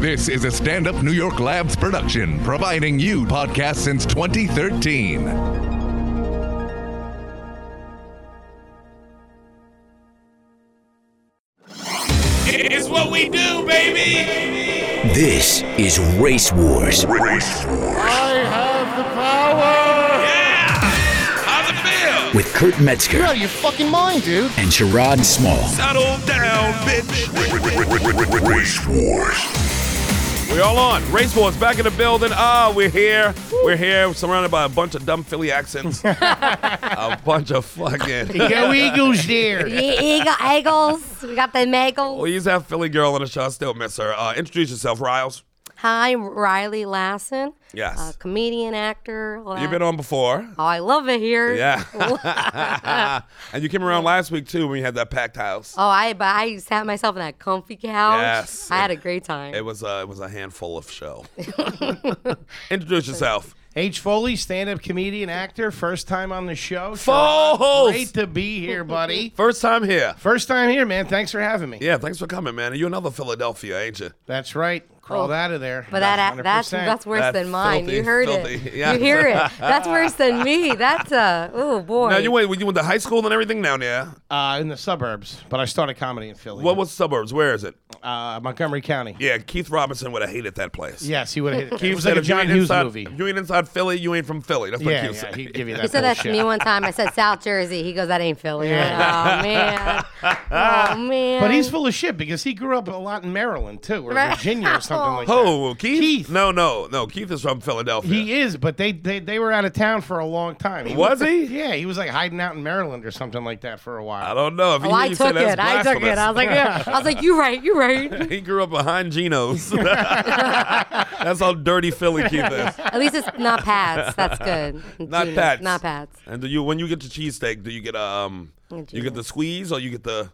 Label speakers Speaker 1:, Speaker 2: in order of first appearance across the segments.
Speaker 1: This is a stand up New York Labs production, providing you podcasts since 2013.
Speaker 2: It's what we do, baby.
Speaker 3: This is Race Wars
Speaker 2: Yeah. How's it feel?
Speaker 3: with Kurt Metzger
Speaker 4: out of your fucking mind, dude.
Speaker 3: and Sherrod Small.
Speaker 2: Settle down, bitch.
Speaker 5: Race Wars.
Speaker 2: We're all on. Race Wars back in the building. Ah, we're here. We're here. We're surrounded by a bunch of dumb Philly accents. a bunch of fucking.
Speaker 4: Go Eagles there.
Speaker 6: The eagle, eagles. We got the
Speaker 2: Well,
Speaker 6: magel.
Speaker 2: you just have Philly girl on the show. I still miss her. Uh, introduce yourself, Riles.
Speaker 6: Hi, I'm Riley Lassen.
Speaker 2: Yes.
Speaker 6: Uh, comedian, actor. all
Speaker 2: You've
Speaker 6: that.
Speaker 2: been on before.
Speaker 6: Oh, I love it here.
Speaker 2: Uh,
Speaker 6: Oh,
Speaker 2: Yeah. Uh, and you came around last week, too, when you had that packed house.
Speaker 6: Oh, I but I sat myself in that comfy couch.
Speaker 2: Yes.
Speaker 6: I had a great time.
Speaker 2: It was, uh, it was a handful of show. introduce yourself.
Speaker 4: H. Foley, stand-up comedian, actor, first time on the show.
Speaker 2: Foles!
Speaker 4: Great to be here, buddy.
Speaker 2: First time here.
Speaker 4: First time here, man. Thanks for having me.
Speaker 2: Yeah, thanks for coming, man. You're another Philadelphia, ain't you?
Speaker 4: That's right. Crawled
Speaker 6: Oh.
Speaker 4: out of there.
Speaker 6: but that that's
Speaker 4: 100%.
Speaker 6: that's worse
Speaker 2: That's
Speaker 6: than mine.
Speaker 2: filthy,
Speaker 6: you heard
Speaker 2: filthy.
Speaker 6: it.
Speaker 2: Yeah.
Speaker 6: You hear it. That's worse than me. That's uh oh boy.
Speaker 2: Now you went you went to high school and everything down there.
Speaker 4: uh, in the suburbs. But I started comedy in Philly.
Speaker 2: What was suburbs? Where is it?
Speaker 4: uh, Montgomery County?
Speaker 2: Yeah, Keith Robinson would have hated that place.
Speaker 4: Yes, he would have hit it.
Speaker 2: Keith
Speaker 4: It was like
Speaker 2: said,
Speaker 4: a
Speaker 2: if you
Speaker 4: John
Speaker 2: ain't
Speaker 4: Hughes
Speaker 2: inside,
Speaker 4: movie.
Speaker 2: if You ain't inside Philly, you ain't from Philly. That's what
Speaker 4: Yeah,
Speaker 2: Keith
Speaker 4: yeah,
Speaker 2: said.
Speaker 4: he'd give you that.
Speaker 6: he said that to
Speaker 4: bullshit.
Speaker 6: me one time. I said South Jersey. He goes, that ain't Philly. Oh man. Oh man.
Speaker 4: But he's full of shit because he grew up a lot in Maryland too, or
Speaker 6: Right.
Speaker 4: Virginia or something like that.
Speaker 2: Oh, Keith?
Speaker 4: Keith.
Speaker 2: No, no, no. Keith is from Philadelphia.
Speaker 4: He is, but they, they they were out of town for a long time.
Speaker 2: Was he? Uh,
Speaker 4: Yeah, he was like hiding out in Maryland or something like that for a
Speaker 2: I
Speaker 4: while.
Speaker 2: don't know. If he
Speaker 6: Oh, I
Speaker 2: you say
Speaker 6: took
Speaker 2: that's
Speaker 6: it. I took it. I was like, yeah. I was like, you right, you right.
Speaker 2: he grew up behind Geno's. that's how dirty Philly Keith is.
Speaker 6: At least it's not Pats. That's good.
Speaker 2: Not
Speaker 6: Genius.
Speaker 2: Pats.
Speaker 6: Not Pats.
Speaker 2: And do you when you get your cheesesteak, do you get um you get the squeeze or you get the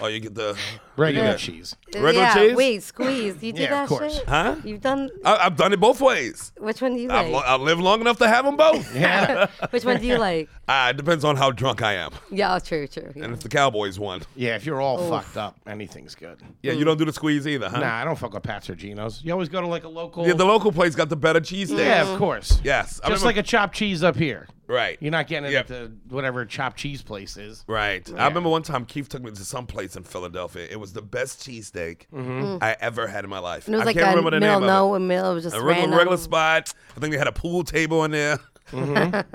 Speaker 2: or you get the
Speaker 4: Regular cheese.
Speaker 2: Regular
Speaker 6: yeah,
Speaker 2: cheese?
Speaker 6: Wait, squeeze. You did
Speaker 4: Yeah,
Speaker 6: that
Speaker 4: of course.
Speaker 6: shit?
Speaker 2: Huh?
Speaker 6: You've done.
Speaker 2: I, I've done it both ways.
Speaker 6: Which one do you
Speaker 2: I've,
Speaker 6: like?
Speaker 2: lo- I've lived long enough to have them both.
Speaker 4: Yeah,
Speaker 6: which one do you like?
Speaker 2: Ah, it depends on how drunk I am
Speaker 6: Yeah, oh, true, true. yeah.
Speaker 2: and if the Cowboys won.
Speaker 4: yeah. If you're all fucked up, anything's good.
Speaker 2: Yeah, you don't do the squeeze either, huh?
Speaker 4: Nah, I don't fuck with Pats or Geno's. You always go to like a local.
Speaker 2: Yeah, the local place got the better cheesesteak.
Speaker 4: Yeah, of course.
Speaker 2: Yes. I
Speaker 4: just
Speaker 2: remember-
Speaker 4: like a chopped cheese up here.
Speaker 2: Right.
Speaker 4: You're not getting it
Speaker 2: Yeah.
Speaker 4: at the whatever chopped cheese place is.
Speaker 2: Right. I remember one time Keith took me to some place in Philadelphia. It was the best cheesesteak
Speaker 4: Mm-hmm.
Speaker 2: I ever had in my life.
Speaker 6: And it was
Speaker 2: I
Speaker 6: like
Speaker 2: can't
Speaker 6: a
Speaker 2: remember the
Speaker 6: middle
Speaker 2: name
Speaker 6: no,
Speaker 2: of
Speaker 6: a middle was just
Speaker 2: it. A regular,
Speaker 6: random.
Speaker 2: regular spot. I think they had a pool table in there.
Speaker 4: Mm-hmm.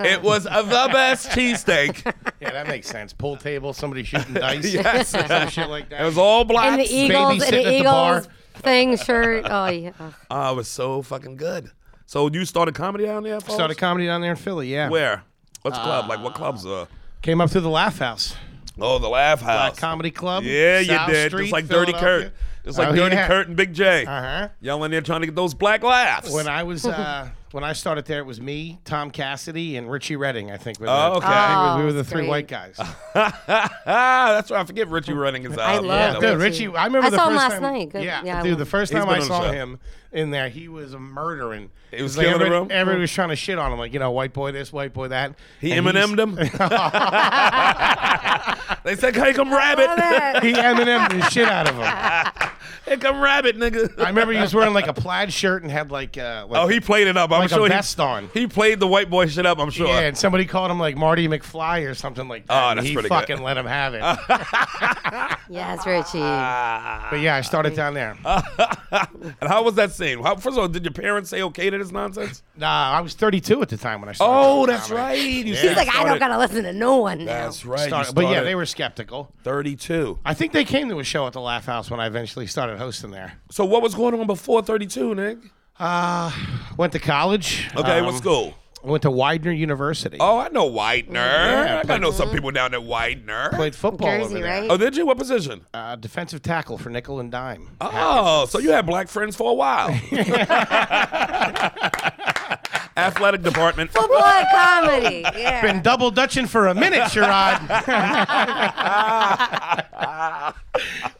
Speaker 2: it was uh, the best cheesesteak.
Speaker 4: Yeah, that makes sense. Pool table, somebody shooting dice,
Speaker 2: Yes.
Speaker 4: some shit like that.
Speaker 2: It was all black.
Speaker 6: and the e- Eagles and
Speaker 4: babysitting at
Speaker 6: the
Speaker 4: the bar.
Speaker 6: Eagles thing shirt. Oh yeah.
Speaker 2: Ah, it was so fucking good. So you started comedy down there? Folks?
Speaker 4: started comedy down there in Philly. Yeah,
Speaker 2: Where? What's club? Like what clubs? Uh,
Speaker 4: came up through the Laugh House.
Speaker 2: oh, the Laugh
Speaker 4: uh,
Speaker 2: House.
Speaker 4: comedy club.
Speaker 2: yeah, you
Speaker 4: South
Speaker 2: did.
Speaker 4: Street,
Speaker 2: Just like Dirty
Speaker 4: Philadelphia.
Speaker 2: Kurt. Just like
Speaker 4: Oh,
Speaker 2: Dirty
Speaker 4: yeah.
Speaker 2: Kurt and Big J.
Speaker 4: Uh-huh.
Speaker 2: Y'all in there trying to get those black laughs.
Speaker 4: When I was uh, when I started there, it was me, Tom Cassidy, and Richie Redding. I think. were
Speaker 2: Oh,
Speaker 4: the-
Speaker 2: okay.
Speaker 4: we- we were
Speaker 6: Oh,
Speaker 4: the three
Speaker 6: great.
Speaker 4: white guys.
Speaker 2: ah, that's right. I forget Richie running is out.
Speaker 6: I love
Speaker 2: yeah,
Speaker 4: Dude, Richie, I remember
Speaker 6: I
Speaker 4: the
Speaker 6: saw
Speaker 4: first
Speaker 6: him last
Speaker 4: time,
Speaker 6: night. Good-
Speaker 4: Yeah,
Speaker 6: yeah, I
Speaker 4: dude,
Speaker 6: love
Speaker 4: the
Speaker 6: him.
Speaker 4: first
Speaker 2: He's
Speaker 4: time
Speaker 2: been on
Speaker 4: I
Speaker 2: the
Speaker 4: saw
Speaker 2: show.
Speaker 4: him in there, he was murdering.
Speaker 2: He was
Speaker 4: Like,
Speaker 2: killing the
Speaker 4: everybody-
Speaker 2: room?
Speaker 4: Everybody was trying to shit on him, like you know, white boy this, white boy that.
Speaker 2: He
Speaker 4: And he's-
Speaker 2: Eminem'd him. they said, "Hey, come
Speaker 6: Love
Speaker 2: rabbit!
Speaker 6: it.
Speaker 4: He Eminem'd the shit out of him. I
Speaker 2: Hey, come rabbit, nigga!"
Speaker 4: remember he was wearing like a plaid shirt and had like, uh, like
Speaker 2: Oh, he played it up. I'm
Speaker 4: like
Speaker 2: sure
Speaker 4: a
Speaker 2: he-
Speaker 4: vest on.
Speaker 2: he, played the white boy shit up. I'm sure.
Speaker 4: Yeah, and somebody called him like Marty McFly or something like that.
Speaker 2: Oh,
Speaker 4: and
Speaker 2: that's
Speaker 4: he
Speaker 2: pretty good.
Speaker 4: fucking let him have it.
Speaker 6: Yes,
Speaker 2: Ah,
Speaker 6: Richie.
Speaker 4: but yeah, I started down there.
Speaker 2: And how was that scene? How, first of all, did your parents say okay to this nonsense?
Speaker 4: Nah, I was 32 at the time when I started.
Speaker 2: Oh,
Speaker 4: doing
Speaker 2: that's
Speaker 4: comedy.
Speaker 2: right. You
Speaker 6: He's like, I don't gotta listen to no one now.
Speaker 2: That's right. you
Speaker 4: Started- but yeah,
Speaker 2: started
Speaker 4: they were skeptical.
Speaker 2: 32.
Speaker 4: I think they came to a show at the Laugh House when I eventually started hosting there.
Speaker 2: So what was going on before 32, Nick?
Speaker 4: Uh, went to college.
Speaker 2: Okay,
Speaker 4: um,
Speaker 2: what school?
Speaker 4: Went to Widener University.
Speaker 2: Oh, I know Widener.
Speaker 4: Yeah,
Speaker 2: I know some people down at Widener.
Speaker 4: Played football
Speaker 6: Jersey,
Speaker 4: over there.
Speaker 6: right?
Speaker 2: Oh, did you? What position?
Speaker 4: Uh, defensive tackle for nickel and dime.
Speaker 2: Oh, so you had black friends for a while. Athletic department.
Speaker 6: Football comedy. Yeah.
Speaker 4: Been double dutching for a minute, Sherrod.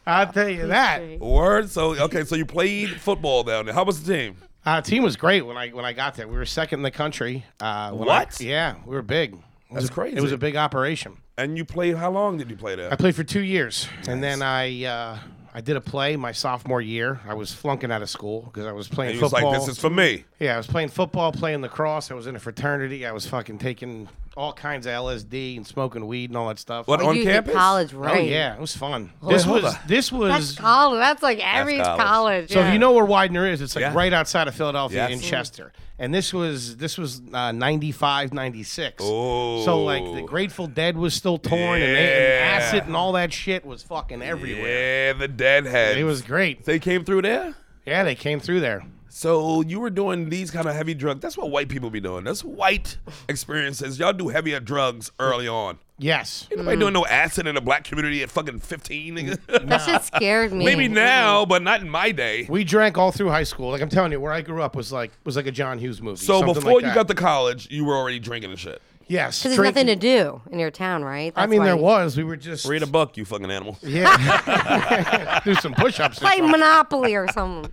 Speaker 4: I'll tell you that.
Speaker 2: Word. So okay, so you played football down there. How was the team?
Speaker 4: Uh, team was great when I when I got there. We were second in the country. Uh, when I-
Speaker 2: What?
Speaker 4: yeah, we were big. It was
Speaker 2: That's
Speaker 4: a-
Speaker 2: crazy.
Speaker 4: It was a big operation.
Speaker 2: And you played. How long did you play
Speaker 4: I
Speaker 2: there?
Speaker 4: played for two years, and then I uh, I did a play my sophomore year. I was flunking out of school because I was playing
Speaker 2: He was
Speaker 4: football.
Speaker 2: like, "This is for me."
Speaker 4: Yeah, I was playing football, playing lacrosse. I was in a fraternity. I was fucking taking all kinds of LSD and smoking weed and all that stuff.
Speaker 2: What,
Speaker 4: Like,
Speaker 2: on
Speaker 6: you
Speaker 2: campus?
Speaker 6: Did college,
Speaker 4: oh
Speaker 6: right?
Speaker 4: yeah, it was fun. this
Speaker 2: hold
Speaker 4: was
Speaker 2: on.
Speaker 4: this
Speaker 6: That's
Speaker 4: was.
Speaker 6: college. That's like every
Speaker 2: college.
Speaker 6: college.
Speaker 4: So
Speaker 6: yeah.
Speaker 4: if you know where Widener is, it's like
Speaker 2: Yeah.
Speaker 4: right outside of Philadelphia
Speaker 2: Yes.
Speaker 4: in Chester. And this was this was uh, 95, 96. So like the
Speaker 2: Oh.
Speaker 4: Grateful Dead was still torn and, they, and
Speaker 2: Yeah.
Speaker 4: acid and all that shit was fucking everywhere.
Speaker 2: Yeah, the deadhead.
Speaker 4: It was great.
Speaker 2: They came through there.
Speaker 4: Yeah, they came through there.
Speaker 2: So you were doing these kind of heavy drugs. That's what white people be doing. That's white experiences. Y'all do heavier drugs early on.
Speaker 4: Yes.
Speaker 2: Ain't nobody doing no acid in the black community at fucking 15. nigga.
Speaker 6: that shit scared me.
Speaker 2: Maybe now, but not in my day.
Speaker 4: We drank all through high school. Like I'm telling you, where I grew up was like was like a John Hughes movie.
Speaker 2: So
Speaker 4: something
Speaker 2: before
Speaker 4: like
Speaker 2: you
Speaker 4: that.
Speaker 2: got to college, you were already drinking and shit.
Speaker 4: yes,
Speaker 6: Because there's nothing to do in your town, right?
Speaker 4: I
Speaker 6: That's
Speaker 4: mean,
Speaker 6: why
Speaker 4: there
Speaker 6: you-
Speaker 4: was. We were just
Speaker 2: Read a book, you fucking animal.
Speaker 4: yeah, do some push-ups. or
Speaker 6: Play
Speaker 4: something.
Speaker 6: Monopoly or something.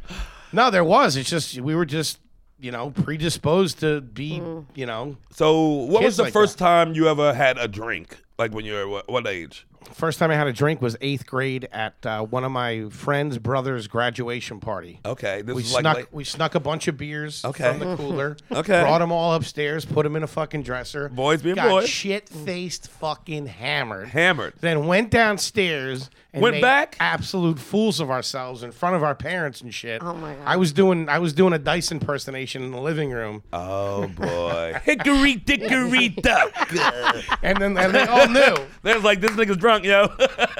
Speaker 4: No, there was. It's just we were just you know predisposed to be
Speaker 6: Mm.
Speaker 4: you know
Speaker 2: So what was
Speaker 4: Kids
Speaker 2: the
Speaker 4: like
Speaker 2: first time you ever had a drink? Like when you were what, what age?
Speaker 4: First time I had a drink was eighth grade at uh, one of my friend's brother's graduation party.
Speaker 2: Okay, this
Speaker 4: We
Speaker 2: was like
Speaker 4: snuck
Speaker 2: late-
Speaker 4: we snuck a bunch of beers
Speaker 2: Okay.
Speaker 4: from the cooler.
Speaker 2: Okay.
Speaker 4: brought them all upstairs, put them in a fucking dresser.
Speaker 2: Boys being
Speaker 4: got
Speaker 2: boys.
Speaker 4: shit faced, fucking hammered.
Speaker 2: hammered.
Speaker 4: then went downstairs and
Speaker 2: Went
Speaker 4: made
Speaker 2: back?
Speaker 4: absolute fools of ourselves in front of our parents and shit. Oh
Speaker 6: my God.
Speaker 4: I was doing I was doing a Dyson impersonation in the living room,
Speaker 2: Oh boy, hickory dickory duck.
Speaker 4: and then and they all knew.
Speaker 2: There's like this nigga's drunk, yo.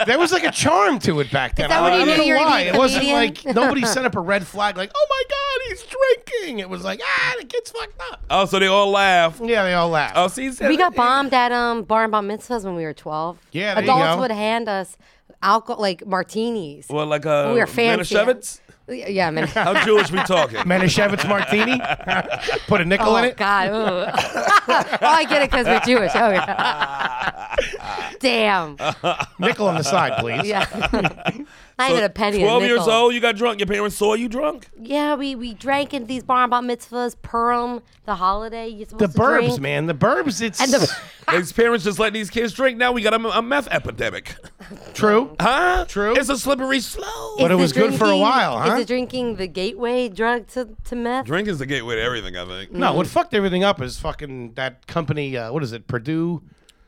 Speaker 4: There was like a charm to it back then.
Speaker 6: that what
Speaker 4: I'm
Speaker 6: you
Speaker 4: not
Speaker 6: knew
Speaker 4: gonna
Speaker 6: you were gonna
Speaker 4: lie.
Speaker 6: be a
Speaker 4: It wasn't like
Speaker 6: comedian?
Speaker 4: nobody set up a red flag like, "Oh my god, he's drinking." It was like, "Ah, the kid's fucked up."
Speaker 2: oh, so they all laugh.
Speaker 4: Yeah, they all laughed.
Speaker 2: Oh, see,
Speaker 6: We got bombed at um bar and bat mitzvahs when we were 12.
Speaker 4: Yeah, there you
Speaker 6: adults
Speaker 4: go.
Speaker 6: would hand us alcohol like martinis.
Speaker 2: Well, like uh,
Speaker 6: we were fancy.
Speaker 2: Manischewitz?
Speaker 6: Yeah, man.
Speaker 2: How Jewish we talking?
Speaker 4: Manischewitz martini. Put a nickel in
Speaker 6: Oh
Speaker 4: it.
Speaker 6: God! ugh. oh, I get it because we're Jewish. Oh yeah. Damn.
Speaker 4: Nickel on the side, please.
Speaker 6: Yeah. Not even a penny. a
Speaker 2: Twelve years
Speaker 6: nickel.
Speaker 2: old, you got drunk. Your parents saw you drunk.
Speaker 6: Yeah, we we drank in these bar and bat mitzvahs, Purim, the holiday. You're
Speaker 4: The
Speaker 6: supposed to
Speaker 4: burbs,
Speaker 6: drink.
Speaker 4: man. The burbs. It's
Speaker 6: And the
Speaker 2: These parents just letting these kids drink. Now we got a, a meth epidemic.
Speaker 4: true.
Speaker 2: Huh?
Speaker 4: True.
Speaker 2: It's a slippery slope.
Speaker 4: But it
Speaker 6: Is the
Speaker 4: was good for a
Speaker 6: drinking-
Speaker 4: while, huh?
Speaker 6: Is the drinking the gateway drug to, to meth?
Speaker 2: Drink is the gateway to everything, I think.
Speaker 4: No, what fucked everything up is fucking that company. Uh, what is it? Purdue.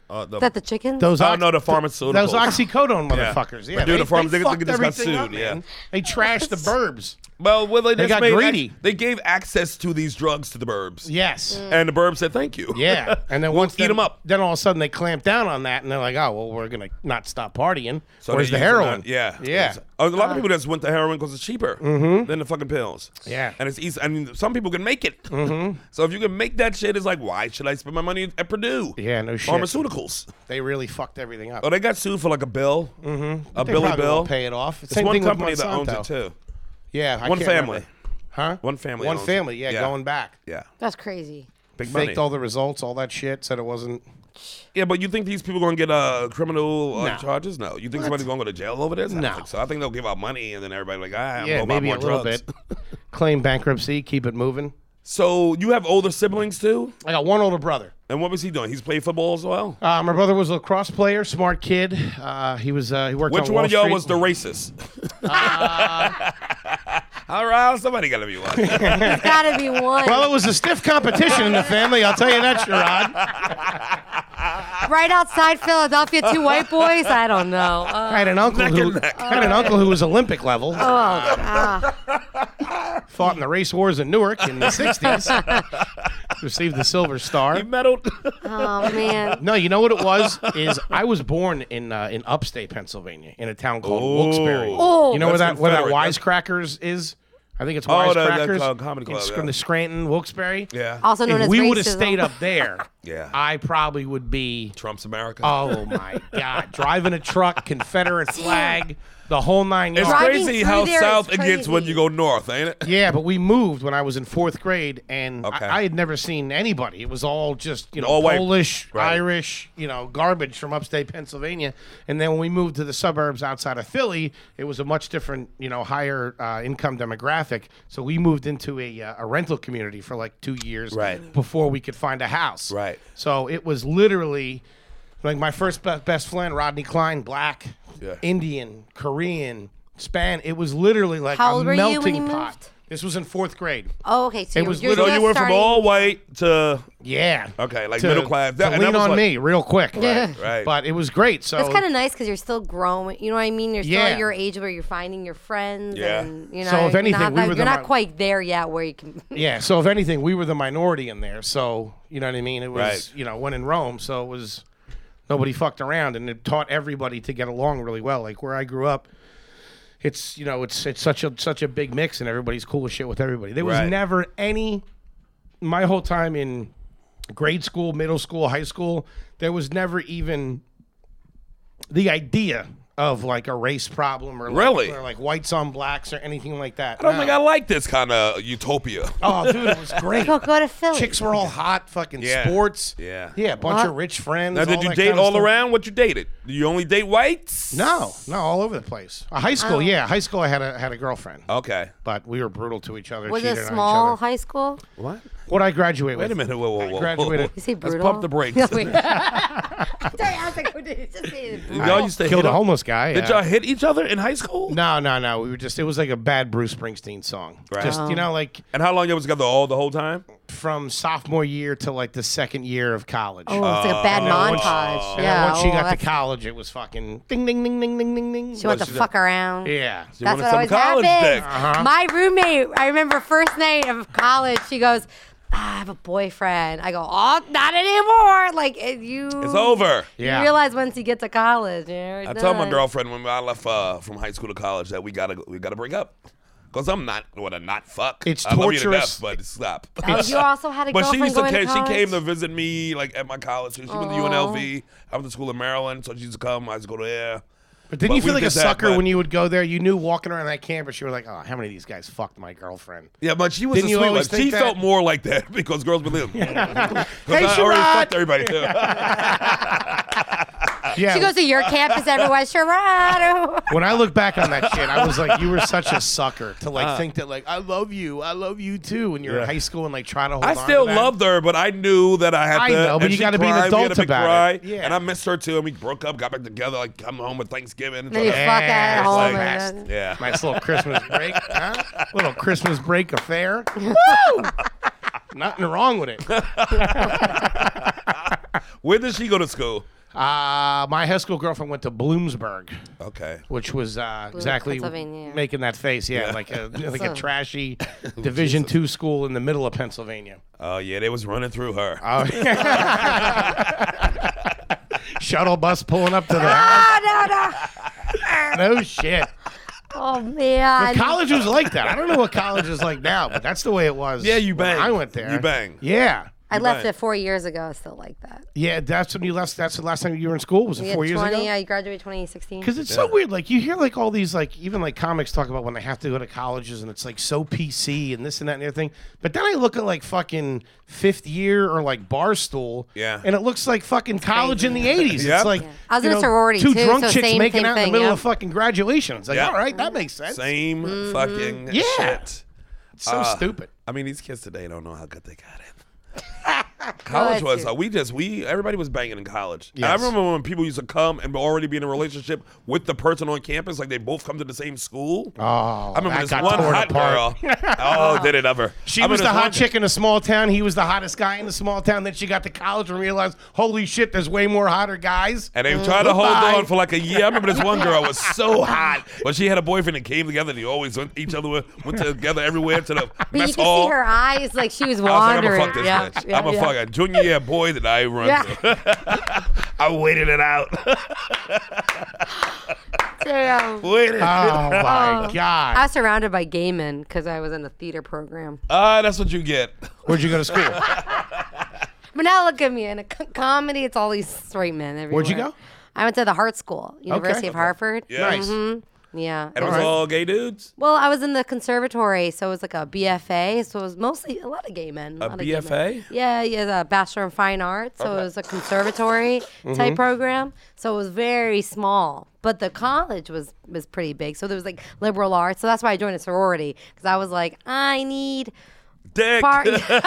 Speaker 2: Uh, the-
Speaker 6: Is that the chicken?
Speaker 4: Those.
Speaker 2: Oh,
Speaker 4: ox-
Speaker 2: no, the
Speaker 4: Those
Speaker 2: pharmaceuticals.
Speaker 4: oxycodone motherfuckers. Yeah,
Speaker 2: Purdue, the
Speaker 4: they,
Speaker 2: pharmac-
Speaker 4: they
Speaker 2: they
Speaker 4: fucked
Speaker 2: just got
Speaker 4: everything up,
Speaker 2: sued, yeah.
Speaker 4: man. They trashed the burbs.
Speaker 2: well, well, they, just
Speaker 4: got
Speaker 2: made ac-
Speaker 4: greedy.
Speaker 2: they gave access to these drugs to the burbs.
Speaker 4: Yes.
Speaker 2: And the burbs said thank you.
Speaker 4: Yeah, and then once
Speaker 2: Mm. eat
Speaker 4: then-
Speaker 2: 'em up.
Speaker 4: then all of a sudden they clamp down on that, and they're like, "Oh well, we're gonna not stop partying."
Speaker 2: So
Speaker 4: Where's
Speaker 2: they
Speaker 4: the
Speaker 2: use it
Speaker 4: heroin?
Speaker 2: on- yeah,
Speaker 4: yeah.
Speaker 2: It's- A lot
Speaker 4: Uh.
Speaker 2: of people just went to heroin because it's cheaper than the fucking pills.
Speaker 4: Mm-hmm. Yeah. Mm-hmm.
Speaker 2: and it's easy. I mean, some people can make it. So if you can make that shit, it's like, why should I spend my money at Purdue?
Speaker 4: Yeah, no shit.
Speaker 2: Pharmaceuticals.
Speaker 4: They really fucked everything up.
Speaker 2: Oh, they got sued for like a bill, mm-hmm. a
Speaker 4: They
Speaker 2: Billy
Speaker 4: probably
Speaker 2: Bill.
Speaker 4: won't pay it off.
Speaker 2: It's
Speaker 4: Same
Speaker 2: one
Speaker 4: thing with
Speaker 2: company that owns it
Speaker 4: Monsanto.
Speaker 2: too.
Speaker 4: Yeah, I
Speaker 2: One
Speaker 4: can't
Speaker 2: family.
Speaker 4: remember. huh?
Speaker 2: One family
Speaker 4: One
Speaker 2: owns it.
Speaker 4: family. Yeah,
Speaker 2: Yeah.
Speaker 4: going back.
Speaker 2: Yeah,
Speaker 6: That's crazy.
Speaker 2: big money.
Speaker 4: Faked all the results, all that shit. Said it wasn't.
Speaker 2: Yeah, but you think these people gonna get uh, criminal uh, charges? No. You think somebody's gonna go to jail over this? I don't
Speaker 4: No.
Speaker 2: think so I think they'll give out money and then everybody like, ah, I'm
Speaker 4: yeah,
Speaker 2: gonna buy
Speaker 4: maybe
Speaker 2: more
Speaker 4: a little
Speaker 2: drugs.
Speaker 4: bit. Claim bankruptcy. Keep it moving.
Speaker 2: So you have older siblings too,
Speaker 4: I got one older brother.
Speaker 2: and what was he doing? He's played football as well.
Speaker 4: Uh, my brother was a lacrosse player, smart kid. Uh, he was. Uh, he worked.
Speaker 2: Which
Speaker 4: on
Speaker 2: one
Speaker 4: Wall
Speaker 2: of y'all
Speaker 4: Street.
Speaker 2: was the racist? All right, somebody gotta be one.
Speaker 6: There's gotta be one.
Speaker 4: Well, it was a stiff competition in the family. I'll tell you that, Sherrod.
Speaker 6: right outside Philadelphia, two white boys. I don't know. Uh,
Speaker 4: I had an uncle who I had an uncle who was Olympic level. Fought in the race wars in Newark in the sixties. received the Silver Star.
Speaker 2: He meddled.
Speaker 6: oh man.
Speaker 4: No, you know what it was? Is I was born in uh, in upstate Pennsylvania in a town called Wilkes-Barre.
Speaker 6: Oh.
Speaker 4: You know where
Speaker 2: That's
Speaker 4: that where that
Speaker 2: Confederate.
Speaker 4: Wisecrackers is? I think it's
Speaker 2: Oh, that- that
Speaker 4: Wisecrackers.
Speaker 2: club, comedy
Speaker 4: in
Speaker 2: club,
Speaker 4: Sc-
Speaker 2: yeah.
Speaker 4: in the Scranton, Wilkes-Barre.
Speaker 2: yeah.
Speaker 6: Also known
Speaker 4: If
Speaker 6: as
Speaker 4: we would have
Speaker 6: racism.
Speaker 4: stayed up there,
Speaker 2: Yeah.
Speaker 4: I probably would be
Speaker 2: Trump's America.
Speaker 4: Oh my God! Driving a truck, Confederate flag, the whole nine
Speaker 2: it's
Speaker 4: yards.
Speaker 6: Driving
Speaker 2: crazy
Speaker 6: through
Speaker 2: how
Speaker 6: there is
Speaker 2: south it gets
Speaker 6: crazy.
Speaker 2: when you go north, ain't it?
Speaker 4: Yeah, but we moved when I was in fourth grade, and
Speaker 2: Okay.
Speaker 4: I, I had never seen anybody. It was all just you know
Speaker 2: All white.
Speaker 4: Polish,
Speaker 2: Right.
Speaker 4: Irish, you know, garbage from upstate Pennsylvania. And then when we moved to the suburbs outside of Philly, it was a much different, you know, higher uh, income demographic. So we moved into a, uh, a rental community for like two years
Speaker 2: Right.
Speaker 4: before we could find a house.
Speaker 2: Right.
Speaker 4: So it was literally like my first be- best friend, Rodney Klein, black,
Speaker 2: Yeah.
Speaker 4: Indian, Korean. span, it was literally like
Speaker 6: How old
Speaker 4: a
Speaker 6: were you when
Speaker 4: melting
Speaker 6: you
Speaker 4: pot.
Speaker 6: moved?
Speaker 4: This was in fourth grade.
Speaker 6: Oh, okay. So
Speaker 4: It
Speaker 6: you-
Speaker 4: was
Speaker 6: you're
Speaker 4: literally-
Speaker 2: So
Speaker 6: just
Speaker 2: you went from
Speaker 6: starting-
Speaker 2: all white to
Speaker 4: Yeah.
Speaker 2: Okay, like
Speaker 4: To-
Speaker 2: middle class. That-
Speaker 4: to
Speaker 2: and that
Speaker 4: lean
Speaker 2: was
Speaker 4: on
Speaker 2: like-
Speaker 4: me real quick.
Speaker 2: right.
Speaker 4: But it was great. So
Speaker 6: It's kind of nice because you're still growing. You know what I mean? You're still
Speaker 4: Yeah.
Speaker 6: at your age where you're finding your friends.
Speaker 2: Yeah.
Speaker 6: And, you know,
Speaker 4: So if
Speaker 6: you're
Speaker 4: anything,
Speaker 6: not
Speaker 4: we
Speaker 6: that-
Speaker 4: were the
Speaker 6: you're not
Speaker 4: mi-
Speaker 6: quite there yet where you can.
Speaker 4: Yeah. So if anything, we were the minority in there. So you know what I mean. It was
Speaker 2: Right.
Speaker 4: you know when in Rome, so it was nobody fucked around, and it taught everybody to get along really well. Like where I grew up, it's you know it's it's such a such a big mix, and everybody's cool as shit with everybody. There was
Speaker 2: Right.
Speaker 4: never any my whole time in grade school, middle school, high school. There was never even the idea of like a race problem or like-
Speaker 2: Really?
Speaker 4: or like whites on blacks or anything like that.
Speaker 2: I don't think I like this kind of utopia.
Speaker 4: oh, dude, it was great
Speaker 6: Go, go to Philly.
Speaker 4: chicks were all hot, fucking
Speaker 2: Yeah.
Speaker 4: sports.
Speaker 2: Yeah.
Speaker 4: Yeah, a bunch
Speaker 6: What?
Speaker 4: of rich friends.
Speaker 2: Now, did
Speaker 4: all
Speaker 2: you
Speaker 4: that
Speaker 2: date
Speaker 4: kinda
Speaker 2: all
Speaker 4: stuff.
Speaker 2: around? What you dated? Do you only date whites?
Speaker 4: No, no, all over the place. Uh, high
Speaker 6: Oh.
Speaker 4: school, yeah, high school. I had a had a girlfriend,
Speaker 2: Okay.
Speaker 4: but we were brutal to each other.
Speaker 6: was it
Speaker 4: cheated
Speaker 6: a
Speaker 4: on
Speaker 6: small
Speaker 4: Each other.
Speaker 6: high school?
Speaker 2: What?
Speaker 4: What I graduate
Speaker 2: Wait a
Speaker 4: with?
Speaker 2: minute. Whoa, whoa, whoa.
Speaker 4: graduated-
Speaker 6: You say brutal.
Speaker 2: Let's pump the brakes.
Speaker 6: No, wait. Sorry, I was like, what did you just say?
Speaker 2: Y'all used to
Speaker 4: Killed
Speaker 2: hit
Speaker 4: a
Speaker 2: up-
Speaker 4: homeless guy.
Speaker 2: Did
Speaker 4: yeah.
Speaker 2: y'all hit each other in high school?
Speaker 4: No, no, no. We were just. It was like a bad Bruce Springsteen song.
Speaker 2: Right.
Speaker 6: Oh.
Speaker 4: Just you know, like
Speaker 2: And how long y'all was together? All the whole time?
Speaker 4: from sophomore year to like the second year of college.
Speaker 6: Oh, it's like a bad
Speaker 2: Uh,
Speaker 6: montage.
Speaker 4: And then
Speaker 6: yeah.
Speaker 4: once she
Speaker 6: oh,
Speaker 4: got
Speaker 6: that's-
Speaker 4: to college, it was fucking ding, ding, ding, ding, ding, ding, ding.
Speaker 6: She went to fuck around.
Speaker 4: yeah.
Speaker 6: That's
Speaker 2: wanted
Speaker 6: what
Speaker 2: some
Speaker 6: always
Speaker 2: college Uh-huh.
Speaker 6: happens.
Speaker 2: dick.
Speaker 6: My roommate, I remember first night of college, she goes, "Ah, I have a boyfriend. I go, oh, not anymore. Like it, you,
Speaker 4: Um,
Speaker 2: It's over.
Speaker 6: You
Speaker 4: Yeah.
Speaker 6: realize once you get to college, you're
Speaker 2: I told my
Speaker 6: done.
Speaker 2: girlfriend when I left uh, from high school to college that we gotta we gotta break up. Cause I'm not what a not fuck.
Speaker 4: It's
Speaker 2: I love you to
Speaker 4: torturous.
Speaker 2: death, but stop.
Speaker 6: Oh, you also had a
Speaker 2: but she
Speaker 6: girlfriend
Speaker 2: used to
Speaker 6: going
Speaker 2: ca-
Speaker 6: to
Speaker 2: she
Speaker 6: college?
Speaker 2: came to visit me like at my college. She went to UNLV. I went to school in Maryland, so she used to come. I used to go to there.
Speaker 4: But didn't
Speaker 2: But
Speaker 4: you feel
Speaker 2: we
Speaker 4: like a
Speaker 2: did that,
Speaker 4: sucker
Speaker 2: but-
Speaker 4: when you would go there? You knew walking around that campus, you were like, oh, how many of these guys fucked my girlfriend?
Speaker 2: Yeah, but she was a
Speaker 4: Didn't you
Speaker 2: sweet one.
Speaker 4: always
Speaker 2: She
Speaker 4: think that?
Speaker 2: felt more like that because girls believe. Because
Speaker 4: Hey,
Speaker 2: I already
Speaker 4: Sherrod!
Speaker 2: fucked everybody. too.
Speaker 4: Yeah.
Speaker 6: She goes to your campus, everywhere. Sherrod.
Speaker 4: when I look back on that shit, I was like, you were such a sucker to
Speaker 2: Uh.
Speaker 4: like think that like I love you, I love you too when you're in high school and like try to hold
Speaker 2: I
Speaker 4: on
Speaker 2: still
Speaker 4: to that.
Speaker 2: loved her, but I knew that I had
Speaker 4: I
Speaker 2: to.
Speaker 4: know, but
Speaker 2: and
Speaker 4: you
Speaker 2: she
Speaker 4: gotta be an
Speaker 2: cried, we had
Speaker 4: adult
Speaker 2: a big
Speaker 4: about
Speaker 2: cry,
Speaker 4: it. Yeah.
Speaker 2: And I missed her too. And we broke up, got back together, like come home at Thanksgiving. and
Speaker 6: Then you
Speaker 2: try to-
Speaker 6: fuck
Speaker 4: Yeah,
Speaker 6: at
Speaker 4: it's
Speaker 6: home.
Speaker 2: like-
Speaker 6: and then-
Speaker 2: yeah.
Speaker 4: Nice little Christmas break, huh? Little Christmas break affair. Woo! Nothing wrong with it.
Speaker 2: Where did she go to school?
Speaker 4: Uh, my high school girlfriend went to Bloomsburg.
Speaker 2: Okay.
Speaker 4: which was uh, exactly
Speaker 6: Pennsylvania.
Speaker 4: making that face. Yeah, like a like a
Speaker 6: So-
Speaker 4: trashy Division two school in the middle of Pennsylvania.
Speaker 2: Oh yeah, they was running through her.
Speaker 4: Shuttle bus pulling up to the house.
Speaker 6: Oh no no!
Speaker 4: No shit.
Speaker 6: Oh man.
Speaker 4: College was like that. I don't know what college is like now, but that's the way it was.
Speaker 2: Yeah, you
Speaker 4: when
Speaker 2: bang.
Speaker 4: I went there.
Speaker 2: You bang.
Speaker 4: Yeah.
Speaker 6: I left
Speaker 2: right.
Speaker 6: it four years ago. It's Still like that.
Speaker 4: Yeah, that's when you left. That's the last time you were in school. Was it
Speaker 6: Yeah,
Speaker 4: four years
Speaker 6: 20,
Speaker 4: ago?
Speaker 6: I graduated 2016.
Speaker 4: Because it's so weird. Like you hear like all these like even like comics talk about when they have to go to colleges and it's like so PC and this and that and everything. But then I look at like fucking fifth year or like barstool.
Speaker 2: Yeah.
Speaker 4: And it looks like fucking college in the eighties.
Speaker 2: Yep.
Speaker 4: It's like
Speaker 6: I was
Speaker 4: you
Speaker 6: in a
Speaker 4: know,
Speaker 6: sorority,
Speaker 4: Two
Speaker 6: too,
Speaker 4: drunk
Speaker 6: so
Speaker 4: chicks
Speaker 6: same-
Speaker 4: making
Speaker 6: same
Speaker 4: out in the
Speaker 6: thing, Mm-hmm.
Speaker 4: middle
Speaker 6: yeah.
Speaker 4: of fucking graduation. It's like
Speaker 2: Yeah.
Speaker 4: all right, that makes sense.
Speaker 2: Same fucking
Speaker 4: Yeah.
Speaker 2: shit.
Speaker 4: It's so
Speaker 2: Uh,
Speaker 4: stupid.
Speaker 2: I mean, these kids today don't know how good they got it. college
Speaker 6: Well,
Speaker 2: was
Speaker 6: that's
Speaker 2: uh, we just we everybody was banging in college. And
Speaker 4: Yes.
Speaker 2: I remember when people used to come and already be in a relationship with the person on campus, like they both come to the same school. Oh, I remember
Speaker 4: that
Speaker 2: this
Speaker 4: got
Speaker 2: one
Speaker 4: torn
Speaker 2: hot
Speaker 4: apart.
Speaker 2: girl. oh, did it ever?
Speaker 4: She
Speaker 2: I remember
Speaker 4: was the
Speaker 2: this one-
Speaker 4: hot chick in a small town. He was the hottest guy in the small town. Then she got to college and realized, holy shit, there's way more hotter guys.
Speaker 2: And
Speaker 6: Mm. Mm-hmm.
Speaker 2: they tried to hold
Speaker 4: Goodbye.
Speaker 2: on for like a year. I remember this one girl was so hot, but she had a boyfriend that came together. They always went each other went together everywhere to the
Speaker 6: but
Speaker 2: mess
Speaker 6: you could
Speaker 2: hall.
Speaker 6: see her eyes, like she was
Speaker 2: I was like, I'm
Speaker 6: wandering.
Speaker 2: gonna fuck this
Speaker 6: yeah,
Speaker 2: bitch.
Speaker 6: yeah,
Speaker 2: I'm a
Speaker 6: yeah.
Speaker 2: fuck a junior year boy that I run.
Speaker 6: Yeah.
Speaker 2: through. I waited it out.
Speaker 6: Damn.
Speaker 2: waited. Ah,
Speaker 4: Oh my god.
Speaker 6: I was surrounded by gay men because I was in a theater program.
Speaker 2: Ah, that's what you get.
Speaker 4: Where'd you go to school?
Speaker 6: But now look at me in a co- comedy. It's all these straight men everywhere.
Speaker 4: you go?
Speaker 6: I went to the Hart School, University of Hartford. Mm-hmm.
Speaker 2: Yeah.
Speaker 4: Nice.
Speaker 6: Yeah.
Speaker 2: And it was all gay dudes.
Speaker 6: Well, I was in the conservatory, so it was like a BFA. So it was mostly a lot of gay men. A, lot of gay men.
Speaker 2: BFA?
Speaker 6: Yeah, yeah, the Bachelor in Fine Arts. So it was a conservatory
Speaker 2: Mm-hmm.
Speaker 6: type program. So it was very small, but the college was was pretty big. So there was like liberal arts. So that's why I joined a sorority because I was like, I need
Speaker 2: Dick.
Speaker 6: Part,
Speaker 2: You need dick,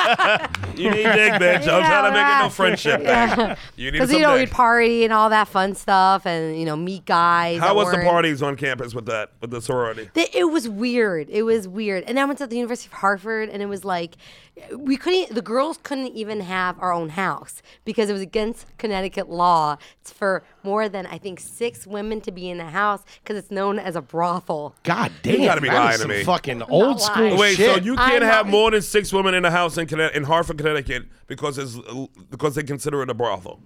Speaker 2: bitch. I'm trying to make it no friendship.
Speaker 6: Yeah.
Speaker 2: You need
Speaker 6: Because
Speaker 2: some
Speaker 6: you know
Speaker 2: dick.
Speaker 6: we'd party and all that fun stuff, and you know meet guys.
Speaker 2: How
Speaker 6: that
Speaker 2: was the
Speaker 6: weren't-
Speaker 2: parties on campus with that, with the sorority?
Speaker 6: Th- It was weird. It was weird. And then I went to the University of Hartford, and it was like we couldn't. e, The girls couldn't even have our own house because it was against Connecticut law. It's for more than I think six women to be in a house because it's known as a brothel.
Speaker 4: God damn,
Speaker 2: gotta be
Speaker 4: that is
Speaker 2: lying to
Speaker 4: some
Speaker 2: me.
Speaker 4: Fucking old school
Speaker 6: lying.
Speaker 2: Wait,
Speaker 4: shit.
Speaker 2: so you can't
Speaker 6: I'm
Speaker 2: have
Speaker 6: not-
Speaker 2: more than six women in a house in Connecticut, in Hartford, Connecticut, because it's because they consider it a brothel.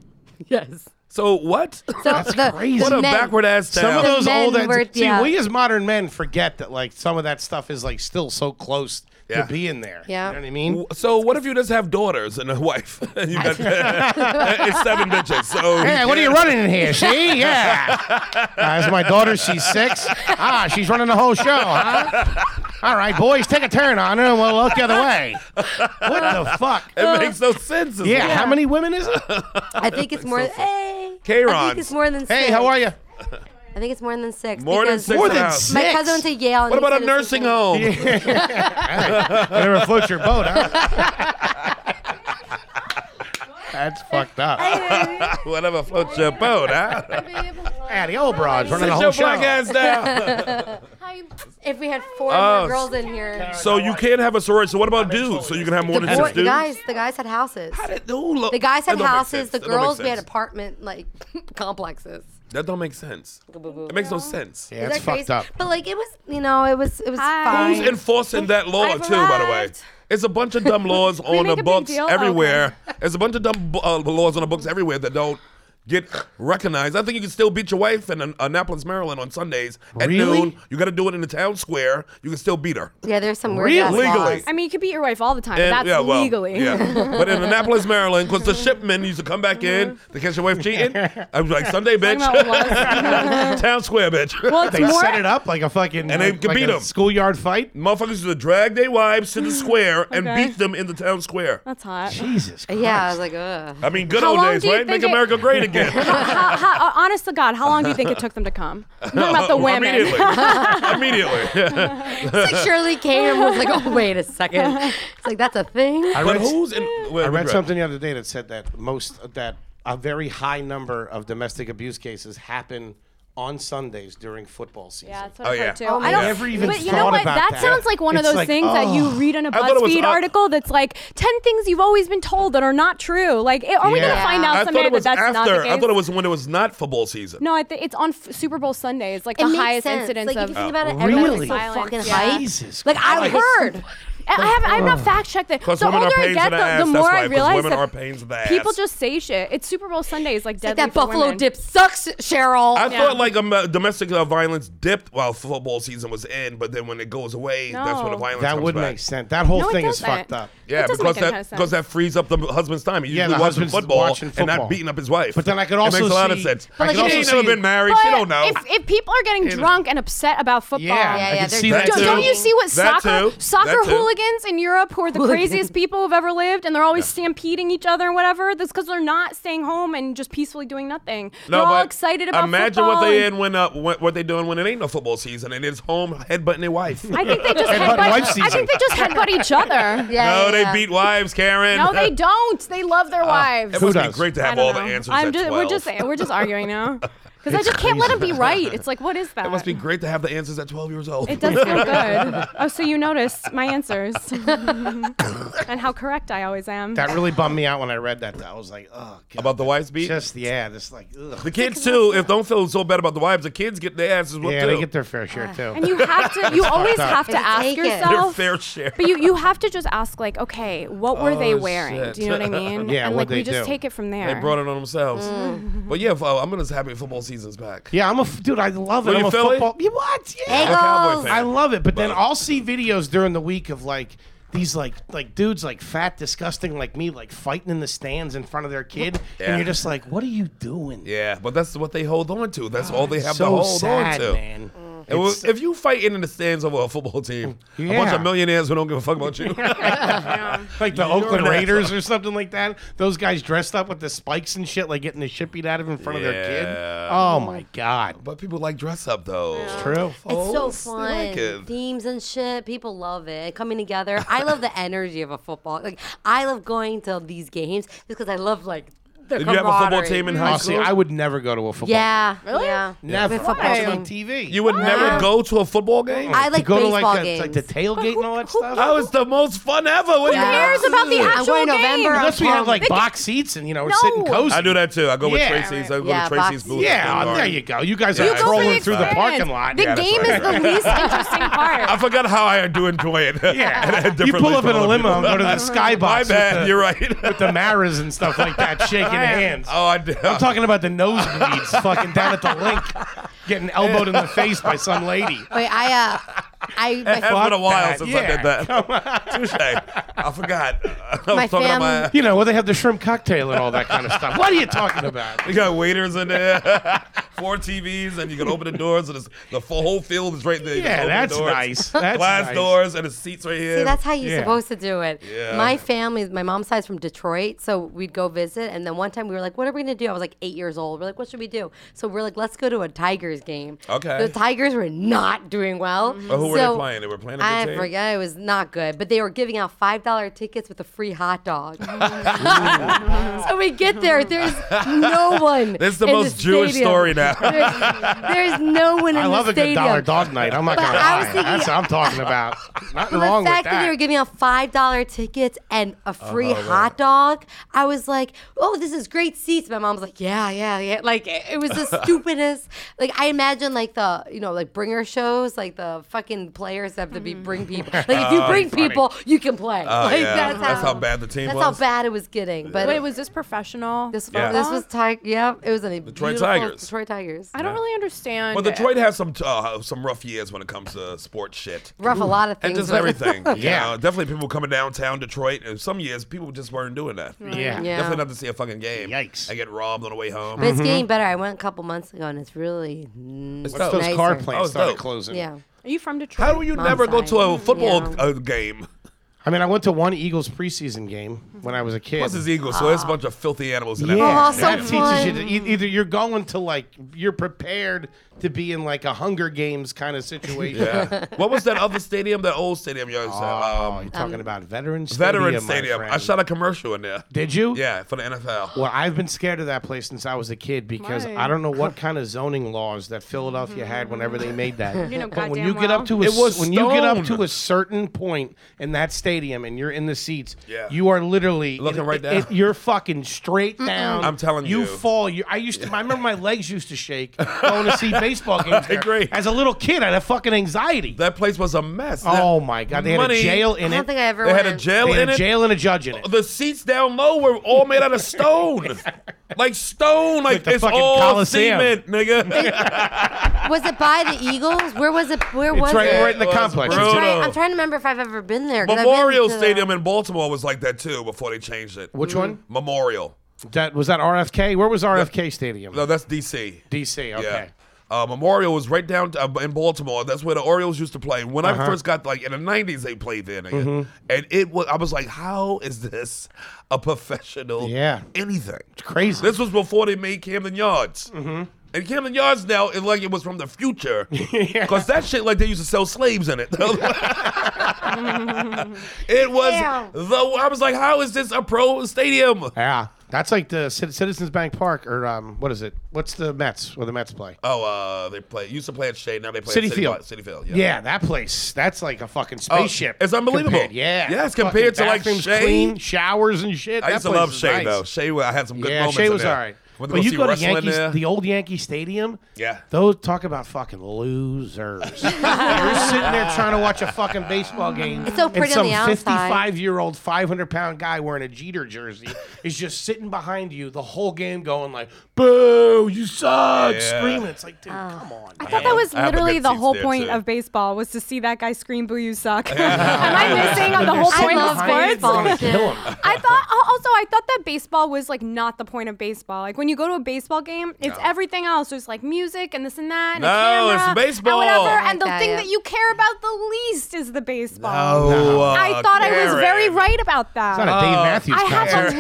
Speaker 6: Yes.
Speaker 2: So what?
Speaker 6: So
Speaker 4: That's
Speaker 6: the,
Speaker 4: crazy.
Speaker 6: the
Speaker 2: What a
Speaker 6: men-
Speaker 2: backward ass
Speaker 4: some
Speaker 2: town.
Speaker 4: of
Speaker 6: The
Speaker 4: those
Speaker 6: men
Speaker 4: old
Speaker 6: were-
Speaker 4: see,
Speaker 6: yeah.
Speaker 4: we as modern men forget that like some of that stuff is like still so close
Speaker 2: Yeah.
Speaker 4: to being there. you
Speaker 6: Yeah.
Speaker 4: know what I mean.
Speaker 2: so what if you just have daughters and a wife? You got- it's seven bitches. So you
Speaker 4: Hey, what are you
Speaker 2: can't-
Speaker 4: running in here? She, yeah. That's my daughter. She's six. Ah, she's running the whole show, huh? All right, boys, take a turn on her, and we'll look the other way. What the fuck?
Speaker 2: It makes no sense. It's
Speaker 4: Uh, Yeah,
Speaker 2: like-
Speaker 4: how many women is it?
Speaker 6: I think it's more. Hey. I
Speaker 2: K-Rons.
Speaker 6: think it's more than six.
Speaker 4: Hey, how are you?
Speaker 6: I think it's more than six.
Speaker 2: More than
Speaker 6: because
Speaker 2: six
Speaker 4: More
Speaker 2: in a
Speaker 4: than
Speaker 2: house.
Speaker 4: six.
Speaker 6: My cousin went to Yale. and
Speaker 2: What
Speaker 6: they
Speaker 2: about a
Speaker 6: said it's
Speaker 2: nursing
Speaker 6: the same.
Speaker 2: home?
Speaker 4: Whatever floats your boat, huh? That's fucked up.
Speaker 2: Whatever floats your boat, huh?
Speaker 4: Yeah, the old oh, broads
Speaker 2: Sit
Speaker 4: running the whole
Speaker 2: your
Speaker 4: show.
Speaker 2: black ass down.
Speaker 6: If we had four
Speaker 2: Oh,
Speaker 6: more girls in here,
Speaker 2: so you can't have a sorority. So what about dudes? So you can have more than
Speaker 6: Or-
Speaker 2: six
Speaker 6: the
Speaker 2: dudes.
Speaker 6: guys, the guys had houses.
Speaker 2: That don't look-
Speaker 6: The guys
Speaker 2: that
Speaker 6: had
Speaker 2: don't make
Speaker 6: houses.
Speaker 2: sense.
Speaker 6: The
Speaker 2: That don't make
Speaker 6: girls we had
Speaker 2: sense.
Speaker 6: apartment like complexes.
Speaker 2: That don't make sense. It makes no sense.
Speaker 4: Yeah,
Speaker 6: Is
Speaker 4: it's
Speaker 6: that
Speaker 4: fucked
Speaker 6: crazy?
Speaker 4: up.
Speaker 6: But like it was, you know, it was it was
Speaker 7: Hi.
Speaker 2: Who's
Speaker 6: fine.
Speaker 2: enforcing that law
Speaker 7: I've
Speaker 2: too? By the way,
Speaker 7: arrived.
Speaker 2: it's a bunch of dumb laws on
Speaker 7: make a
Speaker 2: the
Speaker 7: big
Speaker 2: books
Speaker 7: deal?
Speaker 2: everywhere. There's a bunch of dumb uh, laws on the books everywhere that don't get recognized. I think you can still beat your wife in An- uh, Annapolis, Maryland, on Sundays at
Speaker 4: Really?
Speaker 2: noon. You got to do it in the town square. You can still beat her.
Speaker 6: yeah, there's some weird
Speaker 4: Really?
Speaker 6: ass
Speaker 2: Legally.
Speaker 6: laws.
Speaker 7: I mean, you could beat your wife all the time. but
Speaker 2: And-
Speaker 7: that's
Speaker 2: yeah, well,
Speaker 7: legally.
Speaker 2: Yeah. But in Annapolis, Maryland, because the shipmen used to come back in to catch your wife cheating. I was like, Sunday, bitch.
Speaker 7: Mm-hmm. Talking about laws.
Speaker 2: town square, bitch.
Speaker 7: well, it's
Speaker 4: They
Speaker 7: more.
Speaker 4: set it up like a fucking
Speaker 2: And they
Speaker 4: like,
Speaker 2: could
Speaker 4: like
Speaker 2: beat
Speaker 4: a
Speaker 2: 'em.
Speaker 4: schoolyard fight.
Speaker 2: Motherfuckers used to drag their wives to the square and
Speaker 7: Okay.
Speaker 2: beat them in the town square.
Speaker 7: That's hot.
Speaker 4: Jesus Christ.
Speaker 6: Yeah, I was like, ugh.
Speaker 2: I mean, good
Speaker 7: How
Speaker 2: old
Speaker 7: long
Speaker 2: days,
Speaker 7: do you
Speaker 2: right? Make
Speaker 7: think it-
Speaker 2: America great again.
Speaker 7: how, how, uh, honest to God, how long do you think it took them to come? I'm talking about the women.
Speaker 2: Immediately. Uh, Immediately.
Speaker 6: It's like Shirley Kane was like, oh wait a second. It's like that's a thing.
Speaker 4: I
Speaker 2: but
Speaker 4: read,
Speaker 2: who's in? wait,
Speaker 4: I read
Speaker 2: wait.
Speaker 4: something the other day that said that most that a very high number of domestic abuse cases happen on Sundays during football season.
Speaker 7: Yeah, that's what
Speaker 2: Oh,
Speaker 7: I've
Speaker 2: yeah.
Speaker 7: heard too.
Speaker 2: Oh,
Speaker 7: I don't,
Speaker 4: yeah. Never even
Speaker 7: but you
Speaker 4: thought
Speaker 7: know what?
Speaker 4: about
Speaker 7: That,
Speaker 4: that.
Speaker 7: sounds like one of
Speaker 4: It's
Speaker 7: those
Speaker 4: like,
Speaker 7: things that you
Speaker 4: oh.
Speaker 7: read in a
Speaker 2: thought it was
Speaker 7: BuzzFeed
Speaker 2: up-
Speaker 7: article that's like 10 things you've always been told that are not true. Like, eh, are we going to
Speaker 4: Yeah.
Speaker 7: find
Speaker 2: I
Speaker 7: out
Speaker 2: thought
Speaker 7: someday
Speaker 2: it was
Speaker 7: that that's not the
Speaker 2: after.
Speaker 7: case?
Speaker 2: I thought it was when it was not football season.
Speaker 7: no, I think it's on f- Super Bowl Sunday. It's like
Speaker 6: It
Speaker 7: the
Speaker 6: makes
Speaker 7: highest
Speaker 6: sense.
Speaker 7: incidence
Speaker 6: like, if
Speaker 7: of
Speaker 6: you
Speaker 2: Oh.
Speaker 6: think about it,
Speaker 4: Really?
Speaker 6: everyone's so
Speaker 7: Violence,
Speaker 6: fucking
Speaker 7: yeah.
Speaker 6: hype.
Speaker 4: Jesus
Speaker 6: Like I
Speaker 4: Christ.
Speaker 6: heard.
Speaker 7: I have I'm not fact checked that.
Speaker 2: Because
Speaker 7: The
Speaker 2: women
Speaker 7: older
Speaker 2: are
Speaker 7: I
Speaker 2: pains in
Speaker 7: get,
Speaker 2: the
Speaker 7: the,
Speaker 2: ass.
Speaker 7: the
Speaker 2: that's
Speaker 7: more
Speaker 2: why.
Speaker 7: I
Speaker 2: 'cause
Speaker 7: realize
Speaker 2: women
Speaker 7: that
Speaker 2: are pains in the ass.
Speaker 7: people just say shit. It's Super Bowl Sunday. It's like
Speaker 6: Like
Speaker 7: deadly
Speaker 6: that
Speaker 7: for
Speaker 6: buffalo
Speaker 7: women.
Speaker 6: dip sucks, Cheryl.
Speaker 2: I
Speaker 7: Yeah.
Speaker 2: thought like um, uh, domestic uh, violence dipped while football season was in, but then when it goes away, that's when the
Speaker 7: No.
Speaker 2: violence
Speaker 4: That
Speaker 2: comes
Speaker 4: would
Speaker 2: back.
Speaker 4: make sense. That whole
Speaker 7: No, it
Speaker 4: thing is
Speaker 7: doesn't.
Speaker 4: fucked up.
Speaker 6: Oh,
Speaker 2: Yeah,
Speaker 7: It doesn't
Speaker 2: because
Speaker 7: make any
Speaker 2: that
Speaker 7: kind of sense.
Speaker 2: because that frees up the husband's time. He
Speaker 4: Yeah,
Speaker 2: usually
Speaker 4: the
Speaker 2: watching
Speaker 4: husband's
Speaker 2: football,
Speaker 4: watching
Speaker 2: and
Speaker 4: football.
Speaker 2: not beating up his wife.
Speaker 4: But then I could
Speaker 2: It
Speaker 4: also
Speaker 2: makes a lot of
Speaker 4: see-
Speaker 2: sense.
Speaker 4: I
Speaker 6: could
Speaker 2: she
Speaker 6: also
Speaker 2: ain't never
Speaker 4: see-
Speaker 2: been married.
Speaker 7: But
Speaker 2: she don't know.
Speaker 7: If, if people are getting drunk and upset about football,
Speaker 4: Yeah,
Speaker 6: Yeah,
Speaker 4: I
Speaker 6: yeah,
Speaker 4: can
Speaker 6: they're
Speaker 4: see
Speaker 6: good.
Speaker 4: that
Speaker 7: Don't,
Speaker 4: too.
Speaker 7: don't you see what
Speaker 2: That
Speaker 7: soccer
Speaker 2: too.
Speaker 7: soccer
Speaker 2: That too.
Speaker 7: hooligans in Europe who are the craziest people who've ever lived, and they're always stampeding each other and whatever? That's because they're not staying home and just peacefully doing nothing. they're all
Speaker 2: but
Speaker 7: excited about
Speaker 2: Imagine
Speaker 7: football.
Speaker 2: what they
Speaker 7: and-
Speaker 2: in when uh, what, what they doing when it ain't no football season and it's home headbutting their wife.
Speaker 7: I think they just
Speaker 4: Headbutt wife
Speaker 7: headbutt. I
Speaker 4: season.
Speaker 7: think they just headbutt each other.
Speaker 2: no,
Speaker 6: Yeah, yeah,
Speaker 2: they
Speaker 6: yeah.
Speaker 2: beat wives, Karen.
Speaker 7: No, they don't. They love their wives.
Speaker 2: It must be
Speaker 4: does?
Speaker 2: great to
Speaker 7: I
Speaker 2: Oh. have
Speaker 7: don't
Speaker 2: all the
Speaker 7: know.
Speaker 2: answers.
Speaker 7: I'm
Speaker 2: at
Speaker 7: just,
Speaker 2: 12.
Speaker 7: we're just we're just arguing now because I just can't let him be right. It's like what is that?
Speaker 2: It must be great to have the answers at 12 years old.
Speaker 7: It does feel good. Oh, so you noticed my answers and how correct I always am.
Speaker 4: That really bummed me out when I read that. Though. I was like, oh, God.
Speaker 2: About the wives beat.
Speaker 4: just yeah, just like ugh.
Speaker 2: the kids too. If don't feel so bad about the wives, the kids get their asses whooped
Speaker 4: yeah,
Speaker 2: too.
Speaker 4: they get their fair share too.
Speaker 7: Ah. and you have to. You always
Speaker 4: up.
Speaker 7: have to
Speaker 6: Gotta
Speaker 7: ask
Speaker 6: take it.
Speaker 2: their
Speaker 7: yourself.
Speaker 2: fair share.
Speaker 7: But you, you have to just ask like, okay, what were they
Speaker 2: Oh,
Speaker 7: wearing?
Speaker 2: shit.
Speaker 7: Do you know what I mean?
Speaker 4: Yeah,
Speaker 7: and
Speaker 4: what'd
Speaker 7: like we
Speaker 4: they
Speaker 7: just
Speaker 4: do?
Speaker 7: take it from there.
Speaker 2: They brought it on themselves.
Speaker 7: Mm.
Speaker 2: But yeah, f- I'm just happy football season's back.
Speaker 4: yeah, I'm a f- dude. I love it.
Speaker 2: Were you
Speaker 4: I'm a
Speaker 2: Philly?
Speaker 4: football. You what? Yeah.
Speaker 6: Hey,
Speaker 2: I'm a Cowboy
Speaker 6: Eagles.
Speaker 2: fan.
Speaker 4: I love it, but then
Speaker 2: But-
Speaker 4: I'll see videos during the week of like these like like dudes like fat, disgusting like me like fighting in the stands in front of their kid,
Speaker 2: Yeah.
Speaker 4: and you're just like, what are you doing?
Speaker 2: Yeah, but that's what they hold on to. That's all they have
Speaker 4: so
Speaker 2: to hold
Speaker 4: sad,
Speaker 2: on to.
Speaker 4: man.
Speaker 2: It will- if you fight in the stands over a football team, a bunch
Speaker 4: Yeah.
Speaker 2: of millionaires who don't give a fuck about you.
Speaker 4: like the
Speaker 2: You're
Speaker 4: Oakland
Speaker 2: an
Speaker 4: Raiders or something like that. Those guys dressed up with the spikes and shit, like getting the shit beat out of in front of their
Speaker 2: Yeah.
Speaker 4: kid. Oh my god,
Speaker 2: but people like dress up though.
Speaker 4: true.
Speaker 6: It's so
Speaker 2: Folks, they
Speaker 6: fun.
Speaker 2: like it.
Speaker 6: Themes and shit. People love it. Coming together. I love the energy of a football. Like I love going to these games just because I love like the
Speaker 2: Did you have a football
Speaker 6: camaraderie.
Speaker 2: team in high
Speaker 4: Oh,
Speaker 2: school?
Speaker 4: see, I would never go to a football.
Speaker 6: Yeah. Really? Yeah.
Speaker 4: never.
Speaker 6: The football
Speaker 4: Watch it on
Speaker 6: team.
Speaker 4: TV.
Speaker 2: you would never go to a football game.
Speaker 6: I like
Speaker 4: to go to like
Speaker 6: baseball
Speaker 4: the,
Speaker 6: games.
Speaker 4: like the tailgate and all that stuff.
Speaker 2: that was the most fun ever. What do you mean?
Speaker 7: Who cares about the
Speaker 6: I'm
Speaker 7: actual
Speaker 6: going
Speaker 7: game?
Speaker 6: November.
Speaker 4: Unless we
Speaker 6: Um,
Speaker 4: had like
Speaker 7: they can-
Speaker 4: box seats and you know we're
Speaker 7: No.
Speaker 4: sitting cozy.
Speaker 2: I do that too. I go with
Speaker 4: Yeah.
Speaker 2: Tracy's. I go
Speaker 6: Yeah,
Speaker 2: to Tracy's
Speaker 6: box-
Speaker 2: booth.
Speaker 4: yeah,
Speaker 2: at the
Speaker 4: there
Speaker 2: garden.
Speaker 4: you go. You guys
Speaker 2: You
Speaker 4: are
Speaker 2: go for the
Speaker 4: trolling through the
Speaker 7: experience.
Speaker 4: parking lot.
Speaker 7: The
Speaker 2: Yeah, that's
Speaker 7: game
Speaker 2: right,
Speaker 7: is the least interesting
Speaker 2: I
Speaker 7: part.
Speaker 2: forgot how I do enjoy it.
Speaker 4: Yeah.
Speaker 2: Differently
Speaker 4: You pull up
Speaker 2: from
Speaker 4: in a
Speaker 2: other
Speaker 4: limo and
Speaker 2: people.
Speaker 4: go to the skybox.
Speaker 2: My
Speaker 4: with
Speaker 2: bad.
Speaker 4: the-
Speaker 2: You're right.
Speaker 4: the Maras and stuff like that, shaking hands.
Speaker 2: oh, I did.
Speaker 4: I'm talking about the nosebleeds, fucking down at the link, getting elbowed in the face by some lady.
Speaker 6: Wait, I uh, I my,
Speaker 2: It's been a while
Speaker 4: that,
Speaker 2: since
Speaker 4: yeah.
Speaker 2: I did that. Touche. I forgot. I was
Speaker 6: My
Speaker 2: talking
Speaker 6: fam-
Speaker 2: about
Speaker 4: You know, where they have the shrimp cocktail and all that kind of stuff. What are you talking about?
Speaker 2: You got waiters in there, four TVs, and you can open the doors, and it's, the full, whole field is right there. You
Speaker 4: Yeah,
Speaker 2: can open the
Speaker 4: that's
Speaker 2: doors.
Speaker 4: nice. That's
Speaker 2: Glass
Speaker 4: nice.
Speaker 2: doors and the seats right here.
Speaker 6: See, that's how you're
Speaker 4: Yeah.
Speaker 6: supposed to do it.
Speaker 2: Yeah.
Speaker 6: My family, my mom's side's from Detroit, so we'd go visit. And then one time we were like, "What are we gonna do?" I was like eight years old. We're like, "What should we do?" So we're like, "Let's go to a Tigers game."
Speaker 2: Okay.
Speaker 6: The Tigers were not doing well.
Speaker 2: Oh, who were they
Speaker 6: So-
Speaker 2: playing? They were playing a good
Speaker 6: I
Speaker 2: team?
Speaker 6: forget. It was not good, but they were giving out five dollar tickets with a free hot dog.
Speaker 4: Mm.
Speaker 6: so we get there. There's no one.
Speaker 2: This is the
Speaker 6: in
Speaker 2: most Jewish
Speaker 6: stadium.
Speaker 2: story now.
Speaker 6: There's, there's no one in
Speaker 4: I
Speaker 6: the
Speaker 4: love a good
Speaker 6: stadium.
Speaker 4: dollar dog night. I'm not
Speaker 6: But
Speaker 4: gonna
Speaker 6: I was
Speaker 4: lie.
Speaker 6: thinking-
Speaker 4: That's what I'm talking about. Nothing
Speaker 6: But
Speaker 4: wrong
Speaker 6: the fact
Speaker 4: with
Speaker 6: that. they were giving out five dollar tickets and a free
Speaker 2: man.
Speaker 6: hot dog, I was like, "Oh, this is great seats." My mom's like, "Yeah, yeah, yeah." Like it, it was the stupidest. Like I imagine, like the you know, like bringer shows, like the fucking players have to be bring people. Like if
Speaker 2: Oh,
Speaker 6: you bring people, you can play. like
Speaker 2: yeah.
Speaker 6: that's,
Speaker 2: That's how
Speaker 6: how,
Speaker 2: bad the team
Speaker 6: that's
Speaker 2: was.
Speaker 6: how bad it was getting. But
Speaker 7: Wait, was this professional?
Speaker 6: this
Speaker 2: Yeah.
Speaker 6: this was Tiger. Yeah, it was a
Speaker 2: Detroit
Speaker 6: beautiful
Speaker 2: Tigers.
Speaker 6: Detroit Tigers.
Speaker 7: I don't really understand.
Speaker 2: Well,
Speaker 7: it.
Speaker 2: Detroit has some uh, some rough years when it comes to sports shit.
Speaker 6: Rough a lot of
Speaker 2: And
Speaker 6: things.
Speaker 2: just
Speaker 6: but-
Speaker 2: everything.
Speaker 4: Yeah.
Speaker 2: You know, definitely people coming downtown Detroit. And some years, people just weren't doing that.
Speaker 4: that. Yeah.
Speaker 6: Yeah.
Speaker 2: Definitely not to see a fucking game.
Speaker 4: Yikes.
Speaker 2: I get robbed on the way home.
Speaker 6: But it's getting better. I went a couple months ago, and it's really mm,
Speaker 2: Mm-hmm. It's
Speaker 4: Those
Speaker 6: nicer.
Speaker 4: car
Speaker 2: Oh,
Speaker 4: plants
Speaker 2: it's
Speaker 4: started
Speaker 2: dope.
Speaker 4: closing.
Speaker 6: Yeah.
Speaker 7: Are you from Detroit?
Speaker 2: How do you
Speaker 6: Mom's
Speaker 2: never go to a
Speaker 6: dying.
Speaker 2: football
Speaker 6: Yeah.
Speaker 2: uh, game?
Speaker 4: I mean, I went to one Eagles preseason game when I was a kid.
Speaker 2: Plus, it's Eagles, so there's a bunch of filthy animals in that.
Speaker 4: Yeah,
Speaker 6: Oh, so
Speaker 4: that
Speaker 6: fun.
Speaker 4: teaches you to e- either you're going to like you're prepared to be in like a Hunger Games kind of situation.
Speaker 2: Yeah. what was that other stadium? That old stadium you always said.
Speaker 4: Oh,
Speaker 2: Um,
Speaker 4: you're talking about Veterans Stadium.
Speaker 2: Veteran
Speaker 4: my
Speaker 2: Stadium. I
Speaker 4: friend.
Speaker 2: shot a commercial in there.
Speaker 4: Did you?
Speaker 2: Yeah, for the NFL.
Speaker 4: Well, I've been scared of that place since I was a kid because
Speaker 7: Why?
Speaker 4: I don't know what kind of zoning laws that Philadelphia had whenever they made that.
Speaker 7: You know
Speaker 4: but when
Speaker 7: goddamn
Speaker 4: you get
Speaker 7: well.
Speaker 4: up to a
Speaker 2: It was
Speaker 4: s- when you get up
Speaker 2: stone.
Speaker 4: to a certain point in that stadium and you're in the seats,
Speaker 2: Yeah.
Speaker 4: you are literally
Speaker 2: Looking
Speaker 4: it-
Speaker 2: right
Speaker 4: it- it-
Speaker 2: down. you're
Speaker 4: you're fucking straight down.
Speaker 2: I'm telling you.
Speaker 4: you fall. You, I used to. I remember my legs used to shake going to see baseball games. there.
Speaker 2: agree.
Speaker 4: As a little kid, I had a fucking anxiety.
Speaker 2: That place was a mess.
Speaker 4: oh
Speaker 2: That
Speaker 4: my god, they had
Speaker 2: money-
Speaker 4: a jail in
Speaker 6: I
Speaker 4: it.
Speaker 6: don't think I ever
Speaker 2: They had a
Speaker 6: went.
Speaker 2: jail
Speaker 4: they had
Speaker 2: in
Speaker 4: a
Speaker 2: it. Oh,
Speaker 4: jail and a judge in it.
Speaker 2: The seats down low were all made out of stone, like stone, like,
Speaker 4: the
Speaker 2: it's
Speaker 4: fucking
Speaker 2: all
Speaker 4: Colosseum.
Speaker 2: cement, nigga.
Speaker 6: Was it by the Eagles? Where was it? Where was
Speaker 4: it's right,
Speaker 6: it?
Speaker 4: right in the
Speaker 2: It was
Speaker 4: complex.
Speaker 6: I'm
Speaker 2: brutal.
Speaker 6: trying- I'm trying to remember if I've ever been there. 'cause I've been
Speaker 2: Memorial
Speaker 6: to the-
Speaker 2: Stadium in Baltimore was like that too before they changed it.
Speaker 4: Which one?
Speaker 2: Memorial.
Speaker 4: That was that RFK. Where was RFK Stadium?
Speaker 2: No, that's DC.
Speaker 4: DC. Okay.
Speaker 2: Yeah. Uh, Memorial was right down uh, in Baltimore. That's where the Orioles used to play. When
Speaker 4: Uh-huh.
Speaker 2: I first got like in the '90s, they played there, nigga.
Speaker 4: Mm-hmm.
Speaker 2: and it was I was like, "How is this a professional?
Speaker 4: Yeah.
Speaker 2: anything? It's
Speaker 4: crazy.
Speaker 2: This was before they made Camden Yards. Mm-hmm. And Camden Yards now is like it was from the future, because that shit like they used to sell slaves in it. it was
Speaker 6: Damn.
Speaker 2: the I was like, "How is this a pro stadium?
Speaker 4: Yeah. Ah, That's like the Cit- Citizens Bank Park, or um, what is it? What's the Mets? Where the Mets play?
Speaker 2: Oh, uh, they play used to play at Shade. Now they play
Speaker 4: City
Speaker 2: at
Speaker 4: Field.
Speaker 2: Park- City Field.
Speaker 4: yeah. that place. That's like a fucking
Speaker 2: Oh,
Speaker 4: spaceship.
Speaker 2: It's unbelievable.
Speaker 4: Compared- yeah.
Speaker 2: Yes,
Speaker 4: Fucking
Speaker 2: compared to like
Speaker 4: bathrooms
Speaker 2: Shea.
Speaker 4: clean, showers and shit.
Speaker 2: I
Speaker 4: That
Speaker 2: used to
Speaker 4: place
Speaker 2: love
Speaker 4: was
Speaker 2: Shea
Speaker 4: nice.
Speaker 2: though. Shea, I had some good
Speaker 4: Yeah,
Speaker 2: moments.
Speaker 4: Shea
Speaker 2: in
Speaker 4: was
Speaker 2: there.
Speaker 4: all right.
Speaker 2: Went
Speaker 4: But
Speaker 2: to go
Speaker 4: you
Speaker 2: see
Speaker 4: go to
Speaker 2: wrestling
Speaker 4: Yankees,
Speaker 2: there.
Speaker 4: the old Yankee Stadium.
Speaker 2: Yeah.
Speaker 4: Those talk about fucking losers. You're sitting there trying to watch a fucking baseball game.
Speaker 6: It's so pretty
Speaker 4: and
Speaker 6: on
Speaker 4: some
Speaker 6: the outside.
Speaker 4: fifty-five-year-old, five-hundred-pound guy wearing a Jeter jersey is just sitting behind you the whole game, going like, "Boo! You suck!"
Speaker 2: Yeah.
Speaker 4: Screaming. It's like, dude, come on.
Speaker 7: I thought that was
Speaker 2: I have the
Speaker 7: literally
Speaker 2: good
Speaker 7: the
Speaker 2: seats
Speaker 7: whole
Speaker 2: there,
Speaker 7: point
Speaker 2: too.
Speaker 7: of baseball was to see that guy scream "Boo, you suck." Am I missing on the whole
Speaker 6: I
Speaker 7: point of
Speaker 6: love
Speaker 7: sports?
Speaker 6: baseball.
Speaker 4: Kill
Speaker 6: shit.
Speaker 4: him.
Speaker 7: I thought al- also, I thought that baseball was like not the point of baseball. Like when you go to a baseball game, it's everything else. There's like music and this and that. And a
Speaker 2: No, it's
Speaker 7: camera
Speaker 2: baseball.
Speaker 7: And whatever.
Speaker 2: I
Speaker 7: And the
Speaker 6: like that,
Speaker 7: thing
Speaker 6: yeah.
Speaker 7: that you care about the least is the baseball.
Speaker 2: Oh, uh,
Speaker 7: I thought I was very
Speaker 2: Karen.
Speaker 7: right about that.
Speaker 4: It's not a Dave Matthews
Speaker 7: I have
Speaker 4: concert.
Speaker 7: a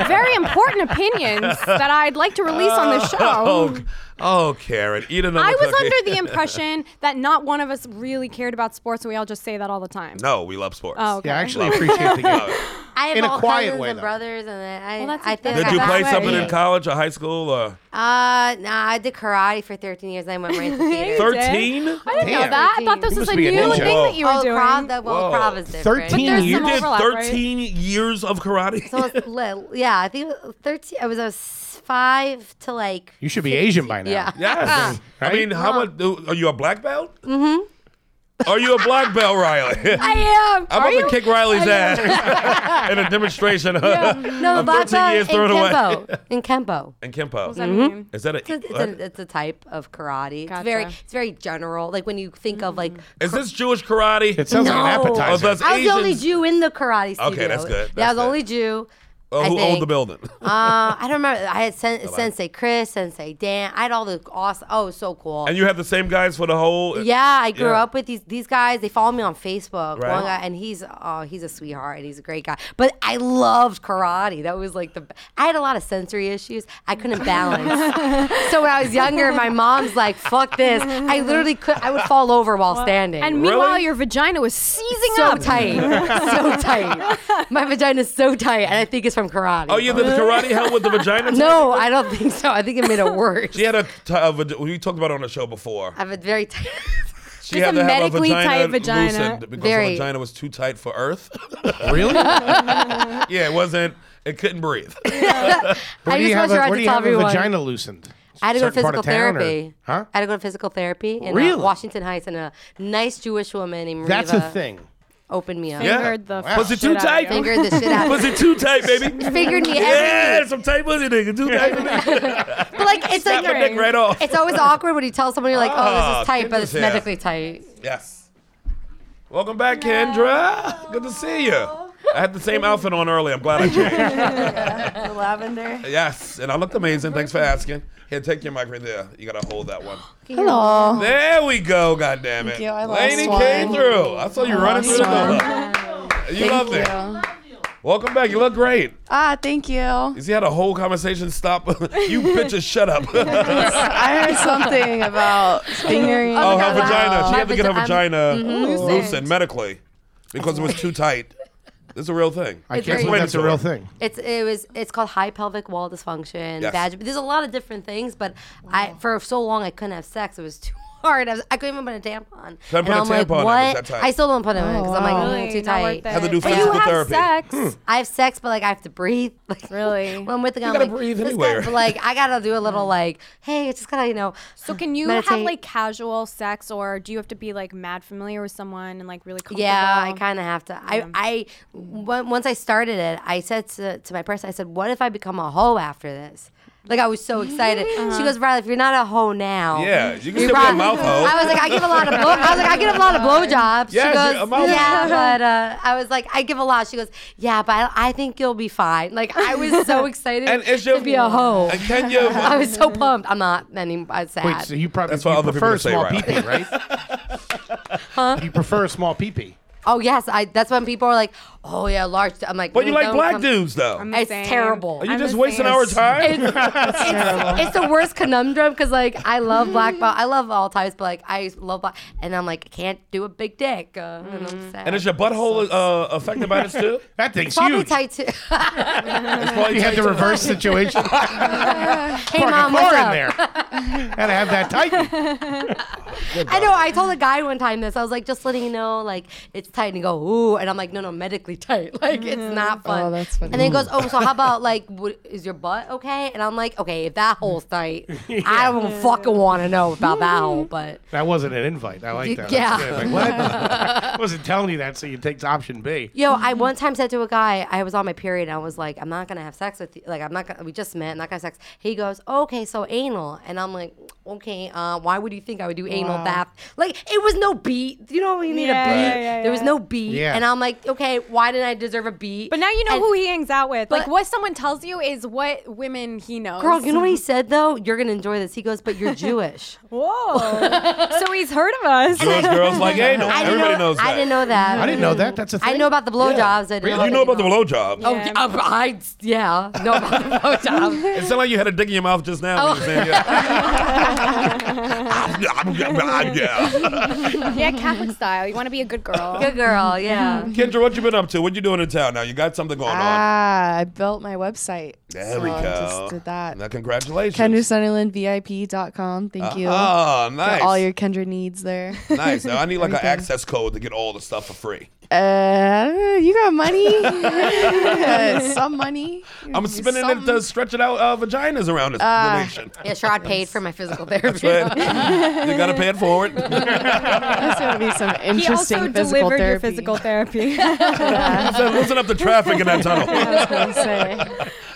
Speaker 7: of very important opinions that I'd like to release on the show.
Speaker 2: Oh, oh, Karen, eat another
Speaker 7: I was
Speaker 2: cookie.
Speaker 7: under the impression that not one of us really cared about sports, and we all just say that all the time.
Speaker 2: No, we love sports.
Speaker 7: Oh, okay.
Speaker 4: Yeah, I actually appreciate the game.
Speaker 6: I have
Speaker 4: In a
Speaker 6: all
Speaker 4: quiet
Speaker 6: cousins
Speaker 4: way,
Speaker 6: and
Speaker 4: though.
Speaker 6: brothers, and I,
Speaker 7: Well, that's
Speaker 6: I
Speaker 7: a-
Speaker 6: think
Speaker 2: Did
Speaker 6: I
Speaker 2: you
Speaker 6: got
Speaker 2: play
Speaker 6: that
Speaker 2: something
Speaker 6: way.
Speaker 2: in college or high school? Or
Speaker 6: Uh, nah, I did karate for 13 years. Then I went right to theater.
Speaker 7: Thir-
Speaker 2: 13?
Speaker 7: I didn't know
Speaker 4: Damn.
Speaker 7: that. I thought this
Speaker 4: You
Speaker 7: was
Speaker 4: must
Speaker 7: a
Speaker 4: be
Speaker 7: new
Speaker 4: a ninja.
Speaker 7: thing that you were
Speaker 6: oh,
Speaker 7: doing.
Speaker 6: Krav, that, well,
Speaker 2: Whoa.
Speaker 6: Krav is different.
Speaker 4: 13
Speaker 7: There's
Speaker 2: You
Speaker 7: some
Speaker 2: did
Speaker 7: overlap, right?
Speaker 2: 13 years of karate?
Speaker 6: So it's li- yeah, I think it was 13. I was, I was five to like.
Speaker 4: You should be Asian by now.
Speaker 6: Yeah.
Speaker 2: Yes. I
Speaker 4: Right?
Speaker 2: mean, how much? do- Are you a black belt? Mm-hmm. Are you a black belt, Riley?
Speaker 7: I am.
Speaker 2: I'm
Speaker 7: Are
Speaker 2: about
Speaker 7: you?
Speaker 2: to kick Riley's
Speaker 7: Are you?
Speaker 2: ass in a demonstration
Speaker 6: No,
Speaker 2: of
Speaker 6: black
Speaker 2: 13
Speaker 6: belt
Speaker 2: years
Speaker 6: in
Speaker 2: thrown away.
Speaker 6: kempo. In kempo.
Speaker 2: And Kempo.
Speaker 7: What does that mean?
Speaker 2: Is that a,
Speaker 6: It's a,
Speaker 2: what?
Speaker 6: it's, a, it's a type of karate. It's very
Speaker 7: Gotcha.
Speaker 6: it's very general. Like when you think of like
Speaker 2: Is this Jewish karate?
Speaker 4: It sounds like an
Speaker 6: No.
Speaker 2: oh,
Speaker 4: appetizer.
Speaker 2: that's
Speaker 6: I was the only
Speaker 2: Asians.
Speaker 6: Jew in the karate studio.
Speaker 2: Okay, that's good.
Speaker 6: yeah, I
Speaker 2: That's
Speaker 6: was the
Speaker 2: good.
Speaker 6: only Jew.
Speaker 2: Oh,
Speaker 6: I
Speaker 2: who owned
Speaker 6: think.
Speaker 2: the building?
Speaker 6: Uh, I don't remember. I had sen- Sensei Chris, Sensei Dan. I had all the awesome. Oh, it was so cool.
Speaker 2: and you have the same guys for the whole.
Speaker 6: yeah, I grew
Speaker 2: yeah.
Speaker 6: up with these these guys. They follow me on Facebook.
Speaker 2: Right.
Speaker 6: One guy, and he's oh, he's a sweetheart and he's a great guy. But I loved karate. That was like the. b- I had a lot of sensory issues. I couldn't balance. so when I was younger, my mom's like, "Fuck this!" I literally could. I would fall over while standing.
Speaker 7: And meanwhile,
Speaker 2: Really?
Speaker 7: your vagina was seizing
Speaker 6: so
Speaker 7: up.
Speaker 6: tight, so tight. My vagina's so tight, and I think it's from karate.
Speaker 2: Oh, you did the karate hell with the vagina?
Speaker 6: No, I don't think so. I think it made it worse.
Speaker 2: She had a, t- a vag- we talked about it on the show before.
Speaker 6: I have a very tight.
Speaker 2: She had
Speaker 7: Just a
Speaker 2: to have her
Speaker 7: medically
Speaker 2: vagina
Speaker 7: tight vagina.
Speaker 2: loosened because her
Speaker 6: Very.
Speaker 2: vagina was too tight for Earth.
Speaker 4: Really?
Speaker 2: yeah, it wasn't. It couldn't breathe.
Speaker 6: I
Speaker 4: Where do
Speaker 6: just
Speaker 4: you
Speaker 6: want
Speaker 4: have,
Speaker 6: to
Speaker 4: a, where
Speaker 6: write
Speaker 4: do
Speaker 6: to
Speaker 4: you
Speaker 6: tell
Speaker 4: have a
Speaker 6: everyone.
Speaker 4: vagina loosened?
Speaker 6: I had to go to
Speaker 4: Certain part
Speaker 6: physical
Speaker 4: of town or-
Speaker 6: therapy.
Speaker 4: huh?
Speaker 6: I had to go to physical therapy in uh,
Speaker 4: Really?
Speaker 6: Washington Heights, and a nice Jewish woman named
Speaker 4: That's
Speaker 6: Riva
Speaker 4: a thing.
Speaker 6: opened me up.
Speaker 2: Yeah.
Speaker 7: Fingered the
Speaker 4: Wow. Was
Speaker 2: it
Speaker 7: shit
Speaker 2: too
Speaker 7: out of
Speaker 2: tight?
Speaker 7: you.
Speaker 6: Fingered the shit out. of me.
Speaker 2: Was it too tight, baby?
Speaker 6: Fingered me
Speaker 2: Yeah,
Speaker 6: everything.
Speaker 2: some tight pussy nigga. Too tight for me.
Speaker 6: But like, it's
Speaker 2: Snap
Speaker 6: like
Speaker 2: my dick right off.
Speaker 6: It's always awkward when you tell someone you're like, "Oh, this
Speaker 2: Ah,
Speaker 6: is tight," but it's
Speaker 2: goodness, yeah.
Speaker 6: medically tight.
Speaker 2: Yes. Welcome back, Kendra. Good to see you. I had the same outfit on earlier. I'm glad I changed.
Speaker 8: The lavender.
Speaker 2: yes, and I looked amazing. Thanks for asking. Here, take your mic right there. You gotta hold that one.
Speaker 8: Hello.
Speaker 2: There we go. God damn it.
Speaker 8: you. I lost
Speaker 2: Lady
Speaker 8: one.
Speaker 2: came through. I saw you running through the
Speaker 8: one.
Speaker 2: door. You
Speaker 8: Thank
Speaker 2: love
Speaker 8: you.
Speaker 2: it. Welcome back. You look great.
Speaker 8: Ah, thank you.
Speaker 2: You see how the whole conversation stopped? you bitches, shut up. oh,
Speaker 8: I heard something about fingering.
Speaker 6: Oh,
Speaker 2: her
Speaker 6: wow.
Speaker 2: vagina. She had to get her
Speaker 6: My vagi-
Speaker 2: vagina loosened. medically because it was too tight. This is a real thing.
Speaker 4: I
Speaker 6: very
Speaker 4: can't believe that's a
Speaker 2: different.
Speaker 4: real thing.
Speaker 6: It's it was it's called high pelvic wall dysfunction.
Speaker 2: Yes.
Speaker 6: vag- there's a lot of different things, but I for so long I couldn't have sex. It was too hard. I, was, I couldn't even put a tampon.
Speaker 2: Couldn't put
Speaker 6: and
Speaker 2: a
Speaker 6: I'm
Speaker 2: tampon in, it
Speaker 6: like,
Speaker 2: was
Speaker 6: what?
Speaker 2: that tight.
Speaker 6: I still don't put them in because I'm like,
Speaker 8: wow.
Speaker 6: mm, too
Speaker 7: Oh, Not
Speaker 6: tight.
Speaker 7: worth
Speaker 2: Had to do
Speaker 7: it. But
Speaker 2: physical
Speaker 7: you have
Speaker 2: therapy. Hmm.
Speaker 7: sex.
Speaker 6: I have sex, but like I have to breathe. Like,
Speaker 8: Really?
Speaker 6: when I'm with the guy, I'm
Speaker 2: gotta
Speaker 6: like,
Speaker 2: breathe
Speaker 6: this
Speaker 2: anywhere.
Speaker 6: Guy, but like I gotta do a little like, hey, it's just gotta you know.
Speaker 7: So can you have
Speaker 6: Meditate.
Speaker 7: like casual sex, or do you have to be like mad familiar with someone and like really comfortable?
Speaker 6: Yeah, I kind of have to. I, I, on- once I started it, I said to, to my person, I said, "What if I become a hoe after this?" Like I was so excited. She goes, "Riley, if you're not a hoe now,
Speaker 2: Yeah, you can still be
Speaker 6: you're
Speaker 2: a
Speaker 6: prob-
Speaker 2: mouth hoe.
Speaker 6: I was like, "I give a lot of blow." I was like, "I give a lot of
Speaker 2: Yes,
Speaker 6: blowjobs." she
Speaker 2: you're a
Speaker 6: goes,
Speaker 2: mouth
Speaker 6: "Yeah,
Speaker 2: hoe.
Speaker 6: but uh, I was like, I give a lot." She goes, "Yeah, but I, I think you'll be fine." Like I was so excited
Speaker 2: And it's your-
Speaker 6: to be a hoe.
Speaker 2: And can you?
Speaker 6: I was so pumped. I'm not. Any, I'm sad.
Speaker 4: Wait, so you probably
Speaker 2: That's what
Speaker 4: you
Speaker 2: other people
Speaker 4: prefer
Speaker 2: say,
Speaker 4: small
Speaker 2: right?
Speaker 4: peepee, right? You prefer a small peepee.
Speaker 6: oh yes, I. That's when people are like, "Oh yeah, large." I'm like,
Speaker 2: but you
Speaker 6: "Mm,
Speaker 2: like
Speaker 6: don't
Speaker 2: black
Speaker 6: come-
Speaker 2: dudes, though.
Speaker 7: I'm the
Speaker 6: It's
Speaker 7: same.
Speaker 6: terrible.
Speaker 2: Are you
Speaker 7: I'm
Speaker 2: just
Speaker 7: the
Speaker 2: wasting
Speaker 7: same.
Speaker 2: our time?
Speaker 6: it's, it's, it's the worst conundrum because like I love black belt, I love all types, but like I love black, and I'm like I can't do a big dick, uh, and
Speaker 8: Mm.
Speaker 6: I'm sad.
Speaker 2: And is your butthole uh, affected by this too?
Speaker 4: That thing's
Speaker 6: Probably
Speaker 4: huge.
Speaker 6: tight too.
Speaker 2: It's probably
Speaker 4: You had
Speaker 2: tight,
Speaker 4: the
Speaker 2: too.
Speaker 4: reverse situation. Park
Speaker 6: hey
Speaker 4: a
Speaker 6: mom,
Speaker 4: car
Speaker 6: what's
Speaker 4: in
Speaker 6: up?
Speaker 4: there. Gotta have that tight.
Speaker 6: I know. I told a guy one time this. I was like, just letting you know, like it's tight, and he go, ooh, and I'm like, no, no, medically tight. Like it's not fun.
Speaker 8: Oh, that's funny.
Speaker 6: And then he goes, oh, so how about like, what, is your butt okay? And I'm like, okay, if that hole's tight, I don't fucking want to know about that hole, but.
Speaker 4: That wasn't an invite. I like that. That's
Speaker 6: Yeah.
Speaker 4: good. Like, what? I wasn't telling you that, so you take option B.
Speaker 6: Yo, I
Speaker 7: Mm-hmm.
Speaker 6: one time said to a guy, I was on my period, and I was like, I'm not gonna have sex with you. Like, I'm not gonna. We just met, not gonna have sex. He goes, okay, so anal, and I'm like, okay, uh, why would you think I would do anal that? Like, it was no beat. You know, when you need
Speaker 7: Yeah,
Speaker 6: a beat.
Speaker 7: yeah, yeah,
Speaker 6: There was
Speaker 7: yeah.
Speaker 6: no beat,
Speaker 4: Yeah.
Speaker 6: and I'm like, okay, why why didn't I deserve a beat?
Speaker 7: But now you know
Speaker 6: And-
Speaker 7: who he hangs out with. like
Speaker 6: But-
Speaker 7: what someone tells you is what women he knows.
Speaker 6: Girl, you know what he said though? You're gonna enjoy this. He goes, but you're Jewish.
Speaker 7: Whoa. so he's heard of us.
Speaker 2: Those girls like, hey, no,
Speaker 6: I didn't
Speaker 2: everybody
Speaker 6: know,
Speaker 2: knows that.
Speaker 6: I didn't know that.
Speaker 4: I didn't know that. That's a thing.
Speaker 6: I know about the blowjobs. I didn't know
Speaker 2: You know about the blowjob.
Speaker 6: Oh,
Speaker 7: Yeah.
Speaker 6: yeah. uh, I yeah, no about the blowjob.
Speaker 2: It sounded like you had a dick in your mouth just now. when you said, yeah.
Speaker 7: yeah, Catholic style. You want to be a good girl.
Speaker 6: Good girl, yeah.
Speaker 2: Kendra, what you been up to? What you doing in town now? You got something going on.
Speaker 8: Ah, I built my website.
Speaker 2: There
Speaker 8: so
Speaker 2: we go.
Speaker 8: I just did that.
Speaker 2: Now, congratulations.
Speaker 8: KendraSutherlandVip.com. Thank you.
Speaker 2: Oh,
Speaker 8: for
Speaker 2: nice.
Speaker 8: all your Kendra needs there.
Speaker 2: nice. Now, I need like an
Speaker 8: Everything.
Speaker 2: access code to get all the stuff for free.
Speaker 8: Uh, you got money? Some money.
Speaker 2: I'm spending
Speaker 8: Some-
Speaker 2: it to stretch it out uh, vaginas around this donation.
Speaker 6: Yeah, Sherrod paid for my physical therapy.
Speaker 2: But you gotta pay it forward.
Speaker 8: That's gonna be some
Speaker 7: He
Speaker 8: interesting
Speaker 7: also
Speaker 8: physical
Speaker 7: delivered
Speaker 8: therapy.
Speaker 7: your physical therapy.
Speaker 2: So loosen up the traffic in that tunnel.
Speaker 8: I was gonna say.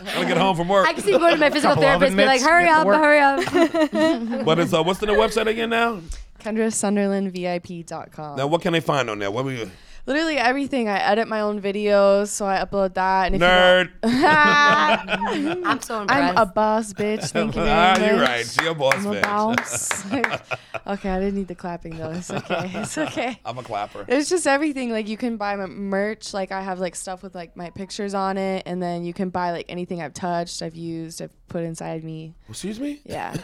Speaker 2: Gotta get home from work.
Speaker 6: I can see going to my physical
Speaker 4: Couple oven
Speaker 6: therapist and be like,
Speaker 4: mitts,
Speaker 6: hurry
Speaker 4: get to
Speaker 6: up,
Speaker 4: work.
Speaker 6: hurry up.
Speaker 2: But it's uh, what's the new website again now?
Speaker 8: KendraSutherlandVip.com.
Speaker 2: Now what can they find on there? What were you?
Speaker 8: Literally everything. I edit my own videos, so I upload that. And if
Speaker 2: Nerd.
Speaker 8: You want-
Speaker 6: I'm so impressed.
Speaker 8: I'm a boss, bitch. Thank you very
Speaker 2: ah,
Speaker 8: much.
Speaker 2: you're right. She a boss
Speaker 8: I'm a
Speaker 2: bitch.
Speaker 8: boss. okay, I didn't need the clapping though. It's okay. It's okay.
Speaker 2: I'm a clapper.
Speaker 8: It's just everything. Like you can buy my merch. Like I have like stuff with like my pictures on it, and then you can buy like anything I've touched, I've used, I've put inside me.
Speaker 2: Excuse me?
Speaker 8: Yeah.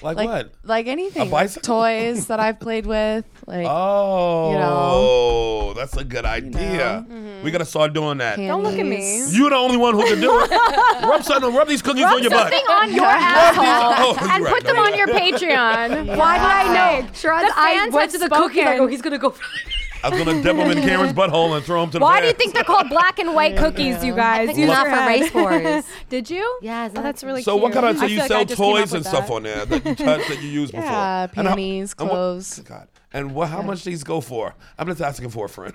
Speaker 2: Like,
Speaker 8: Like
Speaker 2: what?
Speaker 8: like anything.
Speaker 2: bicycle?
Speaker 8: Toys that I've played with. Like
Speaker 2: Oh,
Speaker 8: You
Speaker 2: that's a good idea.
Speaker 7: Mm-hmm.
Speaker 2: We gotta start doing that.
Speaker 7: Don't look at me.
Speaker 8: candies.
Speaker 2: You're the only one who can do it. rub something. Rub these cookies on your butt.
Speaker 7: Something on your
Speaker 2: Oh,
Speaker 7: asshole
Speaker 2: you're
Speaker 7: and
Speaker 2: right,
Speaker 7: put them
Speaker 2: right.
Speaker 7: on your Patreon.
Speaker 6: Why did I know? Sherrod's
Speaker 7: The
Speaker 6: eyes
Speaker 7: fans
Speaker 6: went to
Speaker 7: have
Speaker 6: the cookies. I
Speaker 7: spoken. oh,
Speaker 6: go, he's gonna go.
Speaker 2: I was gonna dip them in Cameron's butthole and throw them to the
Speaker 7: Why
Speaker 2: fan.
Speaker 7: do you think they're called black and white cookies, you guys?
Speaker 6: picked them
Speaker 7: Use
Speaker 6: up
Speaker 7: your
Speaker 6: for
Speaker 7: head.
Speaker 6: race wars.
Speaker 7: Did you?
Speaker 6: Yeah, isn't
Speaker 7: Oh,
Speaker 6: that
Speaker 7: that's really
Speaker 2: So
Speaker 7: cute.
Speaker 2: what kind of so
Speaker 7: I
Speaker 2: you
Speaker 7: feel like I
Speaker 2: sell
Speaker 7: just came
Speaker 2: toys
Speaker 7: up
Speaker 2: and
Speaker 7: with
Speaker 2: stuff
Speaker 7: that.
Speaker 2: on there that you touch that you use before?
Speaker 8: Yeah,
Speaker 2: And how-
Speaker 8: panties,
Speaker 2: and what-
Speaker 8: clothes.
Speaker 2: God. And what? How much these go for? I'm just asking for a friend.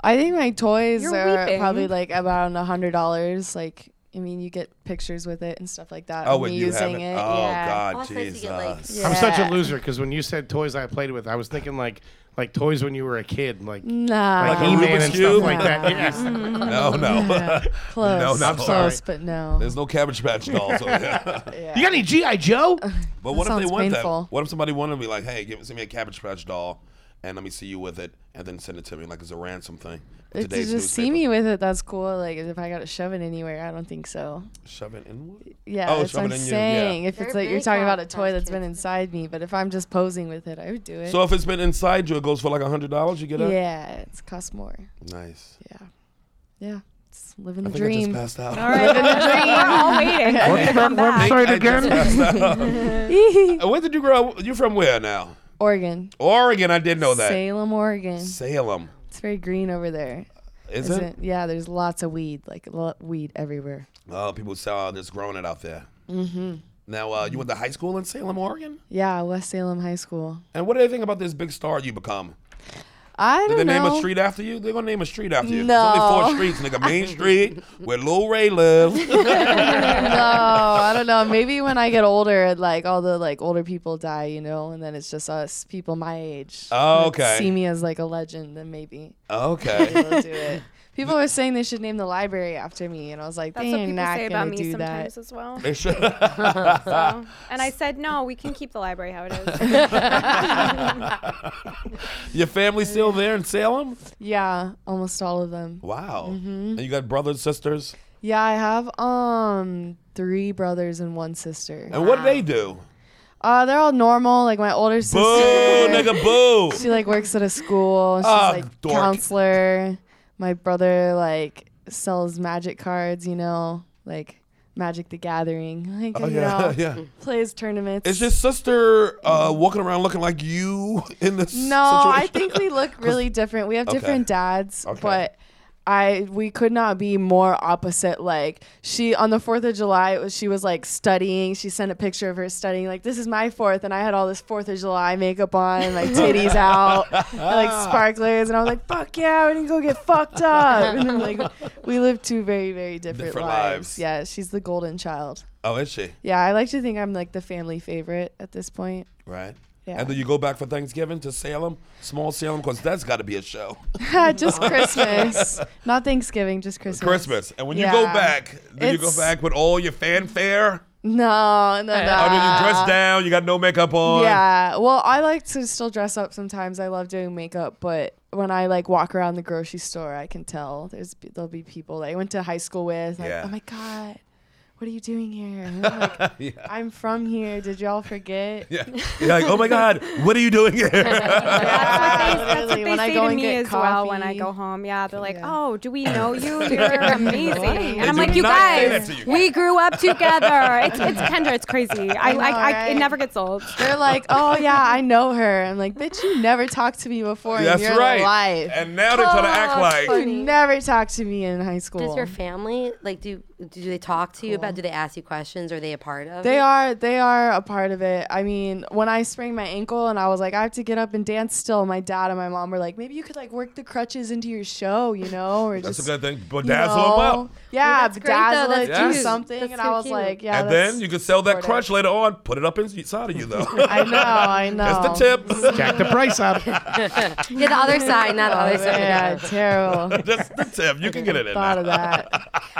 Speaker 8: I think my toys
Speaker 7: You're
Speaker 8: are
Speaker 7: weeping.
Speaker 8: probably like around a hundred dollars. Like I mean, you get pictures with it and stuff like that.
Speaker 2: Oh,
Speaker 8: of
Speaker 2: and
Speaker 8: me
Speaker 2: you haven't.
Speaker 8: using it.
Speaker 2: Oh
Speaker 8: yeah.
Speaker 2: God,
Speaker 6: Also, you
Speaker 2: Jesus.
Speaker 6: get, like,
Speaker 4: I'm such a
Speaker 8: Yeah.
Speaker 4: loser because when you said toys I played with, I was thinking like like toys when you were a kid, like
Speaker 8: Nah.
Speaker 4: like
Speaker 2: Like a
Speaker 4: He-Man
Speaker 2: Rubik's
Speaker 4: and
Speaker 2: Cube?
Speaker 4: stuff like that. Yes.
Speaker 2: no, no,
Speaker 8: close.
Speaker 2: No, not
Speaker 8: Mm-hmm. close,
Speaker 2: sorry.
Speaker 8: but no.
Speaker 2: There's no Cabbage Patch dolls. over here.
Speaker 4: You got any GI Joe?
Speaker 2: But what
Speaker 8: That
Speaker 2: if they
Speaker 8: sounds
Speaker 2: want
Speaker 8: painful.
Speaker 2: that? What if somebody wanted to be like, hey, give send me a Cabbage Patch doll, and let me see you with it, and then send it to me like it's a ransom thing. in
Speaker 8: If you
Speaker 2: Today's
Speaker 8: just see
Speaker 2: newspaper.
Speaker 8: me with it, that's cool. Like if I got to shove it anywhere, I don't think so.
Speaker 2: Shove it in. what?
Speaker 8: Yeah,
Speaker 2: Oh,
Speaker 8: that's
Speaker 2: shove
Speaker 8: what
Speaker 2: it
Speaker 8: I'm
Speaker 2: in you, yeah.
Speaker 8: saying. If
Speaker 6: They're
Speaker 8: it's like you're
Speaker 6: big
Speaker 8: talking about a
Speaker 6: on
Speaker 8: toy
Speaker 6: those
Speaker 8: that's been
Speaker 6: kids.
Speaker 8: inside me, but if I'm just posing with it, I would do it.
Speaker 2: So uh, if it's been inside you, it goes for like a hundred dollars. You get it.
Speaker 8: yeah, it's cost more.
Speaker 2: Nice.
Speaker 8: Yeah, yeah, it's living the
Speaker 2: I think I just
Speaker 8: dream.
Speaker 2: passed out.
Speaker 7: We're all waiting.
Speaker 4: Website
Speaker 2: I just
Speaker 4: again?
Speaker 2: passed out. Uh, where did you grow up? You're from where now?
Speaker 8: Oregon,
Speaker 2: Oregon. I did know Oh, that.
Speaker 8: Salem, Oregon.
Speaker 2: Salem.
Speaker 8: It's very green over there.
Speaker 2: Is,
Speaker 8: Isn't
Speaker 2: it?
Speaker 8: it? Yeah, there's lots of weed, like lo- weed everywhere.
Speaker 2: Oh, people saw this growing it out there. Mm-hmm. Now, uh, you went to high school in Salem, Oregon?
Speaker 8: Yeah, West Salem High School.
Speaker 2: And what do they think about this big star you become? Did
Speaker 8: I don't
Speaker 2: they
Speaker 8: know.
Speaker 2: name a street after you? They're going to name a street after you. There's
Speaker 8: No.
Speaker 2: only four streets, nigga. Main Street, where Lil Ray lives.
Speaker 8: no, I don't know. Maybe when I get older, like all the like older people die, you know, and then it's just us people my age.
Speaker 2: Oh,
Speaker 8: that
Speaker 2: okay.
Speaker 8: See me as like a legend, then maybe
Speaker 2: okay.
Speaker 8: they'll do it. People were saying they should name the library after me, and I was like,
Speaker 7: That's
Speaker 8: they're
Speaker 7: what people
Speaker 8: not
Speaker 7: say
Speaker 8: gonna
Speaker 7: about me
Speaker 8: do
Speaker 7: sometimes
Speaker 8: that.
Speaker 7: as well.
Speaker 2: They should-
Speaker 7: so- And I said, no, we can keep the library how it is.
Speaker 2: Your family still there in Salem?
Speaker 8: Yeah, almost all of them.
Speaker 2: Wow.
Speaker 8: Mm-hmm.
Speaker 2: And you got brothers, sisters?
Speaker 8: Yeah, I have um three brothers and one sister.
Speaker 2: And what do they do?
Speaker 8: Uh, they're all normal. Like my older sister.
Speaker 2: Boo, nigga, boo.
Speaker 8: She like works at a school. and She's
Speaker 2: Ah,
Speaker 8: like
Speaker 2: dork.
Speaker 8: counselor. My brother like sells magic cards. You know, like Magic the Gathering. Like you know,
Speaker 2: Oh, yeah.
Speaker 8: plays tournaments.
Speaker 2: Is your sister uh, walking around looking like you in this
Speaker 8: no,
Speaker 2: situation?
Speaker 8: I think we look really different. We have different dads,
Speaker 2: Okay.
Speaker 8: but. I we could not be more opposite. Like she on the Fourth of July, it was- she was like studying. She sent a picture of her studying. Like this is my Fourth, and I had all this Fourth of July makeup on, and like titties out, and, like sparklers, and I was like, "Fuck yeah, we're gonna go get fucked up." And then, like we live two very very different,
Speaker 2: Different lives.
Speaker 8: lives. Yeah, she's the golden child.
Speaker 2: Oh, is she?
Speaker 8: Yeah, I like to think I'm like the family favorite at this point.
Speaker 2: Right.
Speaker 8: Yeah.
Speaker 2: And then you go back for Thanksgiving to Salem, small Salem, because that's got to be a show.
Speaker 8: just Christmas, not Thanksgiving, just Christmas.
Speaker 2: Christmas. And when you
Speaker 8: Yeah.
Speaker 2: go back, then you go
Speaker 8: It's-
Speaker 2: back with all your fanfare.
Speaker 8: No, no, no.
Speaker 2: I mean, you dress down, you got no makeup on.
Speaker 8: Uh, Yeah. Well, I like to still dress up sometimes. I love doing makeup, but when I like walk around the grocery store, I can tell there's there'll be people that I went to high school with. Like,
Speaker 2: Yeah.
Speaker 8: oh my god, what are you doing here? And I'm, like, I'm from here. Did y'all forget?
Speaker 2: Yeah. You're like, oh my God, what are you doing here?
Speaker 7: That's what they, that's what
Speaker 8: literally,
Speaker 7: they
Speaker 8: when I
Speaker 7: say
Speaker 8: go
Speaker 7: to
Speaker 8: and
Speaker 7: me
Speaker 8: get
Speaker 7: as well when I
Speaker 8: coffee.
Speaker 7: go home. Yeah, they're like,
Speaker 8: Yeah.
Speaker 7: "Oh, do we know you? You're amazing." And I'm
Speaker 2: do
Speaker 7: like, "You
Speaker 2: not say that
Speaker 7: guys,
Speaker 2: to you."
Speaker 7: we grew up together. It's, it's Kendra. It's crazy. I, I,
Speaker 8: know,
Speaker 7: I,
Speaker 8: right?
Speaker 7: it never gets old."
Speaker 8: They're like, oh yeah, I know her. I'm like, bitch, you never talked to me before
Speaker 2: That's
Speaker 8: in your
Speaker 2: right.
Speaker 8: life.
Speaker 2: And now they're trying to act like,
Speaker 8: you never talked to me in high school.
Speaker 6: Does your family like do do they talk to you about? Do they ask you questions? Are they a part of?
Speaker 8: They
Speaker 6: it?
Speaker 8: are they are a part of it. I mean, when I sprained my ankle and I was like, I have to get up and dance still, my dad and my mom were like, maybe you could like work the crutches into your show, you know, or
Speaker 2: that's a
Speaker 8: just
Speaker 2: good thing. But
Speaker 8: you
Speaker 2: dazzle
Speaker 8: know.
Speaker 2: them up.
Speaker 8: Yeah,
Speaker 6: that's great, though.
Speaker 8: dazzle it,
Speaker 6: That's
Speaker 8: do
Speaker 2: cute.
Speaker 8: something.
Speaker 6: That's
Speaker 8: and
Speaker 6: so
Speaker 8: I was
Speaker 6: cute.
Speaker 8: like, yeah,
Speaker 2: and
Speaker 8: that's
Speaker 2: then you can sell that
Speaker 8: supportive.
Speaker 2: crutch later on. Put it up inside of you, though.
Speaker 8: I know, I know.
Speaker 2: that's the tip.
Speaker 4: Jack the price up.
Speaker 6: Yeah, the other side, not the
Speaker 8: Oh,
Speaker 6: other side.
Speaker 8: yeah, terrible.
Speaker 2: That's the tip. You can get it in.
Speaker 8: Thought
Speaker 2: now.
Speaker 8: of that.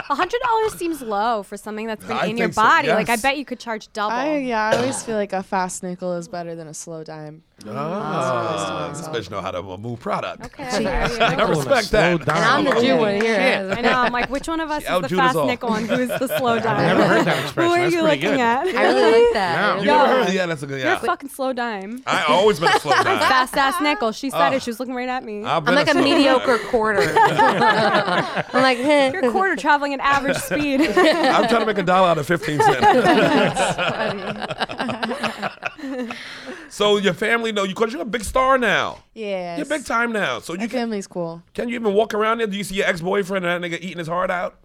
Speaker 7: A hundred dollars seems low for something that's been
Speaker 2: I
Speaker 7: in your
Speaker 2: think so,
Speaker 7: body. Like I
Speaker 2: yes.
Speaker 7: bet you could charge double.
Speaker 8: I yeah, I always feel like a fast nickel is better than a slow dime.
Speaker 2: Ah, this bitch know how to uh, move product.
Speaker 7: Okay, there you
Speaker 2: I
Speaker 7: go.
Speaker 2: respect
Speaker 4: Slow
Speaker 2: that.
Speaker 4: down.
Speaker 6: And I'm the Jew one here.
Speaker 7: I know. I'm like, which one of us is the
Speaker 2: outdoed us
Speaker 7: fast
Speaker 2: all.
Speaker 7: nickel and who's the slow dime?
Speaker 4: Never heard that
Speaker 7: Who
Speaker 4: expression.
Speaker 7: are
Speaker 4: That's
Speaker 7: you
Speaker 4: pretty
Speaker 7: looking
Speaker 4: good.
Speaker 7: at?
Speaker 6: I really like that.
Speaker 4: No.
Speaker 6: I
Speaker 2: You
Speaker 6: really
Speaker 2: never
Speaker 6: like
Speaker 2: heard?
Speaker 6: that.
Speaker 2: Yeah, that's a good.
Speaker 7: You're
Speaker 2: Yeah.
Speaker 7: a fucking slow dime.
Speaker 2: I always been a slow guy.
Speaker 7: Fast
Speaker 8: Ah.
Speaker 7: ass nickel. She said
Speaker 4: Ah.
Speaker 7: it. She was looking right at me.
Speaker 2: I've been
Speaker 6: I'm like a
Speaker 2: slow guy.
Speaker 6: mediocre quarter. I'm like, eh.
Speaker 7: You're a quarter traveling at average speed.
Speaker 2: I'm trying to make a dollar out of 15 cents. so your family know you because you're a big star now.
Speaker 8: Yeah.
Speaker 2: You're big time now. So you can
Speaker 8: family's cool.
Speaker 2: can you even walk around there? Do you see your ex boyfriend and that nigga eating his heart out?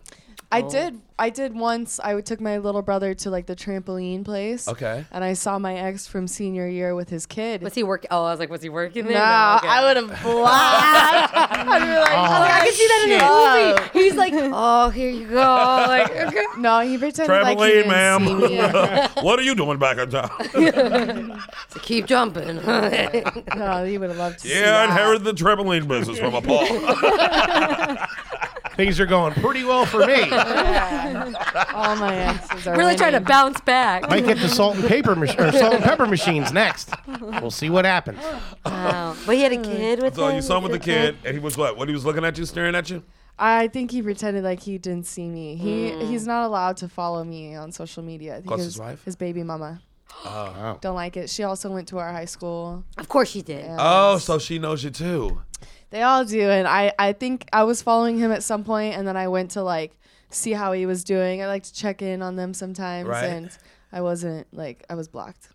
Speaker 8: I
Speaker 2: Oh.
Speaker 8: did. I did once. I took my little brother to like the trampoline place.
Speaker 2: Okay.
Speaker 8: And I saw my ex from senior year with his kid.
Speaker 6: Was he working? Oh, I was like, was he working there?
Speaker 8: no,
Speaker 6: okay.
Speaker 8: I would have blacked. I'd be like, oh,
Speaker 6: I could see that in
Speaker 8: shit.
Speaker 6: a movie. He's like, oh, here you go. Like, okay.
Speaker 8: No, he pretended like he
Speaker 2: Trampoline,
Speaker 8: didn't
Speaker 2: ma'am.
Speaker 8: see me.
Speaker 2: what are you doing back on top?
Speaker 6: So keep jumping.
Speaker 8: No, he would have loved to see
Speaker 2: yeah, I
Speaker 8: that.
Speaker 2: inherited the trampoline business from my pa.
Speaker 4: Things are going pretty well for me.
Speaker 8: All my exes are
Speaker 6: really trying to
Speaker 8: winning.
Speaker 6: bounce back.
Speaker 4: Might get the salt and paper mach- or salt and pepper machines next. We'll see what happens.
Speaker 6: Wow. But he had a kid with
Speaker 2: so
Speaker 6: him.
Speaker 2: you saw him with the kid, and he was what? When he was looking at you, staring at you?
Speaker 8: I think he pretended like he didn't see me. He
Speaker 6: Mm.
Speaker 8: he's not allowed to follow me on social media. I think
Speaker 2: 'Cause
Speaker 8: his,
Speaker 2: his wife?
Speaker 8: his baby mama. Oh. Don't like it. She also went to our high school.
Speaker 6: Of course he did.
Speaker 2: Oh, so she knows you too.
Speaker 8: They all do, and I I think I was following him at some point, and then I went to like see how he was doing. I like to check in on them sometimes,
Speaker 2: Right.
Speaker 8: and I wasn't like I was blocked.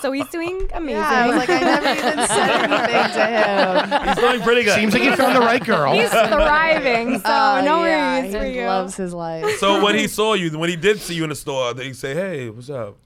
Speaker 7: so he's doing amazing.
Speaker 8: Yeah, I was like I never even said anything to him.
Speaker 2: He's doing pretty good.
Speaker 4: Seems like you found the right girl.
Speaker 7: he's thriving. So
Speaker 8: Oh,
Speaker 7: no
Speaker 8: yeah,
Speaker 7: worries for
Speaker 8: he
Speaker 7: you.
Speaker 8: loves his life.
Speaker 2: So when he saw you, when he did see you in the store, did he say, "Hey, what's up"?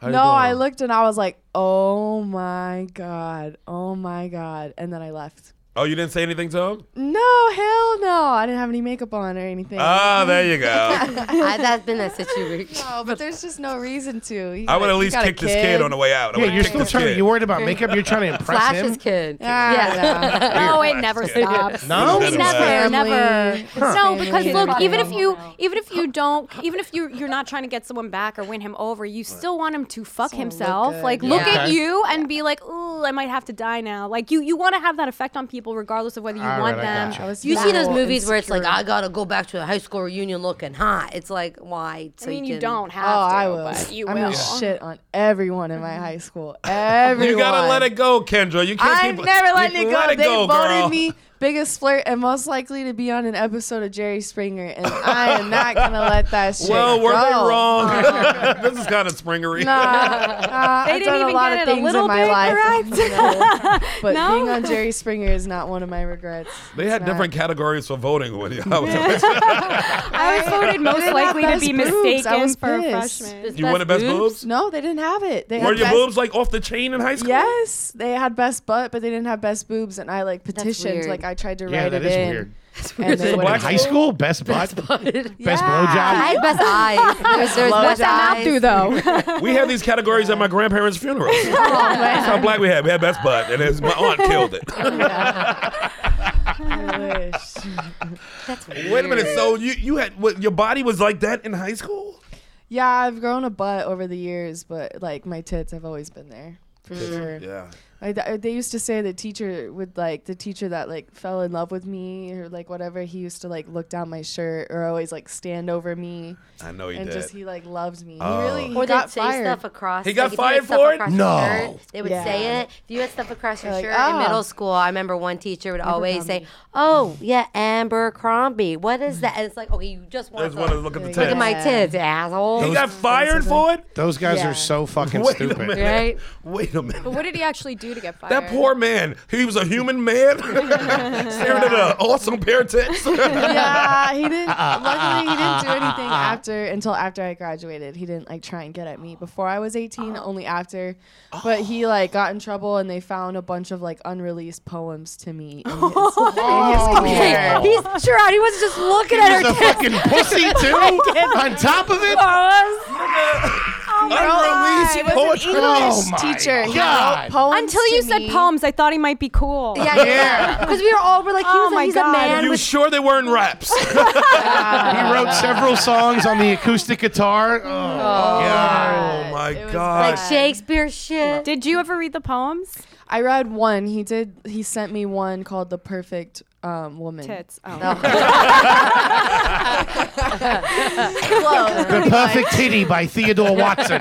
Speaker 2: How you
Speaker 8: No, I
Speaker 2: doing?"
Speaker 8: looked and I was like, oh my god, oh my god, and then I left.
Speaker 2: Oh, you didn't say anything to him?
Speaker 8: No, hell no, I didn't have any makeup on or anything.
Speaker 2: Ah, there you go.
Speaker 6: I, that's been a situation.
Speaker 8: no, but there's just no reason to. He
Speaker 2: I would
Speaker 8: got-
Speaker 2: at
Speaker 8: he
Speaker 2: least
Speaker 8: got a
Speaker 2: kick this kid on the way out. I
Speaker 4: Yeah,
Speaker 2: would've
Speaker 4: you're
Speaker 2: kicked
Speaker 4: still
Speaker 2: this
Speaker 4: trying to.
Speaker 2: kid.
Speaker 4: You worried about makeup? You're trying to impress
Speaker 6: Flash
Speaker 4: him.
Speaker 6: his kid.
Speaker 8: Yeah. yeah.
Speaker 7: Oh, it never stops.
Speaker 4: No,
Speaker 2: That's
Speaker 7: Never,
Speaker 2: right.
Speaker 7: never. No, because
Speaker 8: Family.
Speaker 7: look,
Speaker 8: Kid
Speaker 7: even if
Speaker 8: problem.
Speaker 7: you, even if you don't, even if you, you're not trying to get someone back or win him over, you still want him to fuck
Speaker 8: wanna look
Speaker 7: himself.
Speaker 8: good.
Speaker 7: like,
Speaker 8: Yeah.
Speaker 7: look at
Speaker 4: Okay.
Speaker 7: you and be like, "Ooh, I might have to die now." Like, you, you want to have that effect on people, regardless of whether you
Speaker 4: All
Speaker 7: want
Speaker 4: right, I
Speaker 7: them.
Speaker 4: gotcha.
Speaker 8: I was
Speaker 6: You see those
Speaker 8: so
Speaker 6: movies where it's like,
Speaker 8: insecure.
Speaker 6: I gotta go back to a high school reunion looking hot. It's like, why?
Speaker 7: I
Speaker 6: So
Speaker 7: mean,
Speaker 6: you,
Speaker 7: you
Speaker 6: can-
Speaker 7: don't have
Speaker 8: Oh,
Speaker 7: to.
Speaker 8: I will.
Speaker 7: But you
Speaker 8: I'm
Speaker 7: will.
Speaker 8: gonna shit on everyone in my high school. Everyone.
Speaker 2: You gotta let it go, Kendra. You can't
Speaker 8: I'm
Speaker 2: keep.
Speaker 8: never letting
Speaker 2: you
Speaker 8: it go.
Speaker 2: Let it
Speaker 8: they
Speaker 2: go,
Speaker 8: voted
Speaker 2: girl.
Speaker 8: me biggest flirt and most likely to be on an episode of Jerry Springer, and I am not gonna let that shit
Speaker 2: Well,
Speaker 8: go.
Speaker 2: were they wrong? this is kind of springery.
Speaker 8: Nah, nah,
Speaker 7: They
Speaker 8: I've
Speaker 7: didn't
Speaker 8: done
Speaker 7: even
Speaker 8: a lot
Speaker 7: get
Speaker 8: of
Speaker 7: it a
Speaker 8: things
Speaker 7: little
Speaker 8: in my
Speaker 7: bit
Speaker 8: life,
Speaker 7: correct.
Speaker 8: you know, but
Speaker 7: No?
Speaker 8: being on Jerry Springer is not one of my regrets.
Speaker 2: They had
Speaker 8: It's
Speaker 2: different
Speaker 8: not.
Speaker 2: categories for voting with you. I was-
Speaker 7: I was voted
Speaker 8: They
Speaker 7: most
Speaker 8: didn't have
Speaker 7: likely to
Speaker 8: best
Speaker 7: be
Speaker 8: boobs. I
Speaker 7: mistaken
Speaker 8: was
Speaker 7: for a
Speaker 8: pissed.
Speaker 7: freshman.
Speaker 2: you wanted best boobs?
Speaker 8: No, they didn't have it. They
Speaker 2: Were
Speaker 8: had
Speaker 2: your
Speaker 8: best-
Speaker 2: boobs like off the chain in high school?
Speaker 8: Yes, they had best butt, but they didn't have best boobs, and I like petitioned,
Speaker 6: weird.
Speaker 8: like I tried to
Speaker 4: Yeah,
Speaker 8: write
Speaker 4: that
Speaker 8: it
Speaker 4: is
Speaker 8: in.
Speaker 4: weird.
Speaker 6: That's
Speaker 8: And they
Speaker 6: weird.
Speaker 8: wouldn't
Speaker 4: in high school, best butt, best
Speaker 6: I
Speaker 8: Yeah.
Speaker 6: had best eyes. There's, there's
Speaker 8: Blow
Speaker 6: best
Speaker 8: that mouth
Speaker 6: eyes.
Speaker 8: do though.
Speaker 2: We had these categories at my grandparents' funerals.
Speaker 8: Oh,
Speaker 2: That's how black we had. We had best butt, and it's, my aunt killed it.
Speaker 8: I wish.
Speaker 6: That's weird.
Speaker 2: Wait a minute. So you you had what, your body was like that in high school?
Speaker 8: Yeah, I've grown a butt over the years, but like my tits have always been there for sure.
Speaker 2: Yeah.
Speaker 8: Like th- they used to say the teacher would like the teacher that like fell in love with me or like whatever. He used to like look down my shirt or always like stand over me
Speaker 2: I know he
Speaker 8: and
Speaker 2: did.
Speaker 8: just he like loved me. He really he
Speaker 6: Or they'd
Speaker 8: got
Speaker 6: say
Speaker 8: fired.
Speaker 6: stuff across.
Speaker 2: He got
Speaker 6: if you
Speaker 2: fired
Speaker 6: had stuff
Speaker 2: for it?
Speaker 6: across your
Speaker 4: No.
Speaker 6: shirt, they would
Speaker 8: Yeah.
Speaker 6: say it. If you had stuff across your
Speaker 8: They're like,
Speaker 6: shirt
Speaker 8: "Ah."
Speaker 6: in middle school, I remember one teacher would always
Speaker 8: got
Speaker 6: say,
Speaker 8: me.
Speaker 6: "Oh yeah, Amber Crombie. What is that?" And it's like, okay, you just want
Speaker 2: Just
Speaker 6: to
Speaker 2: wanted to look at the
Speaker 8: Look
Speaker 6: look at
Speaker 2: tits.
Speaker 6: my
Speaker 8: Yeah.
Speaker 6: tits, asshole.
Speaker 2: He got fired for it.
Speaker 4: Those guys
Speaker 8: Yeah.
Speaker 4: are so fucking
Speaker 2: Wait a
Speaker 4: stupid.
Speaker 2: minute.
Speaker 6: Right?
Speaker 2: Wait a minute.
Speaker 7: But what did he actually do to get fired?
Speaker 2: That poor man. He was a human man staring at an awesome pair of tits.
Speaker 8: yeah, he didn't. Luckily, he didn't do anything after until after I graduated. He didn't like try and get at me before I was 18. Only after, but he
Speaker 4: Oh.
Speaker 8: like got in trouble and they found a bunch of like unreleased poems to me. In his, in his computer.
Speaker 6: He's sure out. He was just looking at
Speaker 4: He's
Speaker 6: her
Speaker 4: a
Speaker 6: tits.
Speaker 4: fucking pussy too. on top of it,
Speaker 8: He
Speaker 2: Unreleased
Speaker 8: was
Speaker 2: poetry.
Speaker 8: an English
Speaker 4: Oh my
Speaker 8: teacher. He
Speaker 4: God.
Speaker 8: wrote poems
Speaker 7: Until you
Speaker 8: to
Speaker 7: said
Speaker 8: me.
Speaker 7: poems, I thought he might be cool.
Speaker 6: Yeah, yeah. Because we were all were like, he
Speaker 7: Oh
Speaker 6: was
Speaker 7: my
Speaker 6: like, he's
Speaker 7: God.
Speaker 6: a man
Speaker 2: You
Speaker 6: with
Speaker 2: sure they weren't raps?
Speaker 4: he wrote several songs on the acoustic guitar. Oh, God.
Speaker 2: oh my
Speaker 8: It was
Speaker 2: God.
Speaker 8: bad.
Speaker 6: Shakespeare shit.
Speaker 7: Did you ever read the poems?
Speaker 8: I read one. He did. He sent me one called "The Perfect um, Woman."
Speaker 7: Tits. Oh.
Speaker 4: The Perfect Titty by Theodore Watson.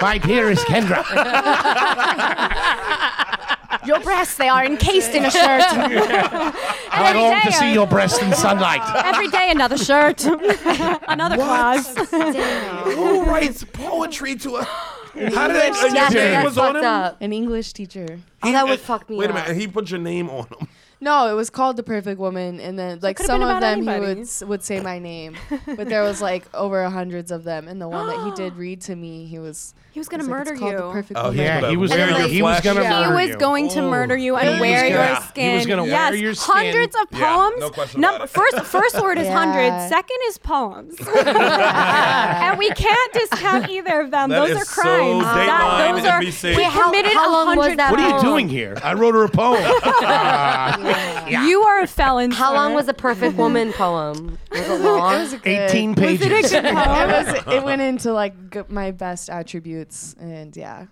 Speaker 4: my dearest Kendra.
Speaker 7: Your breasts, they are encased in a shirt.
Speaker 4: I
Speaker 7: every
Speaker 4: long to
Speaker 7: day
Speaker 4: see
Speaker 7: I-
Speaker 4: your breasts in sunlight.
Speaker 7: Every day, another shirt, another clause.
Speaker 2: Who writes poetry to a. How did that?
Speaker 8: English
Speaker 2: and Your
Speaker 6: That's,
Speaker 2: name
Speaker 6: that's
Speaker 2: was on
Speaker 6: fucked
Speaker 2: him? uh,
Speaker 6: up.
Speaker 8: An English teacher.
Speaker 6: Oh, that would fuck me
Speaker 2: Wait a
Speaker 6: up.
Speaker 2: minute. And he put your name on him.
Speaker 8: No, it was called The Perfect Woman, and then like
Speaker 7: could've
Speaker 8: some
Speaker 7: been
Speaker 8: of
Speaker 7: about
Speaker 8: them he
Speaker 7: anybody.
Speaker 8: would s- would say my name, but there was like over a hundreds of them, and the one that he did read to me, he was
Speaker 7: He was gonna
Speaker 8: it's like, it's
Speaker 7: murder
Speaker 8: called The
Speaker 7: you.
Speaker 8: Perfect
Speaker 2: Oh,
Speaker 8: Woman.
Speaker 4: Yeah, he was
Speaker 2: And
Speaker 4: gonna,
Speaker 2: like-
Speaker 4: he was gonna
Speaker 8: He
Speaker 4: murder
Speaker 7: He was
Speaker 4: you. Oh.
Speaker 7: going to murder you and wear
Speaker 4: was
Speaker 7: your
Speaker 4: gonna-
Speaker 7: skin.
Speaker 4: he was gonna
Speaker 7: yes,
Speaker 4: wear your skin.
Speaker 7: hundreds of
Speaker 2: Yeah, no
Speaker 7: poems.
Speaker 2: question
Speaker 7: Num-
Speaker 2: about it.
Speaker 7: First, first word is
Speaker 8: Yeah.
Speaker 7: hundreds. Second is poems. and we can't discount either of them.
Speaker 2: That is
Speaker 7: those are crimes.
Speaker 2: so Dateline
Speaker 7: that, those are
Speaker 2: NBC.
Speaker 7: we
Speaker 2: Wait,
Speaker 6: how-
Speaker 7: committed
Speaker 6: how long was
Speaker 7: 100
Speaker 6: that
Speaker 4: What are you
Speaker 6: Oh.
Speaker 4: doing here? I wrote her a poem.
Speaker 7: You are a felon.
Speaker 6: How
Speaker 7: sir.
Speaker 6: long was the perfect woman poem? Was it long?
Speaker 8: It was good.
Speaker 4: 18 pages.
Speaker 8: it was. It went into like g- my best attributes, and yeah,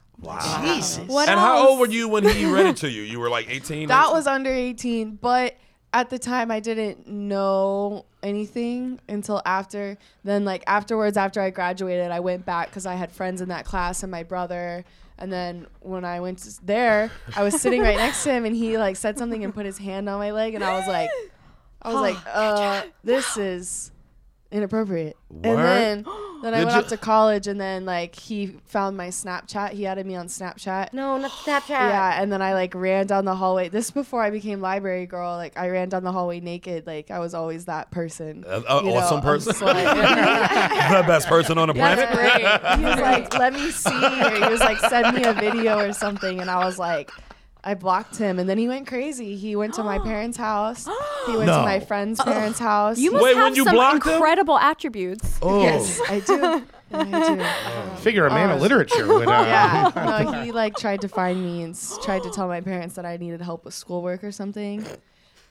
Speaker 7: What
Speaker 2: And how
Speaker 7: else?
Speaker 2: old were you when he read it to you? You were like 18?
Speaker 8: that was under eighteen. But at the time, I didn't know anything until after. Then like afterwards, after I graduated, I went back because I had friends in that class and my brother. And then when I went to s- there, I was sitting right next to him, and he like said something and put his hand on my leg, and I was like, I was like, uh, this is inappropriate.
Speaker 2: Word?
Speaker 8: And then then I
Speaker 2: Did
Speaker 8: went
Speaker 2: you-
Speaker 8: off to college, and then like he found my Snapchat. He added me on Snapchat.
Speaker 6: No, not Snapchat.
Speaker 8: Yeah, and then I like ran down the hallway. This is before I became library girl. Like I ran down the hallway naked. Like I was always that person.
Speaker 2: An
Speaker 8: you know,
Speaker 2: Uh, awesome
Speaker 8: I'm
Speaker 2: person.
Speaker 8: just like-
Speaker 2: the best person on the planet.
Speaker 8: That's great. He was like, "Let me see," or he was like, "Send me a video or something," and I was like. I blocked him, and then he went crazy. He went to my parents' house. He went
Speaker 4: No.
Speaker 8: to my friend's parents' house.
Speaker 7: Uh, You must
Speaker 2: Wait,
Speaker 7: have
Speaker 2: when you
Speaker 7: some
Speaker 2: blocked them?
Speaker 7: incredible attributes.
Speaker 2: Oh.
Speaker 8: yes, I do. I do.
Speaker 4: Figure a man of literature would. Uh,
Speaker 8: Yeah. No, he like tried to find me and s- tried to tell my parents that I needed help with schoolwork or something.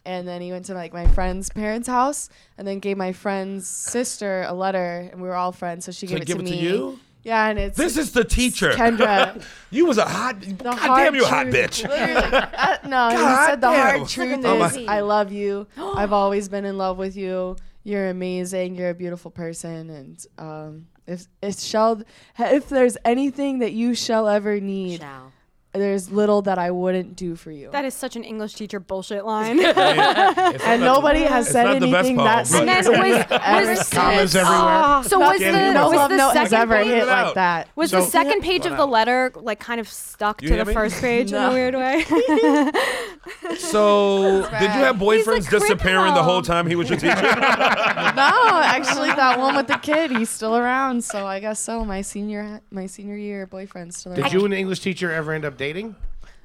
Speaker 8: And then he went to like my friend's parents' house and then gave my friend's sister a letter and we were all friends, so she gave
Speaker 2: they
Speaker 8: it
Speaker 2: give
Speaker 8: to
Speaker 2: it to
Speaker 8: me.
Speaker 2: you?
Speaker 8: Yeah, and it's
Speaker 2: This is the teacher.
Speaker 8: Kendra.
Speaker 2: You was a hot.
Speaker 8: The
Speaker 2: God
Speaker 8: hard
Speaker 2: damn, you a hot
Speaker 8: truth-
Speaker 2: bitch.
Speaker 8: literally, uh, no,
Speaker 2: God
Speaker 8: he said the
Speaker 2: damn.
Speaker 8: hard truth
Speaker 6: Oh my-
Speaker 8: is I love you. I've always been in love with you. You're amazing. You're a beautiful person. And um, if if shall if there's anything that you shall ever need,
Speaker 6: Ciao.
Speaker 8: there's little that I wouldn't do for you.
Speaker 7: That is such an English teacher bullshit line.
Speaker 8: and nobody has
Speaker 2: it's
Speaker 8: said
Speaker 2: not the best
Speaker 8: anything
Speaker 2: poem,
Speaker 8: that
Speaker 2: but-
Speaker 7: and then was,
Speaker 8: ever
Speaker 7: was
Speaker 4: Commas
Speaker 8: since.
Speaker 4: everywhere.
Speaker 7: so was the,
Speaker 2: Nothing.
Speaker 8: No
Speaker 7: was
Speaker 8: love
Speaker 7: the
Speaker 8: note has
Speaker 7: second
Speaker 8: ever
Speaker 7: page,
Speaker 8: hit
Speaker 2: it out.
Speaker 8: like that.
Speaker 7: was the second page of the letter like kind of stuck
Speaker 2: You
Speaker 7: to
Speaker 2: hear
Speaker 7: the
Speaker 2: me?
Speaker 7: first page in a weird way?
Speaker 8: Oh,
Speaker 2: So, did you have boyfriends
Speaker 7: a
Speaker 2: disappearing the
Speaker 7: criminal.
Speaker 2: whole time he was your teacher?
Speaker 8: No, actually, that one with the kid, he's still around. So I guess so. My senior, my senior year boyfriend's still around.
Speaker 4: Did you and the English teacher ever end up dating?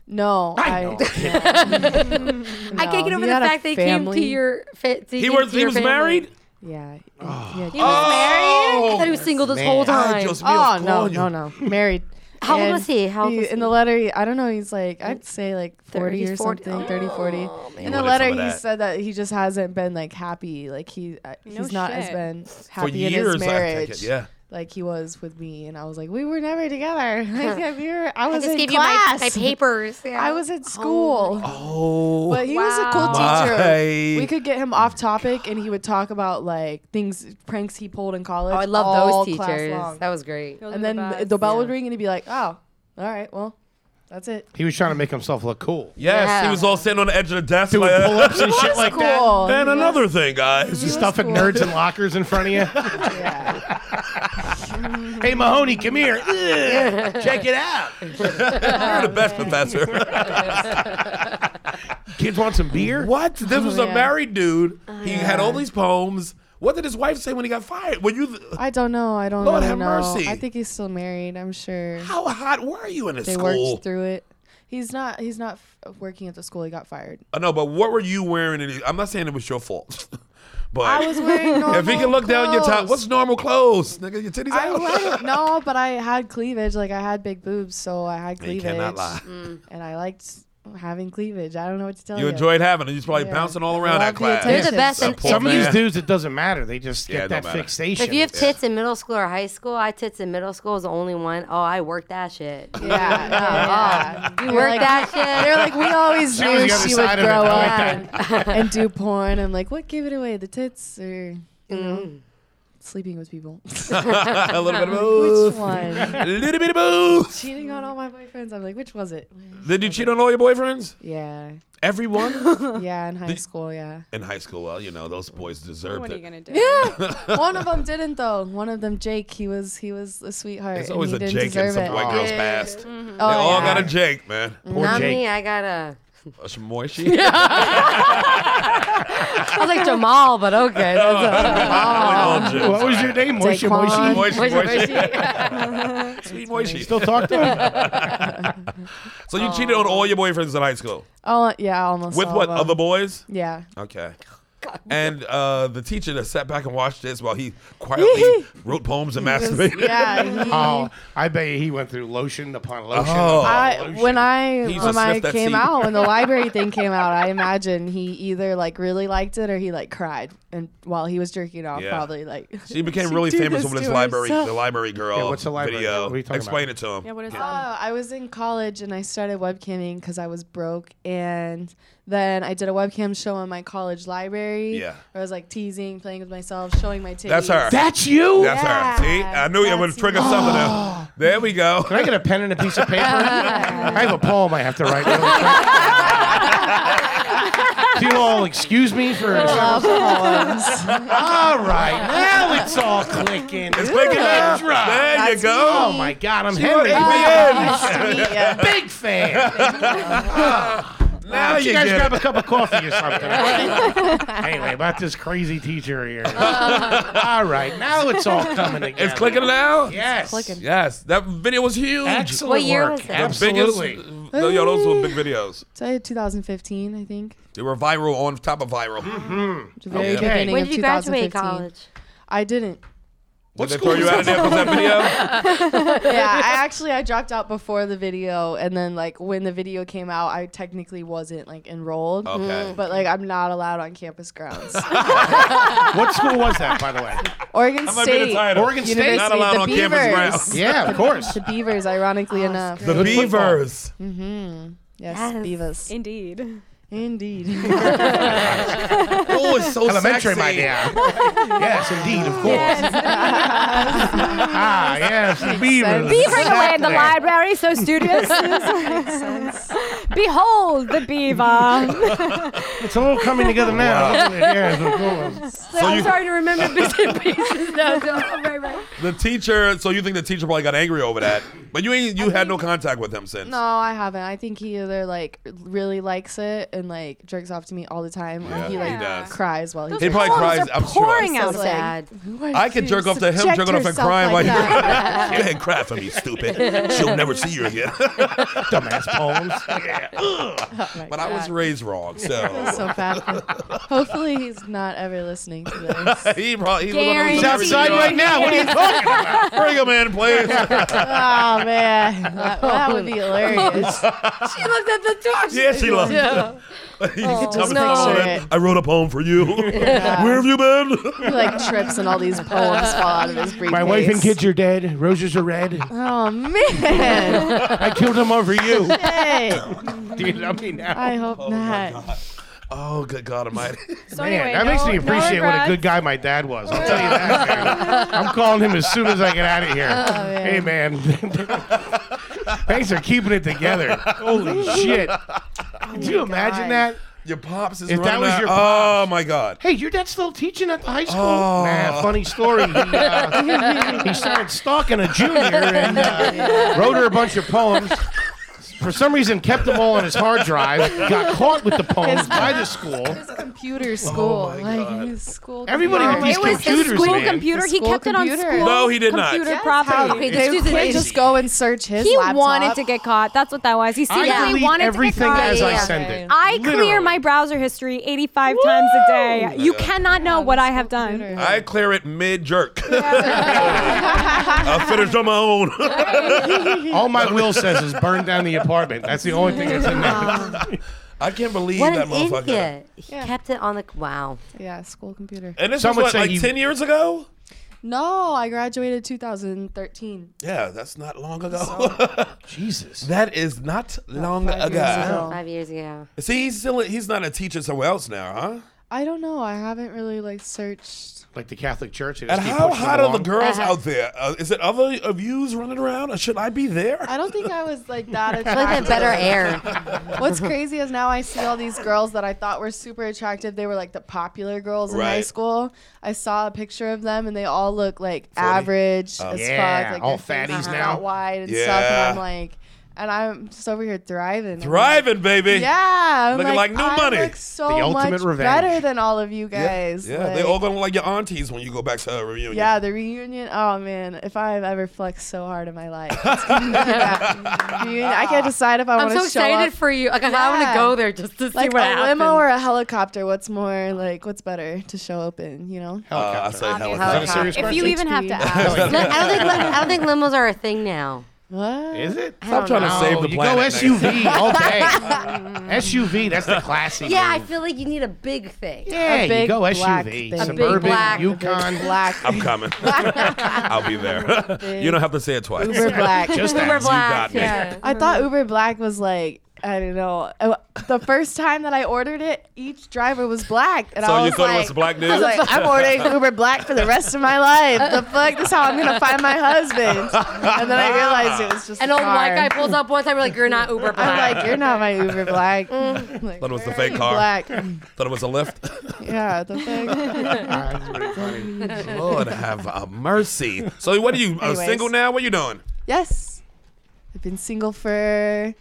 Speaker 8: No,
Speaker 4: I
Speaker 8: I,
Speaker 4: know.
Speaker 6: I can't get
Speaker 8: No,
Speaker 6: over the
Speaker 8: he had a
Speaker 6: fact they came to
Speaker 8: family.
Speaker 6: your. Fa- to,
Speaker 2: He was
Speaker 6: to
Speaker 2: he
Speaker 6: your
Speaker 2: was
Speaker 6: family.
Speaker 2: married.
Speaker 8: yeah. yeah.
Speaker 6: He was
Speaker 2: Oh.
Speaker 6: married. I thought he was single this whole time.
Speaker 2: I just-
Speaker 8: Oh
Speaker 2: Mia's
Speaker 8: no,
Speaker 2: calling
Speaker 8: no,
Speaker 2: you.
Speaker 8: no, married.
Speaker 6: How old
Speaker 8: And
Speaker 6: was he? How old was
Speaker 8: in
Speaker 6: he?
Speaker 8: the letter, he, I don't know. He's like, I'd say like 40
Speaker 6: 30s,
Speaker 8: or
Speaker 6: 40.
Speaker 8: something, thirty, forty. 30, 40. in the
Speaker 2: wanted
Speaker 8: letter,
Speaker 2: some of
Speaker 8: he
Speaker 2: that.
Speaker 8: said that he just hasn't been like happy. Like he, uh, he's not as
Speaker 7: shit.
Speaker 8: been happy in
Speaker 2: years, I
Speaker 8: his
Speaker 2: think,
Speaker 8: marriage.
Speaker 2: yeah.
Speaker 8: Like he was with me, and I was like, we were never together. Like we were, I
Speaker 6: I
Speaker 8: was
Speaker 6: just
Speaker 8: in
Speaker 6: gave you
Speaker 8: class.
Speaker 6: my, my papers. yeah.
Speaker 8: I was at school.
Speaker 2: Oh,
Speaker 8: But he was a cool
Speaker 2: Wow.
Speaker 8: teacher.
Speaker 2: My
Speaker 8: We could get him off topic, and he would talk about like things, pranks he pulled in college.
Speaker 6: Oh, I love
Speaker 8: all
Speaker 6: those
Speaker 8: class
Speaker 6: teachers.
Speaker 8: long.
Speaker 6: That was great.
Speaker 7: Those are
Speaker 8: and then
Speaker 7: the
Speaker 8: the,
Speaker 7: best.
Speaker 8: bell would ring, and he'd be like, "Oh, all right, well, that's it."
Speaker 4: He was trying to make himself look cool.
Speaker 2: Yes,
Speaker 6: Yeah.
Speaker 2: he was all sitting on the edge of the desk.
Speaker 4: Doing
Speaker 2: Like,
Speaker 4: pull-ups and shit
Speaker 8: was
Speaker 4: like
Speaker 8: cool.
Speaker 4: that.
Speaker 2: and
Speaker 8: He was-
Speaker 2: another thing, guys.
Speaker 8: he was
Speaker 4: Stuffing
Speaker 8: cool.
Speaker 4: nerds in lockers in front of you.
Speaker 8: Yeah.
Speaker 4: hey, Mahoney, come here. Ugh.
Speaker 2: Check it out. You're the best professor.
Speaker 4: Kids want some beer?
Speaker 2: what? This was a
Speaker 8: Oh, yeah. Oh,
Speaker 2: married dude. He had all these poems. What did his wife say when he got fired? Were you? th-
Speaker 8: I don't know. I don't
Speaker 2: Lord
Speaker 8: really
Speaker 2: have
Speaker 8: know.
Speaker 2: mercy.
Speaker 8: I think he's still married. I'm sure
Speaker 2: how hot were you in his
Speaker 8: they
Speaker 2: school?
Speaker 8: worked through it. He's not. He's not f- working at the school. He got fired.
Speaker 2: I know, but what were you wearing? In his, I'm not saying it was your fault, but
Speaker 8: I was wearing normal.
Speaker 2: if he can look down your top,
Speaker 8: clothes.
Speaker 2: what's normal clothes? Nigga, your titties
Speaker 8: I
Speaker 2: out.
Speaker 8: let it- no, but I had cleavage. Like I had big boobs, so I had
Speaker 2: you
Speaker 8: cleavage.
Speaker 2: cannot lie.
Speaker 8: And I liked having cleavage. I don't know what to tell you.
Speaker 2: You enjoyed having it. You're probably
Speaker 8: Yeah.
Speaker 2: bouncing all around
Speaker 8: Love
Speaker 2: that
Speaker 8: the
Speaker 2: class.
Speaker 8: attention.
Speaker 6: They're the best.
Speaker 2: That
Speaker 6: and
Speaker 2: poor
Speaker 4: Some of these
Speaker 2: man.
Speaker 4: dudes, it doesn't matter. They just
Speaker 2: Yeah, it
Speaker 4: get
Speaker 2: don't
Speaker 4: that
Speaker 2: matter.
Speaker 4: fixation.
Speaker 6: If you have tits in middle school or high school, I tits in middle school is the only one. Oh, I worked that shit.
Speaker 8: Yeah, yeah, yeah.
Speaker 6: You worked
Speaker 8: like,
Speaker 6: that shit.
Speaker 8: They're like, we always
Speaker 4: She was
Speaker 8: knew
Speaker 4: the other
Speaker 8: she would
Speaker 4: side of it.
Speaker 8: grow
Speaker 4: I
Speaker 8: up
Speaker 4: like
Speaker 8: and do porn. I'm like, what gave it away? The tits or you know, sleeping with people?
Speaker 2: a little bit of
Speaker 8: Which
Speaker 2: boobs.
Speaker 8: one?
Speaker 2: A little bit of boobs.
Speaker 8: Cheating on all my boyfriends. I'm like, which was it?
Speaker 2: Did you cheat on all your boyfriends?
Speaker 8: Yeah,
Speaker 2: Everyone?
Speaker 8: yeah, in high school, yeah.
Speaker 2: In high school, well, you know, those boys deserved
Speaker 7: What are you
Speaker 2: it.
Speaker 7: gonna do?
Speaker 8: One of them didn't though. One of them, Jake. He was he was a sweetheart.
Speaker 2: It's
Speaker 8: and
Speaker 2: always
Speaker 8: he
Speaker 2: a
Speaker 8: didn't
Speaker 2: Jake in
Speaker 8: deserve
Speaker 2: some
Speaker 8: it.
Speaker 2: white girl's past.
Speaker 8: Oh,
Speaker 2: They all
Speaker 8: yeah.
Speaker 2: got a Jake, man.
Speaker 4: Poor
Speaker 6: Not
Speaker 4: Jake.
Speaker 6: me. I got a.
Speaker 2: Uh, Some more shit. Yeah.
Speaker 6: I was like Jamal, but okay.
Speaker 4: What was your name? Moishe
Speaker 8: Daquan.
Speaker 4: Moishe?
Speaker 2: Moishi,
Speaker 6: Moishi,
Speaker 2: Moishi. Sweet Moishi.
Speaker 4: Still talk to him?
Speaker 2: So you cheated on all your boyfriends in high school
Speaker 8: Oh yeah, almost.
Speaker 2: with
Speaker 8: all
Speaker 2: what
Speaker 8: of
Speaker 2: other
Speaker 8: them.
Speaker 2: boys?
Speaker 8: Yeah.
Speaker 2: Okay. And uh, the teacher that sat back and watched this while he quietly wrote poems and masturbated.
Speaker 8: Yeah. he-
Speaker 4: Oh, I bet you he went through lotion upon lotion.
Speaker 2: Oh.
Speaker 4: upon
Speaker 8: I,
Speaker 4: lotion.
Speaker 8: when I
Speaker 2: He's
Speaker 8: when
Speaker 2: a
Speaker 8: I
Speaker 2: Smith that
Speaker 8: came
Speaker 2: seed.
Speaker 8: out when the library thing came out, I imagine he either like really liked it or he like cried and while he was jerking off,
Speaker 2: Yeah.
Speaker 8: probably like.
Speaker 2: She became
Speaker 8: "She
Speaker 2: really
Speaker 8: did
Speaker 2: famous over
Speaker 8: to
Speaker 2: this library,
Speaker 8: herself."
Speaker 2: the library girl
Speaker 4: Yeah, what's the library?
Speaker 2: video.
Speaker 4: What are you talking
Speaker 2: Explain
Speaker 4: about?
Speaker 2: it to him.
Speaker 7: Yeah, what is
Speaker 8: Oh,
Speaker 7: that?
Speaker 8: I was in college and I started webcamming because I was broke, and then I did a webcam show in my college library.
Speaker 2: Yeah.
Speaker 8: I was like teasing, playing with myself, showing my titties.
Speaker 2: That's her.
Speaker 4: That's you?
Speaker 2: That's her. See,
Speaker 8: Yeah,
Speaker 2: I knew it would
Speaker 8: that's
Speaker 2: trigger some of them. There we go.
Speaker 4: Can I get a pen and a piece of paper? I have a poem I have to write. Really quick. Do you all excuse me for?
Speaker 8: Love poems.
Speaker 4: All right, now it's all clicking.
Speaker 2: It's clicking
Speaker 4: Yeah.
Speaker 2: up. There you go.
Speaker 4: Oh my God, I'm
Speaker 2: Put
Speaker 4: Henry.
Speaker 2: it in.
Speaker 8: Yeah.
Speaker 4: Big fan.
Speaker 2: Now
Speaker 4: Why don't
Speaker 2: you
Speaker 4: you guys
Speaker 2: get
Speaker 4: grab
Speaker 2: it.
Speaker 4: a cup of coffee or something. anyway, about this crazy teacher here. all right, now it's all coming together.
Speaker 2: It's clicking now.
Speaker 4: Yes.
Speaker 8: clicking.
Speaker 2: Yes, that video was huge.
Speaker 4: Excellent
Speaker 6: What year
Speaker 4: work.
Speaker 6: was it? The biggest-
Speaker 4: Absolutely.
Speaker 2: Biggest, no, yo, those were big videos.
Speaker 8: So 2015, I think.
Speaker 2: They were viral on top of viral.
Speaker 8: The very
Speaker 4: Okay.
Speaker 8: beginning
Speaker 6: When
Speaker 8: of
Speaker 6: did you graduate
Speaker 8: 2015.
Speaker 6: college?
Speaker 8: I didn't.
Speaker 2: What Did they throw you out of there because of that video?
Speaker 8: Yeah, I actually I dropped out before the video, and then like when the video came out, I technically wasn't like enrolled.
Speaker 4: Mm.
Speaker 2: Okay.
Speaker 8: But like I'm not allowed on campus grounds.
Speaker 4: What school was that, by the way?
Speaker 8: Oregon
Speaker 2: That might be the
Speaker 8: State.
Speaker 2: title.
Speaker 4: Oregon State.
Speaker 8: University,
Speaker 2: Not allowed
Speaker 8: the
Speaker 2: on
Speaker 8: Beavers.
Speaker 2: campus grounds.
Speaker 4: Yeah, of course.
Speaker 8: The Beavers, ironically enough.
Speaker 2: The
Speaker 4: football.
Speaker 2: Beavers.
Speaker 8: Yes,
Speaker 6: Yes.
Speaker 8: Beavers.
Speaker 7: Indeed.
Speaker 8: Indeed.
Speaker 2: Oh, it's so
Speaker 4: Elementary,
Speaker 2: sexy.
Speaker 4: my dear. yes, indeed, of course. ah, yes, the beavers.
Speaker 8: Beavers
Speaker 7: Bring away in the
Speaker 4: Exactly.
Speaker 7: library, so studious. Behold the beaver.
Speaker 4: It's all coming together now. yes, of course.
Speaker 2: So you,
Speaker 6: Sorry to remember bits and pieces. No, no, right, right.
Speaker 2: the teacher. So you think the teacher probably got angry over that? But you ain't. You had no contact with him since.
Speaker 8: no, I haven't. I think he either like really likes it and and like jerks off to me all the time. or
Speaker 2: Yeah,
Speaker 8: he like
Speaker 2: he does.
Speaker 8: cries while he's
Speaker 7: Those
Speaker 2: probably
Speaker 7: poems
Speaker 2: cries,
Speaker 7: are
Speaker 2: I'm sure.
Speaker 7: pouring
Speaker 8: So
Speaker 7: out of
Speaker 8: sad.
Speaker 7: him.
Speaker 6: Bad.
Speaker 2: I could jerk off to him, jerking off and crying while
Speaker 8: like
Speaker 2: you're.
Speaker 8: that.
Speaker 2: Go ahead, cry for me, stupid. She'll never see you again.
Speaker 4: Dumbass poems.
Speaker 8: Oh
Speaker 2: but I was raised wrong, so.
Speaker 8: so baffled. Hopefully he's not ever listening to this.
Speaker 2: He probably he was on those
Speaker 4: He's outside
Speaker 2: everything.
Speaker 4: right now. What are you talking about?
Speaker 2: Bring him in, please.
Speaker 8: oh man, that, that would be hilarious.
Speaker 6: She looked at the door.
Speaker 2: yeah, she loved
Speaker 6: Yeah.
Speaker 2: You can tell me
Speaker 8: No.
Speaker 2: all that. I wrote a poem for you. Where have you been?
Speaker 8: He like trips and all these poems fall out of his briefcase.
Speaker 4: My wife and kids are dead. Roses are red.
Speaker 8: Oh man.
Speaker 4: I killed them over you.
Speaker 8: hey,
Speaker 4: Do you love me now?
Speaker 8: I hope not.
Speaker 2: Oh, good God Almighty.
Speaker 7: So
Speaker 4: Man,
Speaker 7: anyway,
Speaker 4: that makes
Speaker 7: no-
Speaker 4: me
Speaker 7: no
Speaker 4: appreciate what a
Speaker 7: regrets.
Speaker 4: good guy my dad was. I'll tell you that. man. I'm calling him as soon as I get out of here.
Speaker 7: Oh,
Speaker 4: Hey, man. Thanks for keeping it together. Holy
Speaker 7: Oh,
Speaker 4: shit. Could you imagine
Speaker 8: God.
Speaker 4: that?
Speaker 2: Your pops is
Speaker 4: If that
Speaker 2: running
Speaker 4: was
Speaker 2: out-
Speaker 4: your
Speaker 2: Oh, my God.
Speaker 4: Hey, your dad's still teaching at the high school?
Speaker 2: Oh.
Speaker 4: Nah, funny story. He, uh, he started stalking a junior and uh, wrote her a bunch of poems. For some reason, kept them all on his hard drive. Got caught with the poems by the school.
Speaker 8: His computer school, like his school.
Speaker 4: Oh, Everybody
Speaker 8: computer.
Speaker 4: with these
Speaker 7: It was the
Speaker 4: computers,
Speaker 7: school
Speaker 4: man.
Speaker 7: computer.
Speaker 8: The
Speaker 7: he
Speaker 8: school
Speaker 7: kept it
Speaker 8: computer.
Speaker 7: on school.
Speaker 2: No, he did not.
Speaker 7: Computer
Speaker 8: Yes,
Speaker 7: property.
Speaker 6: Okay,
Speaker 8: They
Speaker 6: excuse
Speaker 8: would
Speaker 6: me.
Speaker 8: just go and search his
Speaker 7: He
Speaker 8: laptop.
Speaker 7: wanted to get caught. That's what that was. He secretly
Speaker 4: I delete
Speaker 7: wanted
Speaker 4: everything
Speaker 7: to get caught.
Speaker 4: as I
Speaker 6: Yeah.
Speaker 4: send it.
Speaker 7: I
Speaker 4: Literally.
Speaker 7: clear my browser history 85 times a day. You cannot know what I have done.
Speaker 8: Computer.
Speaker 2: I clear it mid jerk. I finished on my own.
Speaker 4: All my will says is burn down the apartment. That's the only thing that's in there.
Speaker 2: I can't believe
Speaker 6: What
Speaker 2: that
Speaker 6: an
Speaker 2: motherfucker.
Speaker 6: idiot. He
Speaker 8: Yeah.
Speaker 6: kept it on the. Wow.
Speaker 8: Yeah, school computer.
Speaker 2: And this
Speaker 4: Some would
Speaker 2: was what,
Speaker 4: say
Speaker 2: like
Speaker 4: he-
Speaker 2: 10 years ago?
Speaker 8: No, I graduated 2013.
Speaker 2: Yeah, that's not long ago.
Speaker 4: Jesus.
Speaker 2: that is not long
Speaker 8: five
Speaker 2: ago.
Speaker 8: years ago.
Speaker 6: Five years ago.
Speaker 2: See, he's still he's not a teacher somewhere else now, huh?
Speaker 8: I don't know. I haven't really like searched.
Speaker 4: Like the Catholic Church. they just
Speaker 2: And
Speaker 4: keep
Speaker 2: how
Speaker 4: pushing
Speaker 2: hot
Speaker 4: along.
Speaker 2: are the girls
Speaker 8: Uh-huh.
Speaker 2: out there? Uh, is it other of yous running around? Or should I be there?
Speaker 8: I don't think I was like that
Speaker 6: Look at
Speaker 8: attracted.
Speaker 6: better air.
Speaker 8: What's crazy is now I see all these girls that I thought were super attractive. They were like the popular girls in high
Speaker 2: Right.
Speaker 8: school. I saw a picture of them and they all look like average as
Speaker 4: Yeah,
Speaker 8: fuck. Like
Speaker 4: all
Speaker 8: their faces
Speaker 4: fatties
Speaker 8: are
Speaker 4: now.
Speaker 8: out wide and stuff. And I'm
Speaker 2: Oh. Yeah.
Speaker 8: like, and I'm just over here thriving. I'm like,
Speaker 2: Thriving, baby.
Speaker 8: Yeah, I'm
Speaker 2: Looking like new
Speaker 8: I
Speaker 2: money.
Speaker 8: Look so
Speaker 4: The ultimate
Speaker 8: much
Speaker 4: revenge.
Speaker 8: better than all of you
Speaker 2: Yeah,
Speaker 8: guys.
Speaker 2: yeah.
Speaker 8: like-
Speaker 2: they all gonna look like your aunties when you go back to her reunion.
Speaker 8: Yeah, the reunion. Oh man, if I've ever flexed so hard in my life, it's gonna be that reunion. I can't decide if I
Speaker 6: I'm
Speaker 8: want to
Speaker 6: so
Speaker 8: show
Speaker 6: excited
Speaker 8: up.
Speaker 6: for you. Like, I want
Speaker 8: Yeah.
Speaker 6: to go there just to see
Speaker 8: like a
Speaker 6: what happens.
Speaker 8: limo or a helicopter. What's more like what's better to show up in? You know,
Speaker 2: Uh, I say
Speaker 6: Helicopter.
Speaker 2: helicopter.
Speaker 4: Is that a serious
Speaker 7: If
Speaker 4: question?
Speaker 7: you even have to ask.
Speaker 6: No, I don't think lim- I don't think limos are a thing now.
Speaker 8: what?
Speaker 4: Is it?
Speaker 2: Stop trying to
Speaker 4: No,
Speaker 2: save the
Speaker 4: you
Speaker 2: planet. next.
Speaker 4: go SUV all day. SUV, that's the classy.
Speaker 6: Yeah, I
Speaker 4: move.
Speaker 6: feel like you need a big thing.
Speaker 4: yeah.
Speaker 8: A big
Speaker 4: you go
Speaker 8: black
Speaker 4: SUV,
Speaker 8: thing. A big
Speaker 4: suburban,
Speaker 6: black-
Speaker 4: Yukon,
Speaker 8: black,
Speaker 2: I'm coming. I'll be there. you don't have to say it twice.
Speaker 8: Uber black.
Speaker 4: Just that.
Speaker 6: Uber
Speaker 2: got
Speaker 6: Black.
Speaker 2: me.
Speaker 6: Yeah.
Speaker 8: I thought Uber Black was like I don't know. Uh, The first time that I ordered it, each driver was black, and
Speaker 2: So
Speaker 8: I
Speaker 2: you
Speaker 8: was
Speaker 2: thought it
Speaker 8: like,
Speaker 2: was black
Speaker 8: I was
Speaker 2: dude?
Speaker 8: like, I'm ordering Uber Black for the rest of my life. The fuck, this is how I'm gonna find my husband. And then I realized it was just
Speaker 6: An
Speaker 8: a
Speaker 6: old white
Speaker 8: car.
Speaker 6: guy pulls up once. I'm like, you're not Uber
Speaker 8: I'm
Speaker 6: Black.
Speaker 8: like, you're not my Uber Black.
Speaker 6: Mm.
Speaker 8: Like,
Speaker 2: Thought it was the
Speaker 8: where
Speaker 2: fake
Speaker 8: are you
Speaker 2: car.
Speaker 8: Black.
Speaker 2: Thought it was a lift.
Speaker 8: Yeah, the fake.
Speaker 2: Lord have uh, mercy. So what are you uh,
Speaker 8: Anyways.
Speaker 2: single now? What are you doing?
Speaker 8: yes, I've been single for a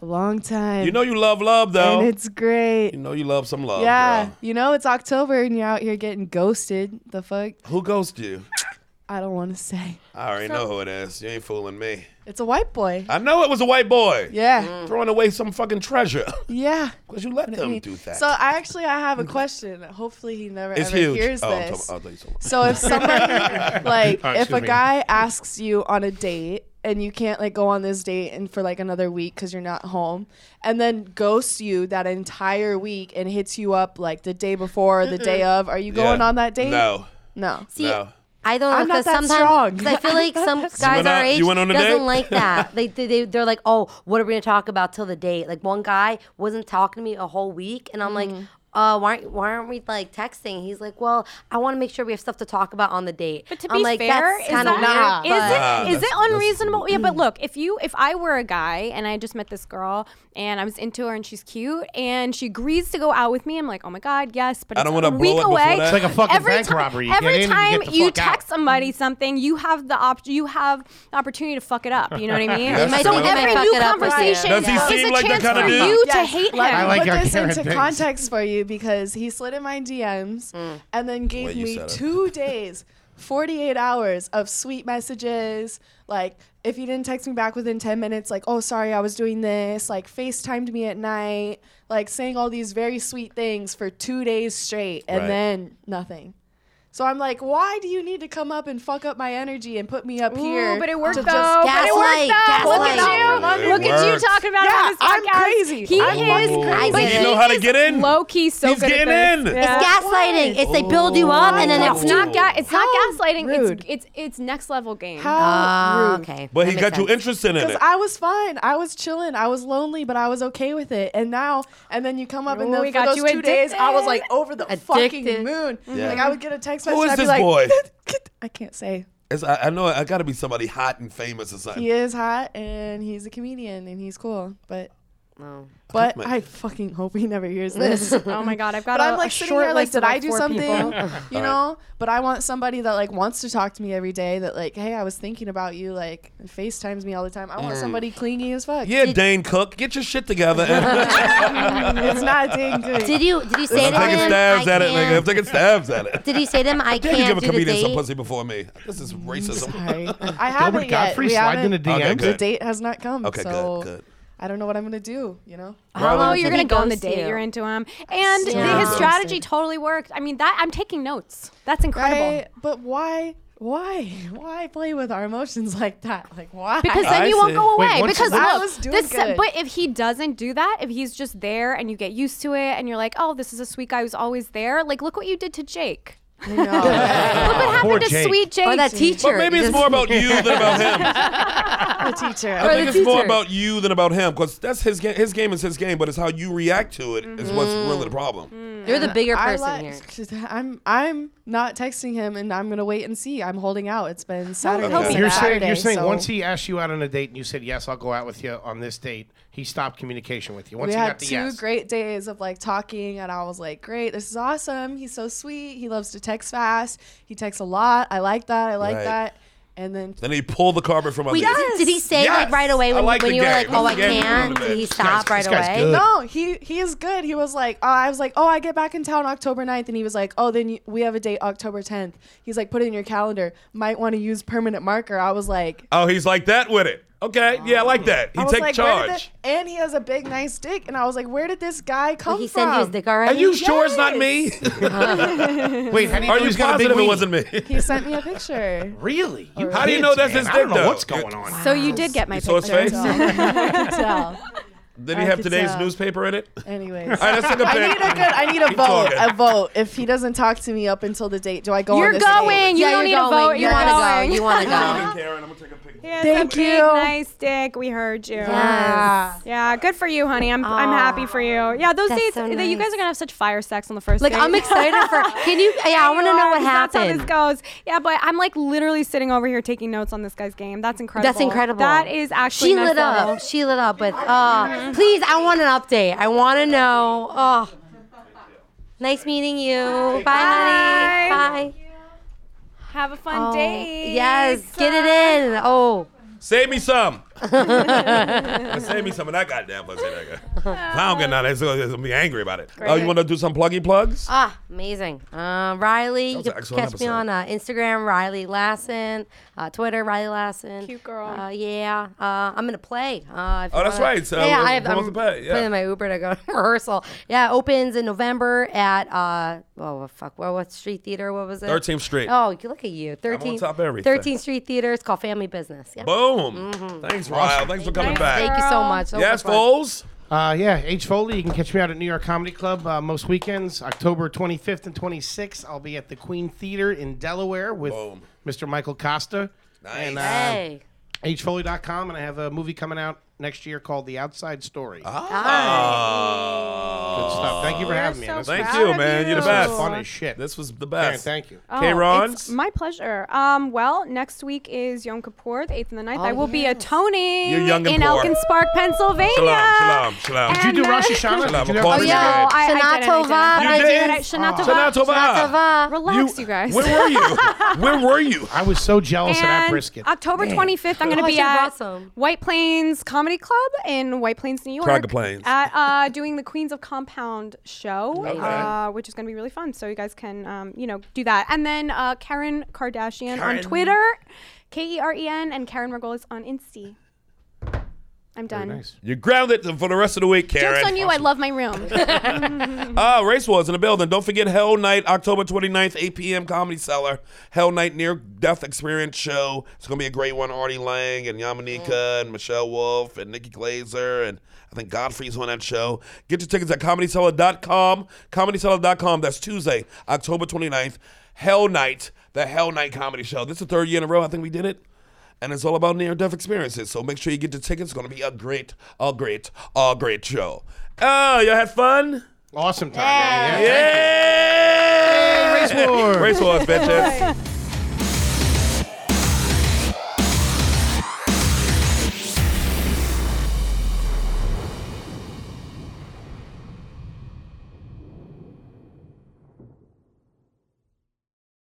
Speaker 8: long time.
Speaker 2: You know you love love though.
Speaker 8: and it's great.
Speaker 2: you know you love some love.
Speaker 8: yeah,
Speaker 2: girl.
Speaker 8: you know it's October and you're out here getting ghosted. The fuck.
Speaker 2: Who ghosted you?
Speaker 8: I don't want to say.
Speaker 2: I already know who it is. You ain't fooling me.
Speaker 8: It's a white boy.
Speaker 2: I Mm. know it was a white boy.
Speaker 8: Yeah.
Speaker 2: Throwing away some fucking treasure.
Speaker 8: Yeah.
Speaker 2: Because you let them
Speaker 8: Me-
Speaker 2: do that.
Speaker 8: So I actually I have a question. Hopefully he never
Speaker 2: Mm. it's
Speaker 8: ever
Speaker 2: huge.
Speaker 8: hears
Speaker 2: oh, I'm
Speaker 8: this.
Speaker 2: talking- I'll tell you something.
Speaker 8: So if somebody like
Speaker 4: Oh,
Speaker 8: if
Speaker 4: excuse
Speaker 8: a
Speaker 4: me.
Speaker 8: guy asks you on a date and you can't like go on this date and for like another week because you're not home and then ghosts you that entire week and hits you up like the day before or the day of are you going
Speaker 2: Yeah.
Speaker 8: on that date
Speaker 2: No.
Speaker 8: no
Speaker 6: See,
Speaker 2: No.
Speaker 6: I don't.
Speaker 8: I'm
Speaker 6: know,
Speaker 8: not
Speaker 6: 'cause
Speaker 8: that
Speaker 6: sometimes,
Speaker 8: strong.
Speaker 6: 'cause I feel like some guys
Speaker 2: went
Speaker 6: our
Speaker 2: on-
Speaker 6: age
Speaker 2: you went on a
Speaker 6: doesn't
Speaker 2: date?
Speaker 6: like that. they, they they they're like, oh, what are we gonna talk about till the date? Like one guy wasn't talking to me a whole week, and I'm like.
Speaker 7: Mm-hmm.
Speaker 6: uh, why, aren't- why aren't we like texting? He's like, well, I want to make sure we have stuff to talk about on the date.
Speaker 7: But to
Speaker 6: I'm
Speaker 7: be
Speaker 6: like,
Speaker 7: fair,
Speaker 6: that's
Speaker 7: is
Speaker 6: kind of weird.
Speaker 7: that, is
Speaker 6: but-
Speaker 7: it is it unreasonable? Yeah, but look, if you if I were a guy and I just met this girl and I was into her and she's cute and she agrees to go out with me, I'm like, oh my god, yes. But
Speaker 2: I
Speaker 7: it's
Speaker 2: don't wanna
Speaker 7: a week
Speaker 2: blow it before
Speaker 7: away.
Speaker 2: that. It's
Speaker 4: like a fucking
Speaker 7: every
Speaker 4: bank
Speaker 7: ti-
Speaker 4: robbery. You
Speaker 7: Every
Speaker 4: get in and you
Speaker 7: time
Speaker 4: get the
Speaker 7: you,
Speaker 4: fuck out.
Speaker 7: text somebody something, you have the op- you have the opportunity to fuck it up. You know what I mean?
Speaker 2: Yes,
Speaker 7: so
Speaker 2: you might
Speaker 7: every
Speaker 6: fuck
Speaker 7: new
Speaker 6: it up with you.
Speaker 7: conversation
Speaker 2: Does he
Speaker 7: is
Speaker 2: seem
Speaker 7: a
Speaker 2: like the
Speaker 7: chance
Speaker 2: kinda
Speaker 7: for
Speaker 2: dude?
Speaker 7: you to
Speaker 8: Yes,
Speaker 7: hate him.
Speaker 8: let me
Speaker 4: I like
Speaker 8: put
Speaker 4: our
Speaker 8: this
Speaker 4: Karen
Speaker 8: into
Speaker 4: Biggs.
Speaker 8: context for you because he slid in my DMs
Speaker 7: Mm.
Speaker 8: and then gave
Speaker 2: way you
Speaker 8: me
Speaker 2: said it.
Speaker 8: two days, 48 hours of sweet messages. Like, if you didn't text me back within 10 minutes, like, oh, sorry, I was doing this, like, FaceTimed me at night, like, saying all these very sweet things for two days straight and
Speaker 2: Right.
Speaker 8: then nothing. So I'm like, why do you need to come up and fuck up my energy and put me up
Speaker 7: Ooh,
Speaker 8: here?
Speaker 7: but it worked
Speaker 8: to
Speaker 7: though.
Speaker 8: just-
Speaker 7: but it
Speaker 6: gaslight,
Speaker 7: worked though. Look
Speaker 6: gaslight.
Speaker 7: at
Speaker 2: Oh, It
Speaker 7: you. Look at
Speaker 2: works.
Speaker 7: you talking about
Speaker 8: Yeah,
Speaker 7: it on
Speaker 8: I'm
Speaker 7: this podcast.
Speaker 8: crazy.
Speaker 7: He
Speaker 8: I'm
Speaker 7: is
Speaker 2: fucking
Speaker 7: crazy.
Speaker 2: crazy. But
Speaker 7: But
Speaker 2: you know how to get in.
Speaker 7: Low key, so
Speaker 2: He's
Speaker 7: good
Speaker 2: getting
Speaker 7: at this.
Speaker 2: in.
Speaker 7: Yeah.
Speaker 6: It's gaslighting. It's they build you up and then
Speaker 7: It's
Speaker 6: it's
Speaker 7: not ga- It's not
Speaker 8: How
Speaker 7: gaslighting.
Speaker 8: rude.
Speaker 7: It's it's it's next level game.
Speaker 8: How
Speaker 7: Uh,
Speaker 6: Ah,
Speaker 8: rude.
Speaker 6: okay.
Speaker 2: But
Speaker 6: That
Speaker 2: he
Speaker 6: makes
Speaker 2: got you
Speaker 6: sense.
Speaker 2: interested in
Speaker 8: Because
Speaker 2: it.
Speaker 8: I was fine. I was chilling. I was lonely, but I was okay with it. And now, and then you come up, and
Speaker 7: Ooh,
Speaker 8: then
Speaker 7: we
Speaker 8: for
Speaker 7: got
Speaker 8: those two
Speaker 7: you
Speaker 8: days, I was like
Speaker 7: addicted.
Speaker 8: over the
Speaker 6: Addicted.
Speaker 8: fucking moon. Like I would get a text
Speaker 2: Who
Speaker 8: message.
Speaker 2: is
Speaker 8: I'd be
Speaker 2: this
Speaker 8: like,
Speaker 2: boy?
Speaker 8: I can't say.
Speaker 2: It's, I, I know I got to be somebody hot and famous or something.
Speaker 8: He is hot, and he's a comedian, and he's cool. But,
Speaker 6: No.
Speaker 8: but I fucking hope he never hears this.
Speaker 7: Oh my god, I've got.
Speaker 8: But
Speaker 7: a,
Speaker 8: I'm
Speaker 7: a
Speaker 8: like sitting
Speaker 7: short
Speaker 8: here, like,
Speaker 7: list of,
Speaker 8: did I do
Speaker 7: four
Speaker 8: something?
Speaker 7: people.
Speaker 8: You know. But I want somebody that like wants to talk to me every day. That like, hey, I was thinking about you. Like, Facetimes me all the time. I
Speaker 2: Mm.
Speaker 8: want somebody clingy as fuck.
Speaker 2: Yeah, Dane Cook, get your shit together. And
Speaker 8: it's not dang good.
Speaker 6: Did you did you say
Speaker 2: I'm
Speaker 6: to him?
Speaker 2: taking stabs
Speaker 6: I
Speaker 2: at it, nigga. I'm
Speaker 6: can't-
Speaker 2: taking stabs at it.
Speaker 6: Did you say to him? I
Speaker 2: Damn, you give a
Speaker 6: can't do the
Speaker 2: comedian some
Speaker 6: date.
Speaker 2: pussy before me. This is racism.
Speaker 8: Sorry. I haven't
Speaker 4: Gilbert
Speaker 8: yet.
Speaker 4: Godfrey
Speaker 8: We
Speaker 4: slide in
Speaker 8: haven't.
Speaker 4: the DMs.
Speaker 2: Okay,
Speaker 8: The
Speaker 2: good.
Speaker 8: date has not come.
Speaker 2: Okay, good,
Speaker 8: so
Speaker 2: good.
Speaker 8: I don't know what I'm gonna do. You know.
Speaker 7: I don't know
Speaker 6: much
Speaker 7: you're
Speaker 6: did
Speaker 7: gonna
Speaker 6: he
Speaker 7: go on the
Speaker 6: ghost
Speaker 7: date.
Speaker 6: you?
Speaker 7: You're into him, and the-
Speaker 6: Yeah.
Speaker 7: his
Speaker 6: Ghosted.
Speaker 7: strategy totally worked. I mean, that I'm taking notes. That's incredible.
Speaker 8: Right? But why? Why? Why play with our emotions like that? Like why?
Speaker 7: Because then
Speaker 2: I
Speaker 7: you won't
Speaker 2: see.
Speaker 7: go
Speaker 4: Wait,
Speaker 7: away.
Speaker 4: once-
Speaker 7: because
Speaker 8: once- I
Speaker 7: look,
Speaker 8: was doing
Speaker 7: this,
Speaker 8: good.
Speaker 7: but if he doesn't do that, if he's just there and you get used to it and you're like, oh, this is a sweet guy who's always there. Like, look what you did to Jake.
Speaker 8: I know.
Speaker 7: Look what
Speaker 4: poor
Speaker 7: happened to
Speaker 4: Jake.
Speaker 7: sweet Jake.
Speaker 6: Or Oh, that teacher.
Speaker 2: But maybe
Speaker 6: You
Speaker 2: it's
Speaker 6: just-
Speaker 2: more about you than about him.
Speaker 8: a teacher.
Speaker 2: I think
Speaker 6: the
Speaker 2: it's more
Speaker 6: teacher.
Speaker 2: about you than about him because that's his game. His game is his game, but it's how you react to it is what's really the problem.
Speaker 8: Mm.
Speaker 6: You're the bigger
Speaker 8: I
Speaker 6: person
Speaker 8: like-
Speaker 6: here.
Speaker 8: I'm I'm not texting him, and I'm gonna wait and see. I'm holding out. It's been Saturday.
Speaker 2: he'll be
Speaker 8: and
Speaker 2: back.
Speaker 4: You're saying,
Speaker 8: Saturday,
Speaker 4: you're saying
Speaker 8: so
Speaker 4: once he asked you out on a date and you said yes, I'll go out with you on this date. He stopped communication with you once
Speaker 8: we
Speaker 4: he
Speaker 8: had
Speaker 4: got the
Speaker 8: two
Speaker 4: yes.
Speaker 8: great days of like talking, and I was like, "Great, this is awesome. He's so sweet. He loves to text fast. He texts a lot. I like that. I like
Speaker 2: Right.
Speaker 8: that." And then
Speaker 2: Then he pulled the carpet from under
Speaker 6: Wait,
Speaker 2: you.
Speaker 6: did- did he say like
Speaker 2: Yes!
Speaker 6: right away
Speaker 2: I
Speaker 6: when,
Speaker 2: like
Speaker 6: when
Speaker 2: the
Speaker 6: you were
Speaker 2: game.
Speaker 6: like, oh, I
Speaker 2: This game is
Speaker 6: can't?
Speaker 2: really
Speaker 6: Did he
Speaker 2: bad.
Speaker 6: stop
Speaker 4: This
Speaker 6: right
Speaker 4: guy's
Speaker 6: away?
Speaker 4: good.
Speaker 8: No, he he is good. He was like, oh, I was like, oh, I get back in town October 9th. And he was like, oh, then you, we have a date October 10th. He's like, put it in your calendar. Might want to use permanent marker. I was like,
Speaker 2: Oh, he's like that with it. Okay, yeah, I like that. He
Speaker 8: I was
Speaker 2: take
Speaker 8: like, where did
Speaker 2: charge.
Speaker 8: the- and he has a big, nice dick. And I was like, where did this guy come
Speaker 6: He
Speaker 8: from?
Speaker 6: sent you his dick
Speaker 2: Are
Speaker 6: already.
Speaker 2: you sure it's not me?
Speaker 4: Wait, how do you
Speaker 2: Are
Speaker 4: know
Speaker 2: you
Speaker 4: he's got a big
Speaker 2: positive it
Speaker 4: weenie?
Speaker 2: wasn't me?
Speaker 8: He sent me a picture.
Speaker 4: Really? You
Speaker 2: How do you
Speaker 4: kids,
Speaker 2: know that's
Speaker 4: man.
Speaker 2: his
Speaker 4: I
Speaker 2: dick,
Speaker 4: don't know
Speaker 2: though?
Speaker 4: what's going on.
Speaker 7: So you did get my
Speaker 2: saw his
Speaker 7: picture.
Speaker 2: face?
Speaker 8: So, I could tell.
Speaker 2: Did he
Speaker 8: I
Speaker 2: have
Speaker 8: could
Speaker 2: today's
Speaker 8: tell.
Speaker 2: newspaper in it?
Speaker 8: Anyways.
Speaker 2: All right, let's take a
Speaker 8: I need a
Speaker 2: pic.
Speaker 8: good. I need a
Speaker 2: Keep
Speaker 8: vote.
Speaker 2: talking.
Speaker 8: A vote. If he doesn't talk to me up until the date, do I go? on
Speaker 7: You're
Speaker 8: Oh, this date?
Speaker 7: going. You
Speaker 6: Yeah, you're
Speaker 7: don't need
Speaker 6: going.
Speaker 7: to vote.
Speaker 6: You
Speaker 7: You're
Speaker 6: wanna
Speaker 7: going.
Speaker 6: go. You want to go.
Speaker 2: Karen, I'm gonna take a picture.
Speaker 7: Yeah,
Speaker 8: Thank
Speaker 7: it's a big,
Speaker 8: you.
Speaker 7: nice dick. We heard you.
Speaker 6: Yes.
Speaker 7: Yeah, good for you, honey. I'm I'm happy for you. Yeah, those
Speaker 6: That's
Speaker 7: dates
Speaker 6: so
Speaker 7: that you guys
Speaker 6: nice.
Speaker 7: are gonna have such fire sex on the first.
Speaker 6: Like
Speaker 7: date.
Speaker 6: I'm excited for. Can you? Yeah, I want to
Speaker 7: You
Speaker 6: know
Speaker 7: are,
Speaker 6: what
Speaker 7: 'cause
Speaker 6: happened.
Speaker 7: That's how this goes. Yeah, but I'm like literally sitting over here taking notes on this guy's game. That's incredible.
Speaker 6: That's incredible.
Speaker 7: That is actually
Speaker 6: She
Speaker 7: next
Speaker 6: lit
Speaker 7: level.
Speaker 6: up. She lit up with. Uh, please, I want an update. I want to know. Oh, nice meeting you. Bye, honey. Bye.
Speaker 7: Have a fun
Speaker 6: Oh,
Speaker 7: date.
Speaker 6: Yes, get it in. Oh,
Speaker 2: Save me some. Save me some of that goddamn pussy, nigga. If I don't get none of this, I'm gonna be angry about it. Oh, you want to do some pluggy plugs?
Speaker 7: Oh.
Speaker 6: ah, amazing. Uh, Riley, you
Speaker 2: was an
Speaker 6: can catch
Speaker 2: excellent
Speaker 6: me
Speaker 2: episode.
Speaker 6: on uh, Instagram, Riley Lassen, uh, Twitter, Riley Lassen.
Speaker 7: Cute girl.
Speaker 6: Uh, yeah, uh, I'm gonna play. Uh, if
Speaker 2: Oh,
Speaker 6: you
Speaker 2: that's
Speaker 6: wanna-
Speaker 2: right. So,
Speaker 6: yeah, I have,
Speaker 2: who
Speaker 6: I'm
Speaker 2: wants to play? Yeah.
Speaker 6: playing my Uber to go to rehearsal. Yeah, it opens in November at uh, oh fuck, well, what street theater? What was it?
Speaker 2: 13th Street.
Speaker 6: Oh, you- look at you. 13th,
Speaker 2: top of everything.
Speaker 6: 13th Street Theater. It's called Family Business. Yeah.
Speaker 2: Boom.
Speaker 7: Mm-hmm.
Speaker 2: Thanks, Ryle. Thanks for coming
Speaker 7: Thanks,
Speaker 2: back.
Speaker 6: Thank you so much. So
Speaker 2: Yes,
Speaker 6: much fun.
Speaker 2: Foles.
Speaker 4: Uh, yeah, H. Foley. You can catch me out at New York Comedy Club uh, most weekends, October 25th and 26th. I'll be at the Queen Theater in Delaware with
Speaker 2: Boom.
Speaker 4: Mr. Michael Costa. And, uh,
Speaker 6: Hey.
Speaker 4: HFoley.com, and I have a movie coming out next year called The Outside Story.
Speaker 6: All right.
Speaker 4: Good stuff. Thank you for
Speaker 7: We're
Speaker 4: having me.
Speaker 7: so
Speaker 4: This
Speaker 7: proud
Speaker 4: was-
Speaker 2: Thank you,
Speaker 7: of
Speaker 2: man. You're the
Speaker 4: this
Speaker 7: you.
Speaker 2: best.
Speaker 4: was fun as shit.
Speaker 2: This was the
Speaker 4: Karen,
Speaker 2: best.
Speaker 4: thank you.
Speaker 7: Oh,
Speaker 2: K.
Speaker 7: it's
Speaker 2: Rons,
Speaker 7: my pleasure. Um, well, next week is Yom Kippur, the 8th and the 9th. I will be atoning
Speaker 2: You're young and
Speaker 7: in
Speaker 2: poor.
Speaker 7: Elkin Park, Pennsylvania.
Speaker 2: Shalom, shalom, shalom.
Speaker 4: Did you do
Speaker 7: And, uh,
Speaker 4: Rosh Hashanah?
Speaker 2: Shalom,
Speaker 4: Did you do-
Speaker 2: Paul
Speaker 6: Oh, yeah.
Speaker 2: Brigade.
Speaker 7: I- I
Speaker 6: Shana
Speaker 7: did, I
Speaker 6: Tova.
Speaker 7: did,
Speaker 2: I You did. did?
Speaker 6: I
Speaker 7: Shana
Speaker 2: Shana
Speaker 7: Tova.
Speaker 2: Tova.
Speaker 6: Shana Tova.
Speaker 7: Relax, you, guys.
Speaker 2: Where were you? Where were you?
Speaker 4: I was Oh, so jealous of that
Speaker 7: And
Speaker 4: brisket.
Speaker 7: October 25th, I'm going
Speaker 6: Oh,
Speaker 7: to
Speaker 6: I
Speaker 7: be
Speaker 6: should've
Speaker 7: at
Speaker 6: brought some.
Speaker 7: White Plains Comedy Club in White Plains, New York.
Speaker 2: Praga Plains.
Speaker 7: At uh, doing the Queens of Compound show,
Speaker 2: Okay.
Speaker 7: uh, which is going to be really fun. So you guys can, um, you know, do that. And then uh, Karen Kardashian on Twitter, K E R E N, and Karen Margolis on Insta. I'm done.
Speaker 2: You're grounded for the rest of the week, Karen.
Speaker 7: Jokes on you. I love my room.
Speaker 2: Ah, Race Wars in the building. Don't forget Hell Night, October 29th, 8 p.m. Comedy Cellar. Hell Night Near Death Experience Show. It's going to be a great one. Artie Lang and Yamanika and Michelle Wolf and Nikki Glazer and I think Godfrey's on that show. Get your tickets at ComedyCellar.com. ComedyCellar.com. That's Tuesday, October 29th. Hell Night, the Hell Night Comedy Show. This is the third year in a row I think we did it. And it's all about near death experiences. So make sure you get your tickets. It's going to be a great, a great, a great show. Oh, y'all had fun?
Speaker 4: Awesome time, man. Yeah.
Speaker 2: Yeah!
Speaker 4: Race war.
Speaker 2: Race wars, bitches.